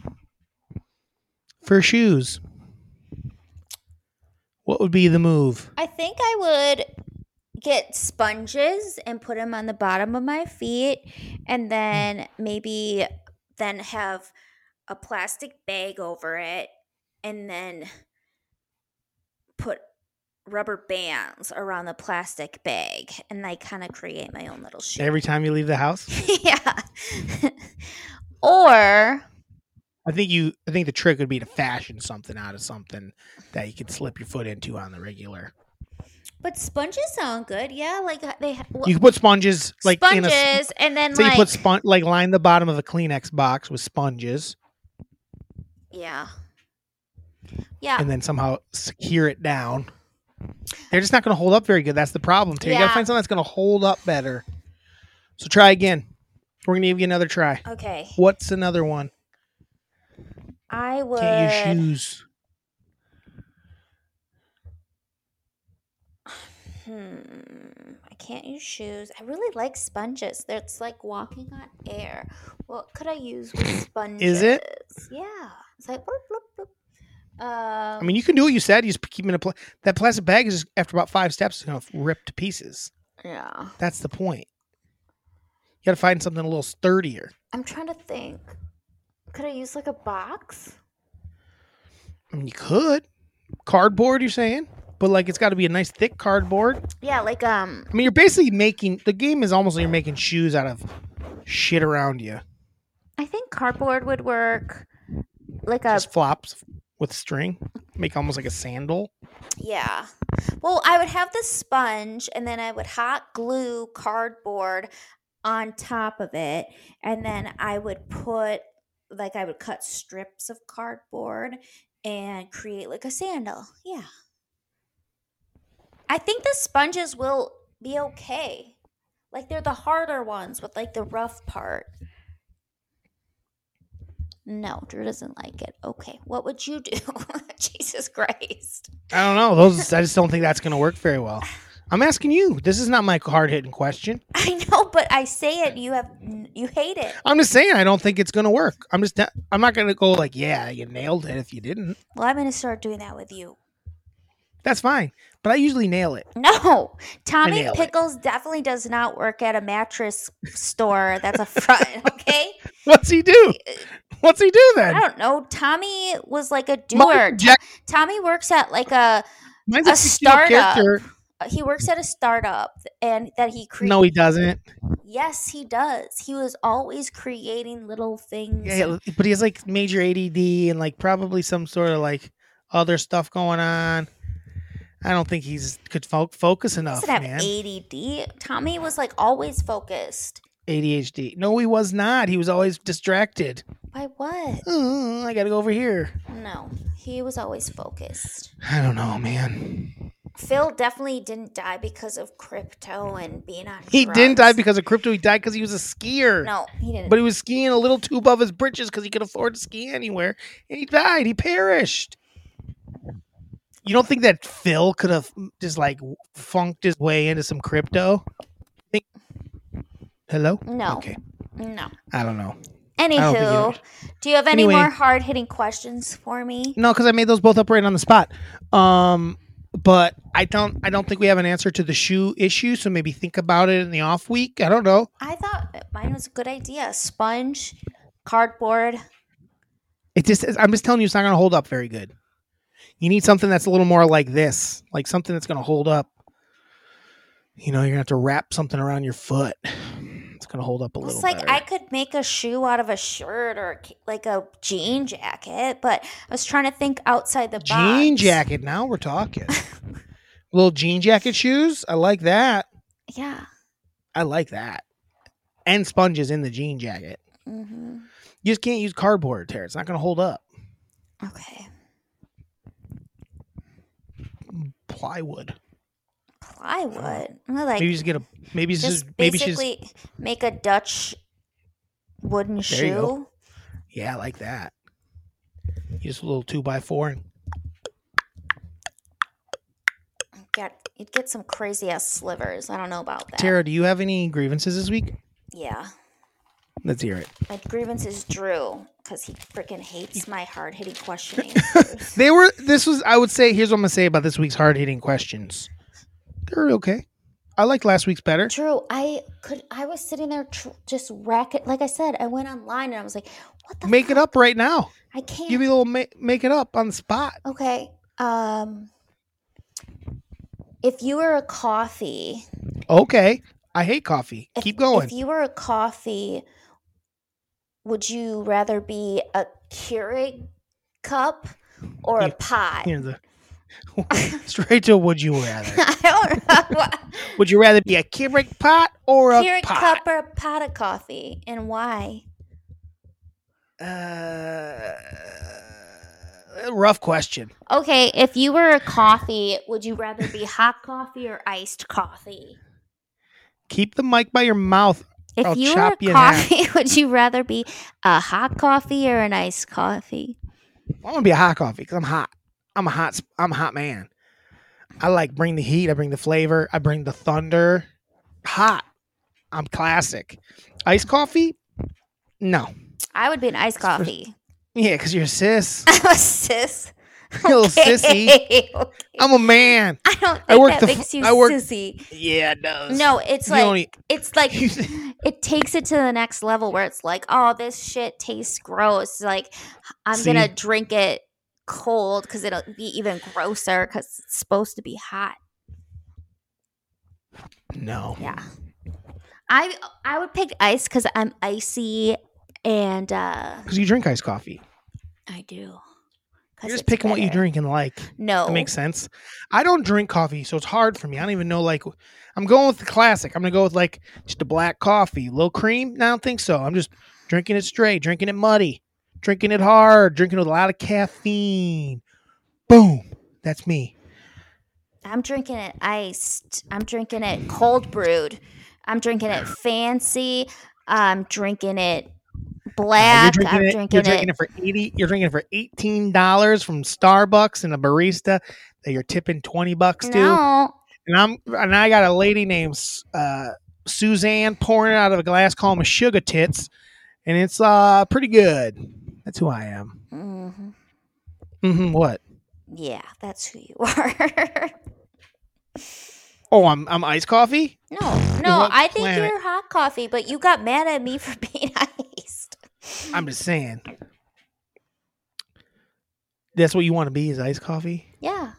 [SPEAKER 1] for shoes? What would be the move?
[SPEAKER 4] I think I would get sponges and put them on the bottom of my feet and then maybe then have a plastic bag over it and then put rubber bands around the plastic bag and I kind of create my own little shoe.
[SPEAKER 1] Every time you leave the house,
[SPEAKER 4] yeah. or
[SPEAKER 1] I think you. I think the trick would be to fashion something out of something that you could slip your foot into on the regular.
[SPEAKER 4] but sponges sound good. Yeah, like they ha-
[SPEAKER 1] You can put sponges like in
[SPEAKER 4] sponges
[SPEAKER 1] a s-
[SPEAKER 4] and then
[SPEAKER 1] so
[SPEAKER 4] like
[SPEAKER 1] you put spon- like line the bottom of a Kleenex box with sponges
[SPEAKER 4] yeah. Yeah.
[SPEAKER 1] and then somehow secure it down. They're just not going to hold up very good. That's the problem. Too. You got to
[SPEAKER 4] Yeah.
[SPEAKER 1] find something that's going to hold up better. So try again. We're going to give you another try.
[SPEAKER 4] Okay.
[SPEAKER 1] What's another one?
[SPEAKER 4] I would.
[SPEAKER 1] Can't use shoes.
[SPEAKER 4] Hmm. I can't use shoes. I really like sponges. They're- It's like walking on air. What could I use with sponges?
[SPEAKER 1] it?
[SPEAKER 4] Yeah. It's like bloop, bloop, bloop.
[SPEAKER 1] I
[SPEAKER 4] Um,
[SPEAKER 1] mean, you can do what you said. You just keep them in a pla- that plastic bag is after about five steps going to rip to pieces.
[SPEAKER 4] yeah.
[SPEAKER 1] That's the point. You got to find something a little sturdier.
[SPEAKER 4] I'm trying to think. Could I use like a box?
[SPEAKER 1] I mean, you could cardboard. You're saying, but like it's got to be a nice thick cardboard.
[SPEAKER 4] Yeah, like um.
[SPEAKER 1] I mean, you're basically making the game is almost like you're making shoes out of shit around you.
[SPEAKER 4] I think cardboard would work. Like a
[SPEAKER 1] Just flops with string, make almost like a sandal.
[SPEAKER 4] Yeah. Well, I would have the sponge and then I would hot glue cardboard on top of it. And then I would put, like, I would cut strips of cardboard and create like a sandal. Yeah. I think the sponges will be okay. Like, they're the harder ones with like the rough part. No, Drew doesn't like it. Okay. What would you do? Jesus Christ.
[SPEAKER 1] I don't know. Those I just don't think that's going to work very well. I'm asking you. This is not my hard hitting question.
[SPEAKER 4] I know, but I say it. You have you hate it.
[SPEAKER 1] I'm just saying I don't think it's going to work. I'm just not, I'm not going to go like, yeah, you nailed it if you didn't.
[SPEAKER 4] Well, I'm gonna start doing that with you.
[SPEAKER 1] That's fine. But I usually nail it.
[SPEAKER 4] No, Tommy
[SPEAKER 1] nail it.
[SPEAKER 4] Pickles definitely does not work at a mattress store. That's a front. Okay,
[SPEAKER 1] What's he do? What's he do
[SPEAKER 4] I
[SPEAKER 1] then?
[SPEAKER 4] don't know. Tommy was like a doer.
[SPEAKER 1] Mine's
[SPEAKER 4] To-
[SPEAKER 1] Jack-
[SPEAKER 4] Tommy works at like a
[SPEAKER 1] mine's
[SPEAKER 4] a
[SPEAKER 1] fictional
[SPEAKER 4] startup.
[SPEAKER 1] character.
[SPEAKER 4] he works at a startup, and that he creates.
[SPEAKER 1] No, he doesn't.
[SPEAKER 4] Yes, he does. He was always creating little things.
[SPEAKER 1] Yeah, yeah, but he has like major ADD and like probably some sort of like other stuff going on. I don't think he's could fo- focus enough,
[SPEAKER 4] doesn't have
[SPEAKER 1] man.
[SPEAKER 4] ADD. Tommy was like always focused.
[SPEAKER 1] ADHD. No, he was not. He was always distracted.
[SPEAKER 4] By what?
[SPEAKER 1] "Mm, I gotta go over here.
[SPEAKER 4] No, he was always focused.
[SPEAKER 1] I don't know, man.
[SPEAKER 4] Phil definitely didn't die because of crypto and being on.
[SPEAKER 1] He
[SPEAKER 4] drugs.
[SPEAKER 1] didn't die because of crypto. He died because he was a skier.
[SPEAKER 4] No, he didn't.
[SPEAKER 1] But he was skiing a little too above his britches because he could afford to ski anywhere, and he died. He perished. You don't think that Phil could have just like funked his way into some crypto? Think- Hello.
[SPEAKER 4] no,
[SPEAKER 1] Okay.
[SPEAKER 4] no.
[SPEAKER 1] I don't know. don't think you know.
[SPEAKER 4] Anywho, do you have any
[SPEAKER 1] Anyway.
[SPEAKER 4] more hard hitting questions for me?
[SPEAKER 1] No, because I made those both up right on the spot. Um, but I don't. I don't think we have an answer to the shoe issue. So maybe think about it in the off week. I don't know.
[SPEAKER 4] I thought mine was a good idea. Sponge, cardboard.
[SPEAKER 1] It just. I'm just telling you, it's not going to hold up very good. You need something that's a little more like this, like something that's going to hold up. You know, you're going to have to wrap something around your foot. It's going to hold up a little.
[SPEAKER 4] It's like
[SPEAKER 1] better.
[SPEAKER 4] I could make a shoe out of a shirt or a ca- like a jean jacket, but I was trying to think outside the box.
[SPEAKER 1] jean jacket. Now we're talking. little jean jacket shoes. I like that.
[SPEAKER 4] Yeah.
[SPEAKER 1] I like that. And sponges in the jean jacket.
[SPEAKER 4] hmm
[SPEAKER 1] You just can't use cardboard, Tara. It's not going to hold up.
[SPEAKER 4] Okay.
[SPEAKER 1] Plywood.
[SPEAKER 4] Plywood. I Like
[SPEAKER 1] Oh. maybe just get a. Maybe
[SPEAKER 4] just
[SPEAKER 1] just. Maybe she's.
[SPEAKER 4] basically make a Dutch wooden
[SPEAKER 1] There you go.
[SPEAKER 4] shoe.
[SPEAKER 1] Yeah, I like that. Just a little two by four and
[SPEAKER 4] Get you'd get some crazy ass slivers. I don't know about that.
[SPEAKER 1] Tara. Do you have any grievances this week?
[SPEAKER 4] Yeah.
[SPEAKER 1] Let's hear it.
[SPEAKER 4] My grievance is Drew because he freaking hates my hard hitting questioning.
[SPEAKER 1] They were. This was. I would say. Here's what I'm gonna say about this week's hard hitting questions. They're okay. I liked last week's better.
[SPEAKER 4] Drew, I could. I was sitting there tr- just rack it. Like I said, I went online and I was like, "What the?
[SPEAKER 1] Make it up right now.
[SPEAKER 4] I can't."
[SPEAKER 1] Give me a little. Ma- make it up on the spot.
[SPEAKER 4] okay. Um, if you were a coffee,
[SPEAKER 1] Okay. I hate coffee.
[SPEAKER 4] if-
[SPEAKER 1] Keep going.
[SPEAKER 4] If you were a coffee, would you rather be a Keurig cup or a
[SPEAKER 1] Yeah.
[SPEAKER 4] pot?
[SPEAKER 1] Here's the- Straight to would you rather.
[SPEAKER 4] I don't know. what-
[SPEAKER 1] Would you rather be a Keurig pot or a
[SPEAKER 4] Keurig
[SPEAKER 1] pot?
[SPEAKER 4] cup or a pot of coffee, and why?
[SPEAKER 1] Uh, rough question.
[SPEAKER 4] Okay, if you were a coffee, would you rather be hot coffee or iced coffee?
[SPEAKER 1] Keep the mic by your mouth.
[SPEAKER 4] If
[SPEAKER 1] I'll
[SPEAKER 4] you
[SPEAKER 1] chop
[SPEAKER 4] were
[SPEAKER 1] you
[SPEAKER 4] a
[SPEAKER 1] in half.
[SPEAKER 4] coffee, would you rather be a hot coffee or an iced coffee?
[SPEAKER 1] I want to be a hot coffee because I'm hot. I'm a hot. sp- I'm a hot man. I like bring the heat. I bring the flavor. I bring the thunder. Hot. I'm classic. Iced coffee? No.
[SPEAKER 4] I would be an iced coffee.
[SPEAKER 1] Yeah, because you're a sis.
[SPEAKER 4] I'm a sis.
[SPEAKER 1] You little sissy.
[SPEAKER 4] Okay.
[SPEAKER 1] I'm a man.
[SPEAKER 4] I don't think
[SPEAKER 1] I work
[SPEAKER 4] that
[SPEAKER 1] the f-
[SPEAKER 4] makes you
[SPEAKER 1] I work-
[SPEAKER 4] sissy.
[SPEAKER 1] Yeah, it does.
[SPEAKER 4] No, it's
[SPEAKER 1] You
[SPEAKER 4] like
[SPEAKER 1] only-
[SPEAKER 4] it's like
[SPEAKER 1] You think-
[SPEAKER 4] it takes it to the next level where it's like, oh, this shit tastes gross. Like I'm
[SPEAKER 1] See?
[SPEAKER 4] gonna drink it cold because it'll be even grosser because it's supposed to be hot.
[SPEAKER 1] No.
[SPEAKER 4] Yeah. I I would pick ice because I'm icy and uh
[SPEAKER 1] Because you drink iced coffee.
[SPEAKER 4] I do. 'Cause
[SPEAKER 1] You're just
[SPEAKER 4] it's
[SPEAKER 1] picking what you
[SPEAKER 4] better.
[SPEAKER 1] drink and like.
[SPEAKER 4] No.
[SPEAKER 1] That makes sense. I don't drink coffee, so it's hard for me. I don't even know like I'm going with the classic. I'm gonna go with like just a black coffee, low cream. No, I don't think so. I'm just drinking it straight, drinking it muddy, drinking it hard, drinking with a lot of caffeine. Boom. That's me.
[SPEAKER 4] I'm drinking it iced. I'm drinking it cold brewed. I'm drinking it fancy. I'm drinking it
[SPEAKER 1] Uh,
[SPEAKER 4] black.
[SPEAKER 1] you're drinking,
[SPEAKER 4] I'm
[SPEAKER 1] it,
[SPEAKER 4] drinking
[SPEAKER 1] you're
[SPEAKER 4] it.
[SPEAKER 1] drinking it. for eighty. You're drinking it for eighteen dollars from Starbucks and a barista that you're tipping twenty bucks to.
[SPEAKER 4] no.
[SPEAKER 1] and I'm and I got a lady named uh, Suzanne pouring out of a glass called my sugar tits, and it's uh pretty good. That's who I am.
[SPEAKER 4] Mhm.
[SPEAKER 1] hmm what?
[SPEAKER 4] Yeah, that's who you are.
[SPEAKER 1] Oh, I'm I'm iced coffee.
[SPEAKER 4] no, no,
[SPEAKER 1] whole
[SPEAKER 4] I think
[SPEAKER 1] planet.
[SPEAKER 4] you're hot coffee, but you got mad at me for being iced.
[SPEAKER 1] I'm just saying. That's what you want to be is iced coffee.
[SPEAKER 4] Yeah.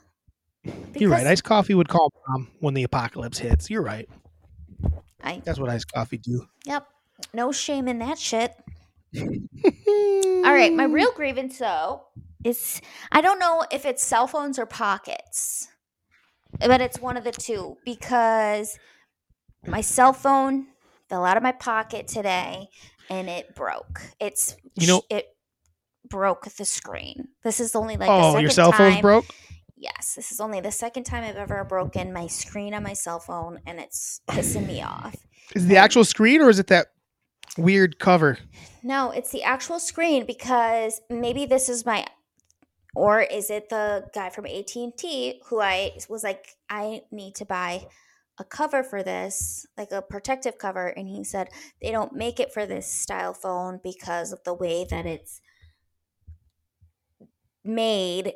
[SPEAKER 1] You're right.
[SPEAKER 4] Because
[SPEAKER 1] Iced coffee would call mom when the apocalypse hits. You're right.
[SPEAKER 4] I,
[SPEAKER 1] That's what iced coffee do.
[SPEAKER 4] yep. No shame in that shit. All right,
[SPEAKER 1] Mm.
[SPEAKER 4] my real grievance though is I don't know if it's cell phones or pockets, but it's one of the two because my cell phone fell out of my pocket today and it broke. It's
[SPEAKER 1] You know-
[SPEAKER 4] it broke the screen. This is only like the
[SPEAKER 1] Oh,
[SPEAKER 4] second
[SPEAKER 1] your cell phone's
[SPEAKER 4] time-
[SPEAKER 1] broke.
[SPEAKER 4] Yes, this is only the second time I've ever broken my screen on my cell phone, and it's pissing me off.
[SPEAKER 1] Is it the actual screen or is it that weird cover?
[SPEAKER 4] No, it's the actual screen because maybe this is my or is it the guy from AT&T who I was like I need to buy a cover for this, like a protective cover, and he said they don't make it for this style phone because of the way that it's made.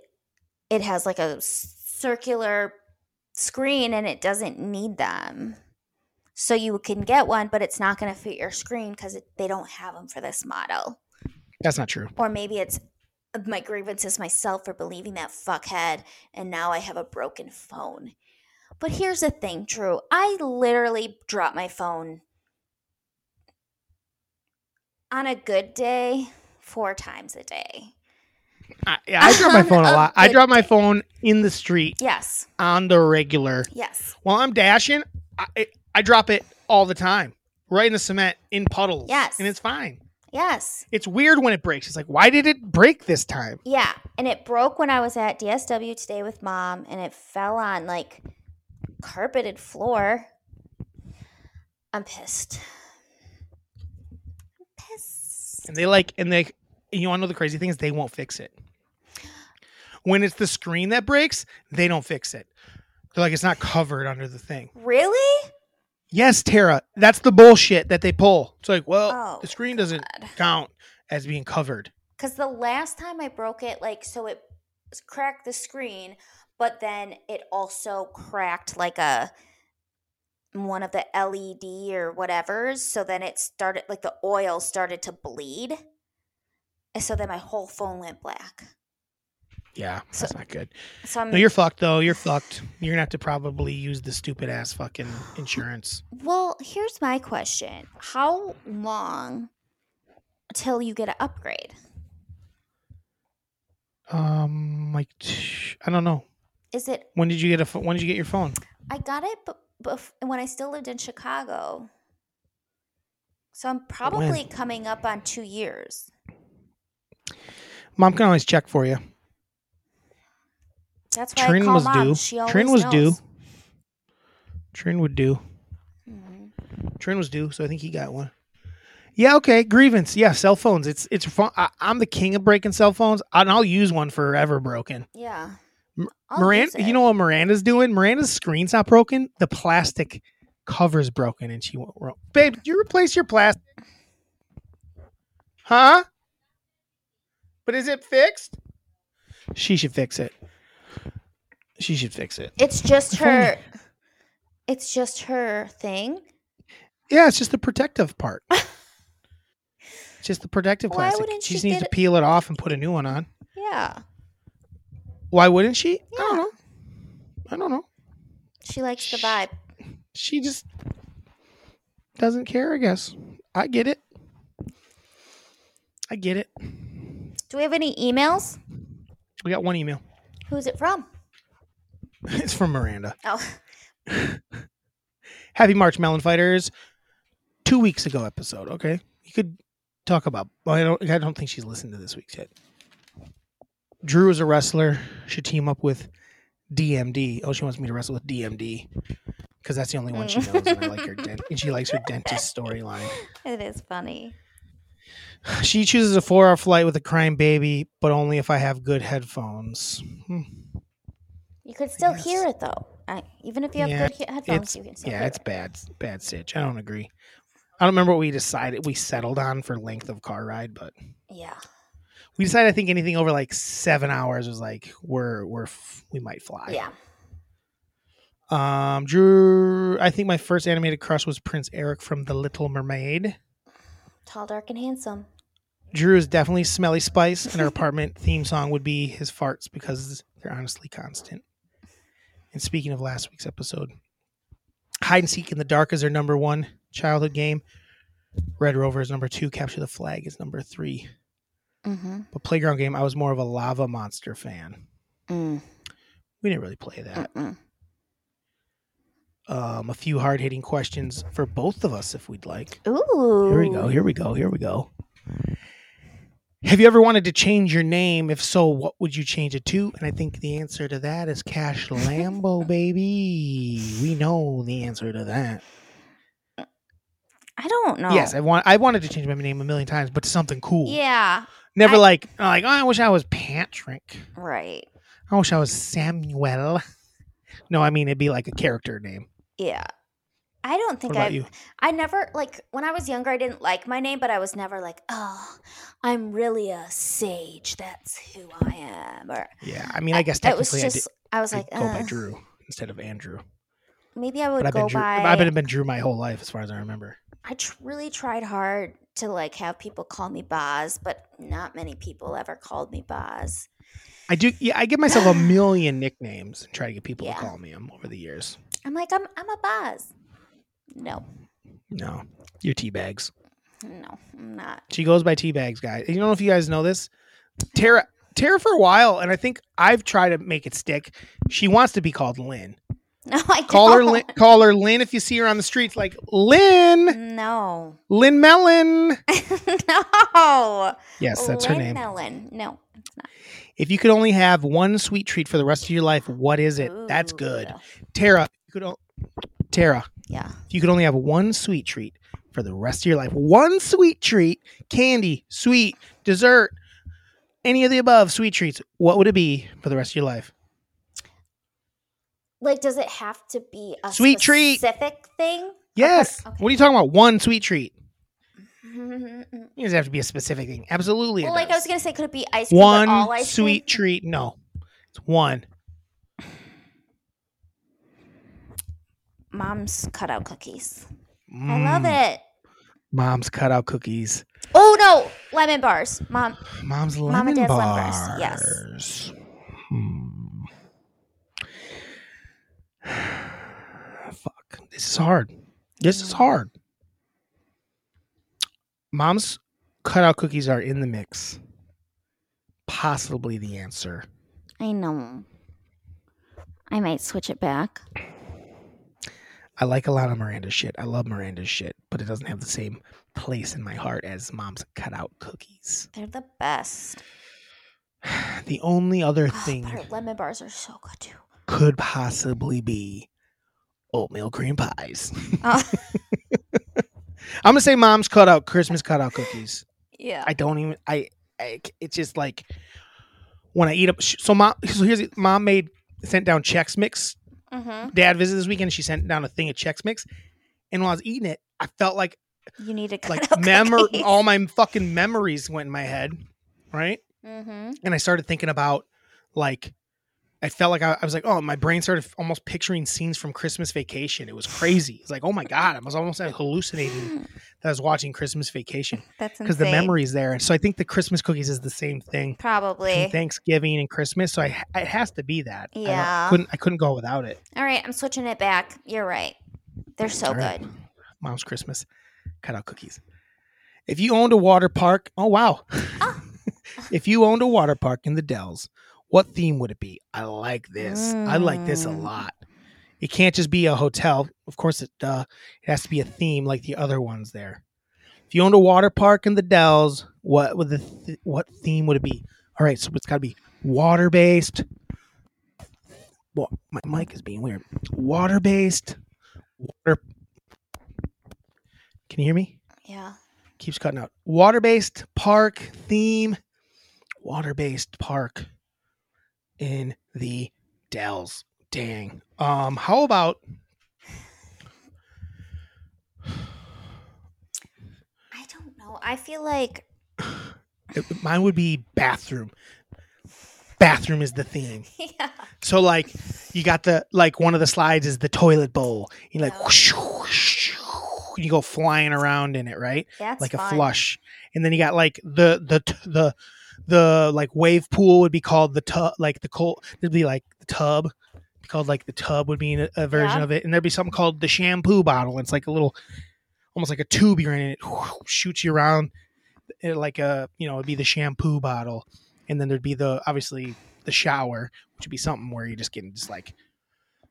[SPEAKER 4] It has like a s- circular screen and it doesn't need them. So you can get one, but it's not going to fit your screen because they don't have them for this model.
[SPEAKER 1] That's not true.
[SPEAKER 4] Or maybe it's uh, my grievance is myself for believing that fuckhead, and now I have a broken phone. But here's the thing, Drew. I literally drop my phone on a good day four times a day.
[SPEAKER 1] I, yeah, I drop my phone a
[SPEAKER 4] A
[SPEAKER 1] lot. I
[SPEAKER 4] good
[SPEAKER 1] drop my
[SPEAKER 4] day.
[SPEAKER 1] phone in the street
[SPEAKER 4] Yes,
[SPEAKER 1] on the regular.
[SPEAKER 4] yes,
[SPEAKER 1] While I'm dashing, I, I- I drop it all the time, right in the cement, in puddles.
[SPEAKER 4] Yes.
[SPEAKER 1] and it's fine.
[SPEAKER 4] yes.
[SPEAKER 1] It's weird when it breaks. It's like, why did it break this time?
[SPEAKER 4] Yeah. And it broke when I was at DSW today with mom, and it fell on like carpeted floor. I'm pissed. I'm pissed.
[SPEAKER 1] And they like, and they, you want to know the crazy thing is they won't fix it. When it's the screen that breaks, they don't fix it. They're like, it's not covered under the thing.
[SPEAKER 4] Really?
[SPEAKER 1] Yes, Tara, that's the bullshit that they pull. It's like, well,
[SPEAKER 4] Oh,
[SPEAKER 1] the screen doesn't
[SPEAKER 4] God.
[SPEAKER 1] count as being covered.
[SPEAKER 4] Because the last time I broke it, like, so it s- cracked the screen, but then it also cracked like a one of the LED or whatever's. So then it started, like, the oil started to bleed. And so then my whole phone went black.
[SPEAKER 1] Yeah,
[SPEAKER 4] So-
[SPEAKER 1] that's not good.
[SPEAKER 4] So I'm
[SPEAKER 1] No, you're fucked though. You're fucked. You're gonna have to probably use the stupid ass fucking insurance.
[SPEAKER 4] Well, here's my question. How long till you get an upgrade?
[SPEAKER 1] Um, like tch, I don't know.
[SPEAKER 4] Is it
[SPEAKER 1] When did you get a? pho- When did you get your phone?
[SPEAKER 4] I got it but when I still lived in Chicago. So I'm probably coming up on 2 years.
[SPEAKER 1] Mom can always check for you.
[SPEAKER 4] That's why
[SPEAKER 1] Trin
[SPEAKER 4] I call
[SPEAKER 1] was
[SPEAKER 4] mom.
[SPEAKER 1] due.
[SPEAKER 4] She always
[SPEAKER 1] Trin was
[SPEAKER 4] knows.
[SPEAKER 1] due. Trin would do.
[SPEAKER 4] Mhm.
[SPEAKER 1] Trin was due, so I think he got one. Yeah. Okay. Grievance. Yeah. Cell phones. It's it's. Fun. I, I'm the king of breaking cell phones, and I'll use one forever broken.
[SPEAKER 4] Yeah.
[SPEAKER 1] M-
[SPEAKER 4] I'll use
[SPEAKER 1] Miranda,
[SPEAKER 4] it.
[SPEAKER 1] you know what Miranda's doing? Miranda's screen's not broken. The plastic cover's broken, and she won't. ro- Babe, did you replace your plastic? Huh? But is it fixed? She should fix it. She should fix it.
[SPEAKER 4] It's just
[SPEAKER 1] If only-
[SPEAKER 4] her It's just her thing.
[SPEAKER 1] Yeah, it's just the protective part. It's just the protective
[SPEAKER 4] Why
[SPEAKER 1] plastic.
[SPEAKER 4] wouldn't
[SPEAKER 1] she
[SPEAKER 4] she
[SPEAKER 1] just needs
[SPEAKER 4] get
[SPEAKER 1] to
[SPEAKER 4] it-
[SPEAKER 1] peel it off and put a new one on.
[SPEAKER 4] Yeah.
[SPEAKER 1] Why wouldn't she? I
[SPEAKER 4] Yeah.
[SPEAKER 1] don't know. I don't know.
[SPEAKER 4] She likes the vibe.
[SPEAKER 1] She just doesn't care, I guess. I get it. I get it.
[SPEAKER 4] Do we have any emails?
[SPEAKER 1] We got one email.
[SPEAKER 4] Who's it from?
[SPEAKER 1] It's from Miranda.
[SPEAKER 4] Oh.
[SPEAKER 1] Happy March, Melon Fighters. Two weeks ago episode, okay? You could talk about well, I don't I don't think she's listened to this week's yet. Drew is a wrestler, should team up with DMD. Oh, she wants me to wrestle with DMD. Because that's the only one she knows, and I like her dent- and she likes her dentist storyline.
[SPEAKER 4] It is funny.
[SPEAKER 1] She chooses a four hour flight with a crying baby, but only if I have good headphones. Hmm.
[SPEAKER 4] You could still
[SPEAKER 1] guess.
[SPEAKER 4] hear it though. I, even if you have
[SPEAKER 1] Yeah,
[SPEAKER 4] good he- headphones,
[SPEAKER 1] it's-
[SPEAKER 4] you can still
[SPEAKER 1] Yeah,
[SPEAKER 4] hear
[SPEAKER 1] it's
[SPEAKER 4] it.
[SPEAKER 1] bad. Bad stitch. I don't agree. I don't remember what we decided we settled on for length of car ride, but
[SPEAKER 4] Yeah.
[SPEAKER 1] we decided I think anything over like seven hours was like we're we're f- we might fly.
[SPEAKER 4] Yeah.
[SPEAKER 1] Um, Drew, I think my first animated crush was Prince Eric from The Little Mermaid.
[SPEAKER 4] Tall, dark, and handsome.
[SPEAKER 1] Drew is definitely Smelly Spice, and her apartment theme song would be his farts because they're honestly constant. And speaking of last week's episode, Hide and Seek in the Dark is their number one childhood game. Red Rover is number two. Capture the Flag is number three.
[SPEAKER 4] Mm-hmm.
[SPEAKER 1] But Playground Game, I was more of a Lava Monster fan. We didn't really play that. Um, a few hard hitting questions for both of us if we'd like.
[SPEAKER 4] Ooh.
[SPEAKER 1] Here we go. Here we go. Here we go. Have you ever wanted to change your name? If so, what would you change it to? And I think the answer to that is Cash Lambo, baby. We know the answer to that.
[SPEAKER 4] I don't know.
[SPEAKER 1] Yes, I want. I wanted to change my name a million times, but to something cool.
[SPEAKER 4] Yeah.
[SPEAKER 1] Never
[SPEAKER 4] I-
[SPEAKER 1] like like. Oh, I wish I was Patrick.
[SPEAKER 4] Right.
[SPEAKER 1] I wish I was Samuel. No, I mean it'd be like a character name.
[SPEAKER 4] Yeah. I don't think
[SPEAKER 1] what about
[SPEAKER 4] I've
[SPEAKER 1] you?
[SPEAKER 4] I never like when I was younger. I didn't like my name, but I was never like, "Oh, I'm really a sage. That's who I am." Or
[SPEAKER 1] Yeah, I mean, I guess
[SPEAKER 4] it was
[SPEAKER 1] technically I,
[SPEAKER 4] just I, was
[SPEAKER 1] did
[SPEAKER 4] like,
[SPEAKER 1] I go by
[SPEAKER 4] "Uh,
[SPEAKER 1] Drew instead of Andrew.
[SPEAKER 4] maybe I
[SPEAKER 1] But
[SPEAKER 4] would
[SPEAKER 1] I've been
[SPEAKER 4] go
[SPEAKER 1] Drew.
[SPEAKER 4] by.
[SPEAKER 1] I've been, been Drew my whole life, as far as I remember.
[SPEAKER 4] I tr- really tried hard to like have people call me Boz, but not many people ever called me Boz.
[SPEAKER 1] I do. Yeah, I give myself a million nicknames and try to get people
[SPEAKER 4] Yeah.
[SPEAKER 1] to call me them over the years.
[SPEAKER 4] I'm like, I'm I'm a Boz. No,
[SPEAKER 1] No, you're teabags.
[SPEAKER 4] no, I'm not.
[SPEAKER 1] She goes by teabags, guys. You don't know if you guys know this. Tara, Tara, for a while, and I think I've tried to make it stick. She wants to be called Lynn.
[SPEAKER 4] No, I
[SPEAKER 1] Call her,
[SPEAKER 4] don't.
[SPEAKER 1] Lynn, call her Lynn if you see her on the streets. Like Lynn,
[SPEAKER 4] No,
[SPEAKER 1] Lynn Mellon.
[SPEAKER 4] no.
[SPEAKER 1] Yes, that's her
[SPEAKER 4] Lynn
[SPEAKER 1] name.
[SPEAKER 4] Mellon. No,
[SPEAKER 1] If you could only have one sweet treat for the rest of your life, what is it? That's
[SPEAKER 4] Ooh.
[SPEAKER 1] good. Tara, you could o- Tara,
[SPEAKER 4] Yeah.
[SPEAKER 1] if you could only have one sweet treat for the rest of your life, one sweet treat, candy, sweet, dessert, any of the above sweet treats, what would it be for the rest of your life?
[SPEAKER 4] Like, does it have to be a
[SPEAKER 1] Sweet treat.
[SPEAKER 4] specific thing?
[SPEAKER 1] Yes.
[SPEAKER 4] Okay.
[SPEAKER 1] What are you talking about? One sweet treat.
[SPEAKER 4] well,
[SPEAKER 1] It doesn't have to be a specific thing. Absolutely. it
[SPEAKER 4] like I
[SPEAKER 1] does.
[SPEAKER 4] was gonna say, could it be ice cream? but all
[SPEAKER 1] one
[SPEAKER 4] ice
[SPEAKER 1] sweet
[SPEAKER 4] Cream?
[SPEAKER 1] treat. No, it's one.
[SPEAKER 4] Mom's cutout cookies. I love
[SPEAKER 1] Mm.
[SPEAKER 4] it.
[SPEAKER 1] Mom's cutout cookies.
[SPEAKER 4] Oh no, lemon bars. Mom,
[SPEAKER 1] Mom's lemon
[SPEAKER 4] Mom and Dad's lemon
[SPEAKER 1] bars.
[SPEAKER 4] bars, yes.
[SPEAKER 1] Hmm. Fuck. This is hard. This is hard. Mom's cutout cookies are in the mix. Possibly the answer.
[SPEAKER 4] I know. I might switch it back.
[SPEAKER 1] I like a lot of Miranda's shit. I love Miranda's shit, but it doesn't have the same place in my heart as mom's cutout cookies.
[SPEAKER 4] They're the best.
[SPEAKER 1] The only other
[SPEAKER 4] Oh,
[SPEAKER 1] thing
[SPEAKER 4] but her lemon bars are so good too.
[SPEAKER 1] could possibly be oatmeal cream pies.
[SPEAKER 4] Oh.
[SPEAKER 1] I'm gonna say mom's cutout Christmas cutout cookies.
[SPEAKER 4] Yeah.
[SPEAKER 1] I don't even. I, I. It's just like when I eat up. So mom. So here's it. mom made sent down Chex Mix.
[SPEAKER 4] mm-hmm.
[SPEAKER 1] Dad visited this weekend. She sent down a thing of Chex Mix, and while I was eating it, I felt like
[SPEAKER 4] You need to cut
[SPEAKER 1] like
[SPEAKER 4] out
[SPEAKER 1] memory.
[SPEAKER 4] cookies.
[SPEAKER 1] All my fucking memories went in my head, right?
[SPEAKER 4] mm-hmm.
[SPEAKER 1] and I started thinking about like I felt like I, I was like, oh, my brain started almost picturing scenes from Christmas Vacation. It was crazy. It's like, oh my god, I was almost like, hallucinating that I was watching Christmas Vacation
[SPEAKER 4] That's insane.
[SPEAKER 1] because the memory's there. So I think the Christmas cookies is the same thing, between
[SPEAKER 4] Probably.
[SPEAKER 1] Thanksgiving and Christmas. So I, it has to be that. I don't-
[SPEAKER 4] Yeah.
[SPEAKER 1] couldn't I couldn't go without it.
[SPEAKER 4] All right, I'm switching it back. You're right. They're so
[SPEAKER 1] All right.
[SPEAKER 4] good.
[SPEAKER 1] Mom's Christmas cutout cookies. If you owned a water park, oh wow. if you owned a water park in the Dells, what theme would it be? I like this. I like this a
[SPEAKER 4] Mm.
[SPEAKER 1] lot. It can't just be a hotel. Of course it uh, it has to be a theme like the other ones there. If you owned a water park in the Dells, what would the th- what theme would it be? All right, so it's got to be water based. Well, my mic is being weird. Water based. Water. Can you hear me?
[SPEAKER 4] Yeah.
[SPEAKER 1] keeps cutting out. Water based park theme, water based park in the Dells. Dang. Um, how about
[SPEAKER 4] I don't know. I feel like
[SPEAKER 1] mine would be bathroom. Bathroom is the theme.
[SPEAKER 4] yeah.
[SPEAKER 1] So like you got the like one of the slides is the toilet bowl. You like whoosh, whoosh, whoosh, and you go flying around in it, right?
[SPEAKER 4] That's
[SPEAKER 1] like a
[SPEAKER 4] fun.
[SPEAKER 1] flush. And then you got like the the t- the the like wave pool would be called the tub, like the cold. It'd be like the tub, Be called like the tub would be a, a version
[SPEAKER 4] Yeah.
[SPEAKER 1] of it. And there'd be something called the shampoo bottle. It's like a little, almost like a tube you're in. and It shoots you around, it, like a you know it'd be the shampoo bottle, and then there'd be the obviously the shower, which would be something where you're just getting just like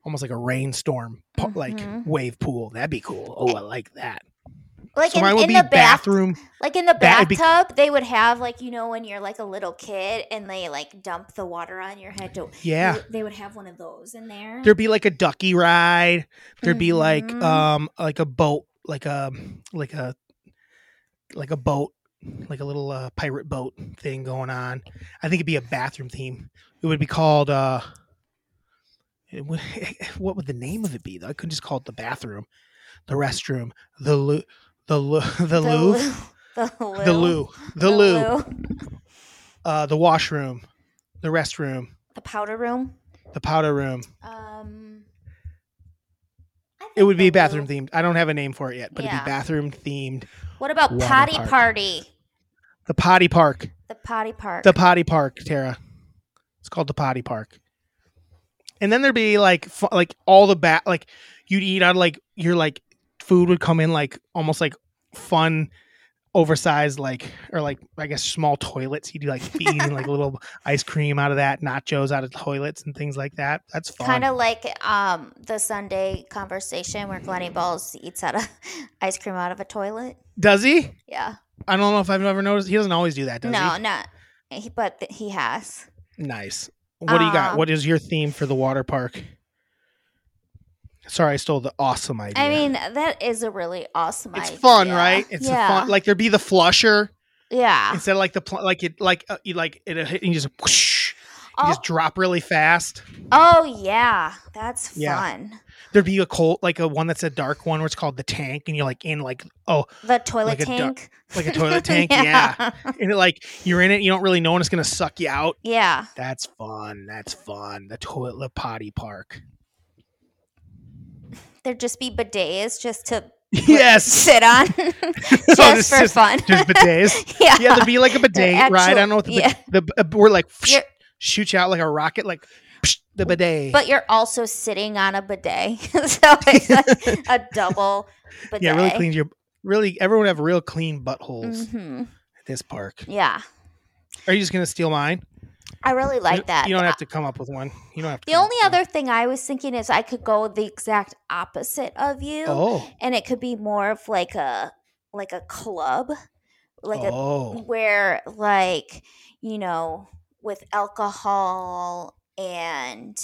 [SPEAKER 1] almost like a rainstorm po-
[SPEAKER 4] Mhm.
[SPEAKER 1] like wave pool. That'd be cool. Oh, I like that.
[SPEAKER 4] Like
[SPEAKER 1] so
[SPEAKER 4] in,
[SPEAKER 1] mine would
[SPEAKER 4] in
[SPEAKER 1] be
[SPEAKER 4] the bath,
[SPEAKER 1] bathroom.
[SPEAKER 4] like in the
[SPEAKER 1] That would be-
[SPEAKER 4] bathtub, they would have like you know when you're like a little kid and they like dump the water on your head. To,
[SPEAKER 1] Yeah.
[SPEAKER 4] they, they would have one of those in there.
[SPEAKER 1] there'd be like a ducky ride there'd be like
[SPEAKER 4] Mhm.
[SPEAKER 1] um like a boat like a like a like a boat like a little uh, pirate boat thing going on i think it'd be a bathroom theme it would be called uh It would- what would the name of it be? Though I could just call it the bathroom, the restroom, the loo, the loo, the loo,
[SPEAKER 4] The loo.
[SPEAKER 1] the loo, the loo, uh, the washroom, the restroom,
[SPEAKER 4] The powder room.
[SPEAKER 1] the powder room.
[SPEAKER 4] Um, I
[SPEAKER 1] It would
[SPEAKER 4] think
[SPEAKER 1] be
[SPEAKER 4] the loo.
[SPEAKER 1] bathroom themed. I don't have a name for it yet, but it'd
[SPEAKER 4] Yeah.
[SPEAKER 1] be bathroom themed.
[SPEAKER 4] What about
[SPEAKER 1] Water
[SPEAKER 4] potty
[SPEAKER 1] park.
[SPEAKER 4] party?
[SPEAKER 1] The potty park.
[SPEAKER 4] The potty park.
[SPEAKER 1] The potty park, Tara. It's called the potty park. And then there'd be like fu- like all the bat like you'd eat out of, like your like food would come in like almost like fun oversized like or like I guess small toilets. You'd like be eating like little ice cream out of that, nachos out of toilets and things like that. That's fun.
[SPEAKER 4] kind of like um the Sunday conversation where Glenny Balls eats out of ice cream out of a toilet.
[SPEAKER 1] Does he?
[SPEAKER 4] Yeah.
[SPEAKER 1] I don't know if I've ever noticed. He doesn't always do that, does
[SPEAKER 4] no, not. He, but th- he has.
[SPEAKER 1] he? Nice. What do you got?
[SPEAKER 4] Um,
[SPEAKER 1] What is your theme for the water park? Sorry, I stole the awesome idea.
[SPEAKER 4] I mean, that is a really awesome.
[SPEAKER 1] it's fun,
[SPEAKER 4] idea.
[SPEAKER 1] right? It's a
[SPEAKER 4] yeah.
[SPEAKER 1] fun. Like there'd be the flusher
[SPEAKER 4] yeah.
[SPEAKER 1] instead of like the pl- like it like uh, you like it uh, hit- you just whoosh, you
[SPEAKER 4] Oh,
[SPEAKER 1] just drop really fast.
[SPEAKER 4] oh yeah, that's fun.
[SPEAKER 1] Yeah. There'd be a cold like a one that's a dark one where it's called the tank, and you're like in like oh
[SPEAKER 4] The
[SPEAKER 1] Like
[SPEAKER 4] toilet
[SPEAKER 1] a duck-
[SPEAKER 4] tank.
[SPEAKER 1] like a toilet tank, yeah. And it, like you're in it, you don't really know, and it's gonna suck you out.
[SPEAKER 4] Yeah.
[SPEAKER 1] That's fun. That's fun. The toilet potty park.
[SPEAKER 4] There'd just be bidets just to
[SPEAKER 1] Yes.
[SPEAKER 4] sit on, just
[SPEAKER 1] Oh, this
[SPEAKER 4] for
[SPEAKER 1] is-
[SPEAKER 4] fun.
[SPEAKER 1] There's bidets.
[SPEAKER 4] yeah.
[SPEAKER 1] Yeah, there'd be like a bidet, right? I
[SPEAKER 4] actual-
[SPEAKER 1] don't know what the,
[SPEAKER 4] yeah.
[SPEAKER 1] bid- the uh, b- we're like whoosh,
[SPEAKER 4] You're-
[SPEAKER 1] shoot you out like a rocket, like psh, the bidet.
[SPEAKER 4] But you're also sitting on a bidet, so it's like a double bidet.
[SPEAKER 1] Yeah, really cleans your really everyone have real clean buttholes
[SPEAKER 4] hmm
[SPEAKER 1] at this park.
[SPEAKER 4] Yeah,
[SPEAKER 1] Are you just gonna steal mine?
[SPEAKER 4] I really like that. Uh,
[SPEAKER 1] You don't have to come up with one. You don't have to.
[SPEAKER 4] the
[SPEAKER 1] come up
[SPEAKER 4] only
[SPEAKER 1] with one.
[SPEAKER 4] other thing I was thinking is I could go the exact opposite of you,
[SPEAKER 1] Oh.
[SPEAKER 4] and it could be more of like a like a club, like a
[SPEAKER 1] oh.
[SPEAKER 4] where like you know with alcohol and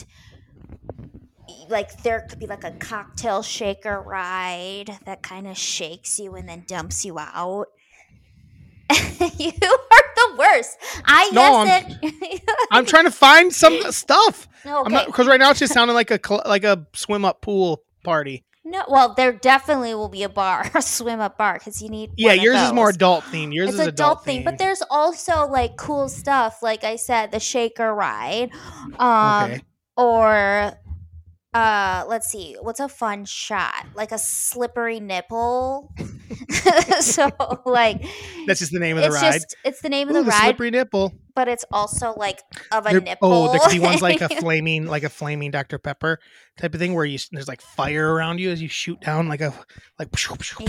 [SPEAKER 4] e, like there could be like a cocktail shaker ride that kind of shakes you and then dumps you out you are the worst i
[SPEAKER 1] No,
[SPEAKER 4] guess it
[SPEAKER 1] I'm trying to find some stuff.
[SPEAKER 4] no,
[SPEAKER 1] I'm
[SPEAKER 4] okay.
[SPEAKER 1] not because right now it's just sounding like a cl- like a swim up pool party.
[SPEAKER 4] no well there definitely will be a bar a swim up bar because you need
[SPEAKER 1] Yeah,
[SPEAKER 4] one of
[SPEAKER 1] yours is more
[SPEAKER 4] those.
[SPEAKER 1] adult themed. Yours
[SPEAKER 4] it's
[SPEAKER 1] is
[SPEAKER 4] adult
[SPEAKER 1] adult
[SPEAKER 4] thing,
[SPEAKER 1] themed.
[SPEAKER 4] but there's also like cool stuff, like I said, the shaker ride, um,
[SPEAKER 1] Okay.
[SPEAKER 4] or uh, let's see, what's a fun shot? Like a slippery nipple. so like,
[SPEAKER 1] That's just the name of the
[SPEAKER 4] it's
[SPEAKER 1] ride.
[SPEAKER 4] just it's the name
[SPEAKER 1] Ooh,
[SPEAKER 4] of the
[SPEAKER 1] the
[SPEAKER 4] ride,
[SPEAKER 1] slippery nipple.
[SPEAKER 4] but it's also like of a
[SPEAKER 1] There-
[SPEAKER 4] nipple.
[SPEAKER 1] oh, there could be ones like a flaming, like a flaming Dr Pepper type of thing, where you s- there's like fire around you as you shoot down, like a like.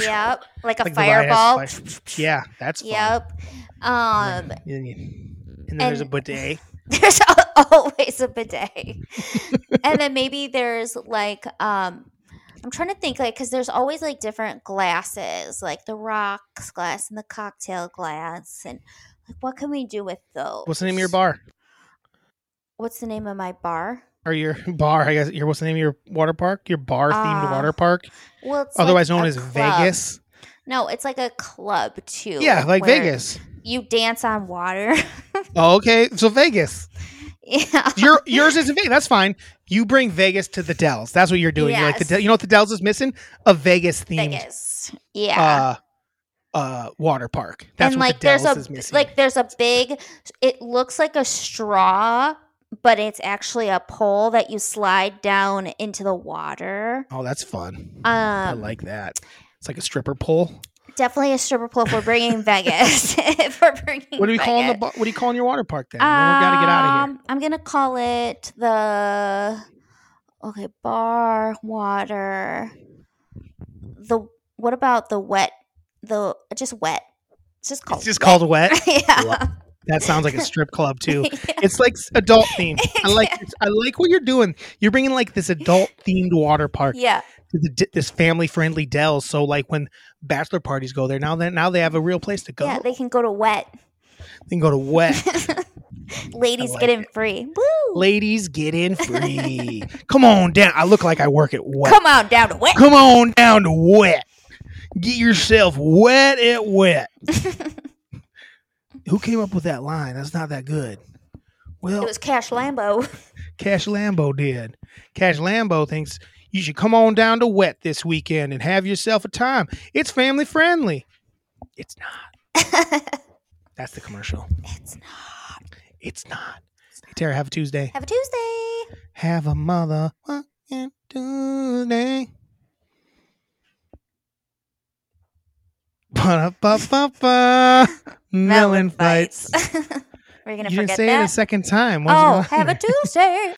[SPEAKER 4] yep, like
[SPEAKER 1] Like the
[SPEAKER 4] a
[SPEAKER 1] ride
[SPEAKER 4] fireball.
[SPEAKER 1] has Yeah, that's fun.
[SPEAKER 4] Yep. Um,
[SPEAKER 1] And then, you- and then there's a
[SPEAKER 4] and-
[SPEAKER 1] bidet.
[SPEAKER 4] there's al- always a bidet and then maybe there's like um i'm trying to think like because there's always like different glasses like the rocks glass and the cocktail glass and like what can we do with those
[SPEAKER 1] What's the name of your bar
[SPEAKER 4] what's the name of my bar
[SPEAKER 1] or your bar? I guess. Your what's the name of your water park? Your bar themed
[SPEAKER 4] Ah,
[SPEAKER 1] water park,
[SPEAKER 4] well it's like
[SPEAKER 1] otherwise known
[SPEAKER 4] a
[SPEAKER 1] as
[SPEAKER 4] club.
[SPEAKER 1] Vegas.
[SPEAKER 4] no it's like a club too
[SPEAKER 1] Yeah, like
[SPEAKER 4] where
[SPEAKER 1] Vegas.
[SPEAKER 4] you dance on water
[SPEAKER 1] Oh, okay, so Vegas.
[SPEAKER 4] yeah
[SPEAKER 1] Your yours is in Vegas. That's fine. You bring Vegas to the Dells. That's what you're doing. You're like the
[SPEAKER 4] Yes.
[SPEAKER 1] Del- you know what the Dells is missing? A Vegas themed
[SPEAKER 4] vegas yeah
[SPEAKER 1] uh uh water park. That's
[SPEAKER 4] and
[SPEAKER 1] what
[SPEAKER 4] like
[SPEAKER 1] the Dells
[SPEAKER 4] there's
[SPEAKER 1] is
[SPEAKER 4] a
[SPEAKER 1] missing.
[SPEAKER 4] like there's a big it looks like a straw but it's actually a pole that you slide down into the water
[SPEAKER 1] oh, that's fun. I
[SPEAKER 4] um
[SPEAKER 1] like that. It's like a stripper pole.
[SPEAKER 4] definitely a stripper pole if we're bringing vegas if we're bringing
[SPEAKER 1] What do you call the
[SPEAKER 4] Vegas.
[SPEAKER 1] bar- what do you call your water park then? Well, we gotta get out of here.
[SPEAKER 4] Mm, Um, i'm gonna call it the okay bar water the what about the wet the just wet it's just called
[SPEAKER 1] It's just called wet.
[SPEAKER 4] yeah
[SPEAKER 1] That sounds like a strip club too. It's like s- adult themed. I like I like what you're doing. You're bringing like this adult themed water park
[SPEAKER 4] yeah
[SPEAKER 1] to the, d- this family friendly Dell. So like when bachelor parties go there now, then now they have a real place to go.
[SPEAKER 4] yeah they can go to wet
[SPEAKER 1] They can go to wet.
[SPEAKER 4] Ladies
[SPEAKER 1] I like
[SPEAKER 4] get in
[SPEAKER 1] it.
[SPEAKER 4] free. Woo!
[SPEAKER 1] Ladies, get in free. Come on down. I look like I work at wet.
[SPEAKER 4] Come on down to wet.
[SPEAKER 1] Come on down to wet. Get yourself wet at wet. Who came up with that line? That's not that good.
[SPEAKER 4] It
[SPEAKER 1] Well,
[SPEAKER 4] was Cash Lambo.
[SPEAKER 1] Cash Lambo did. Cash Lambo thinks you should come on down to Wet this weekend and have yourself a time. It's family friendly. It's not.
[SPEAKER 4] it's
[SPEAKER 1] That's the commercial.
[SPEAKER 4] not.
[SPEAKER 1] It's not. Hey, Tara, have a Tuesday.
[SPEAKER 4] Have a Tuesday.
[SPEAKER 1] Have a mother fucking Tuesday. Ba-da-ba-ba-ba. Melon fights.
[SPEAKER 4] We're
[SPEAKER 1] You
[SPEAKER 4] gonna
[SPEAKER 1] didn't
[SPEAKER 4] forget
[SPEAKER 1] say it a
[SPEAKER 4] that.
[SPEAKER 1] second time.
[SPEAKER 4] Oh,
[SPEAKER 1] What's wrong?
[SPEAKER 4] have a Tuesday.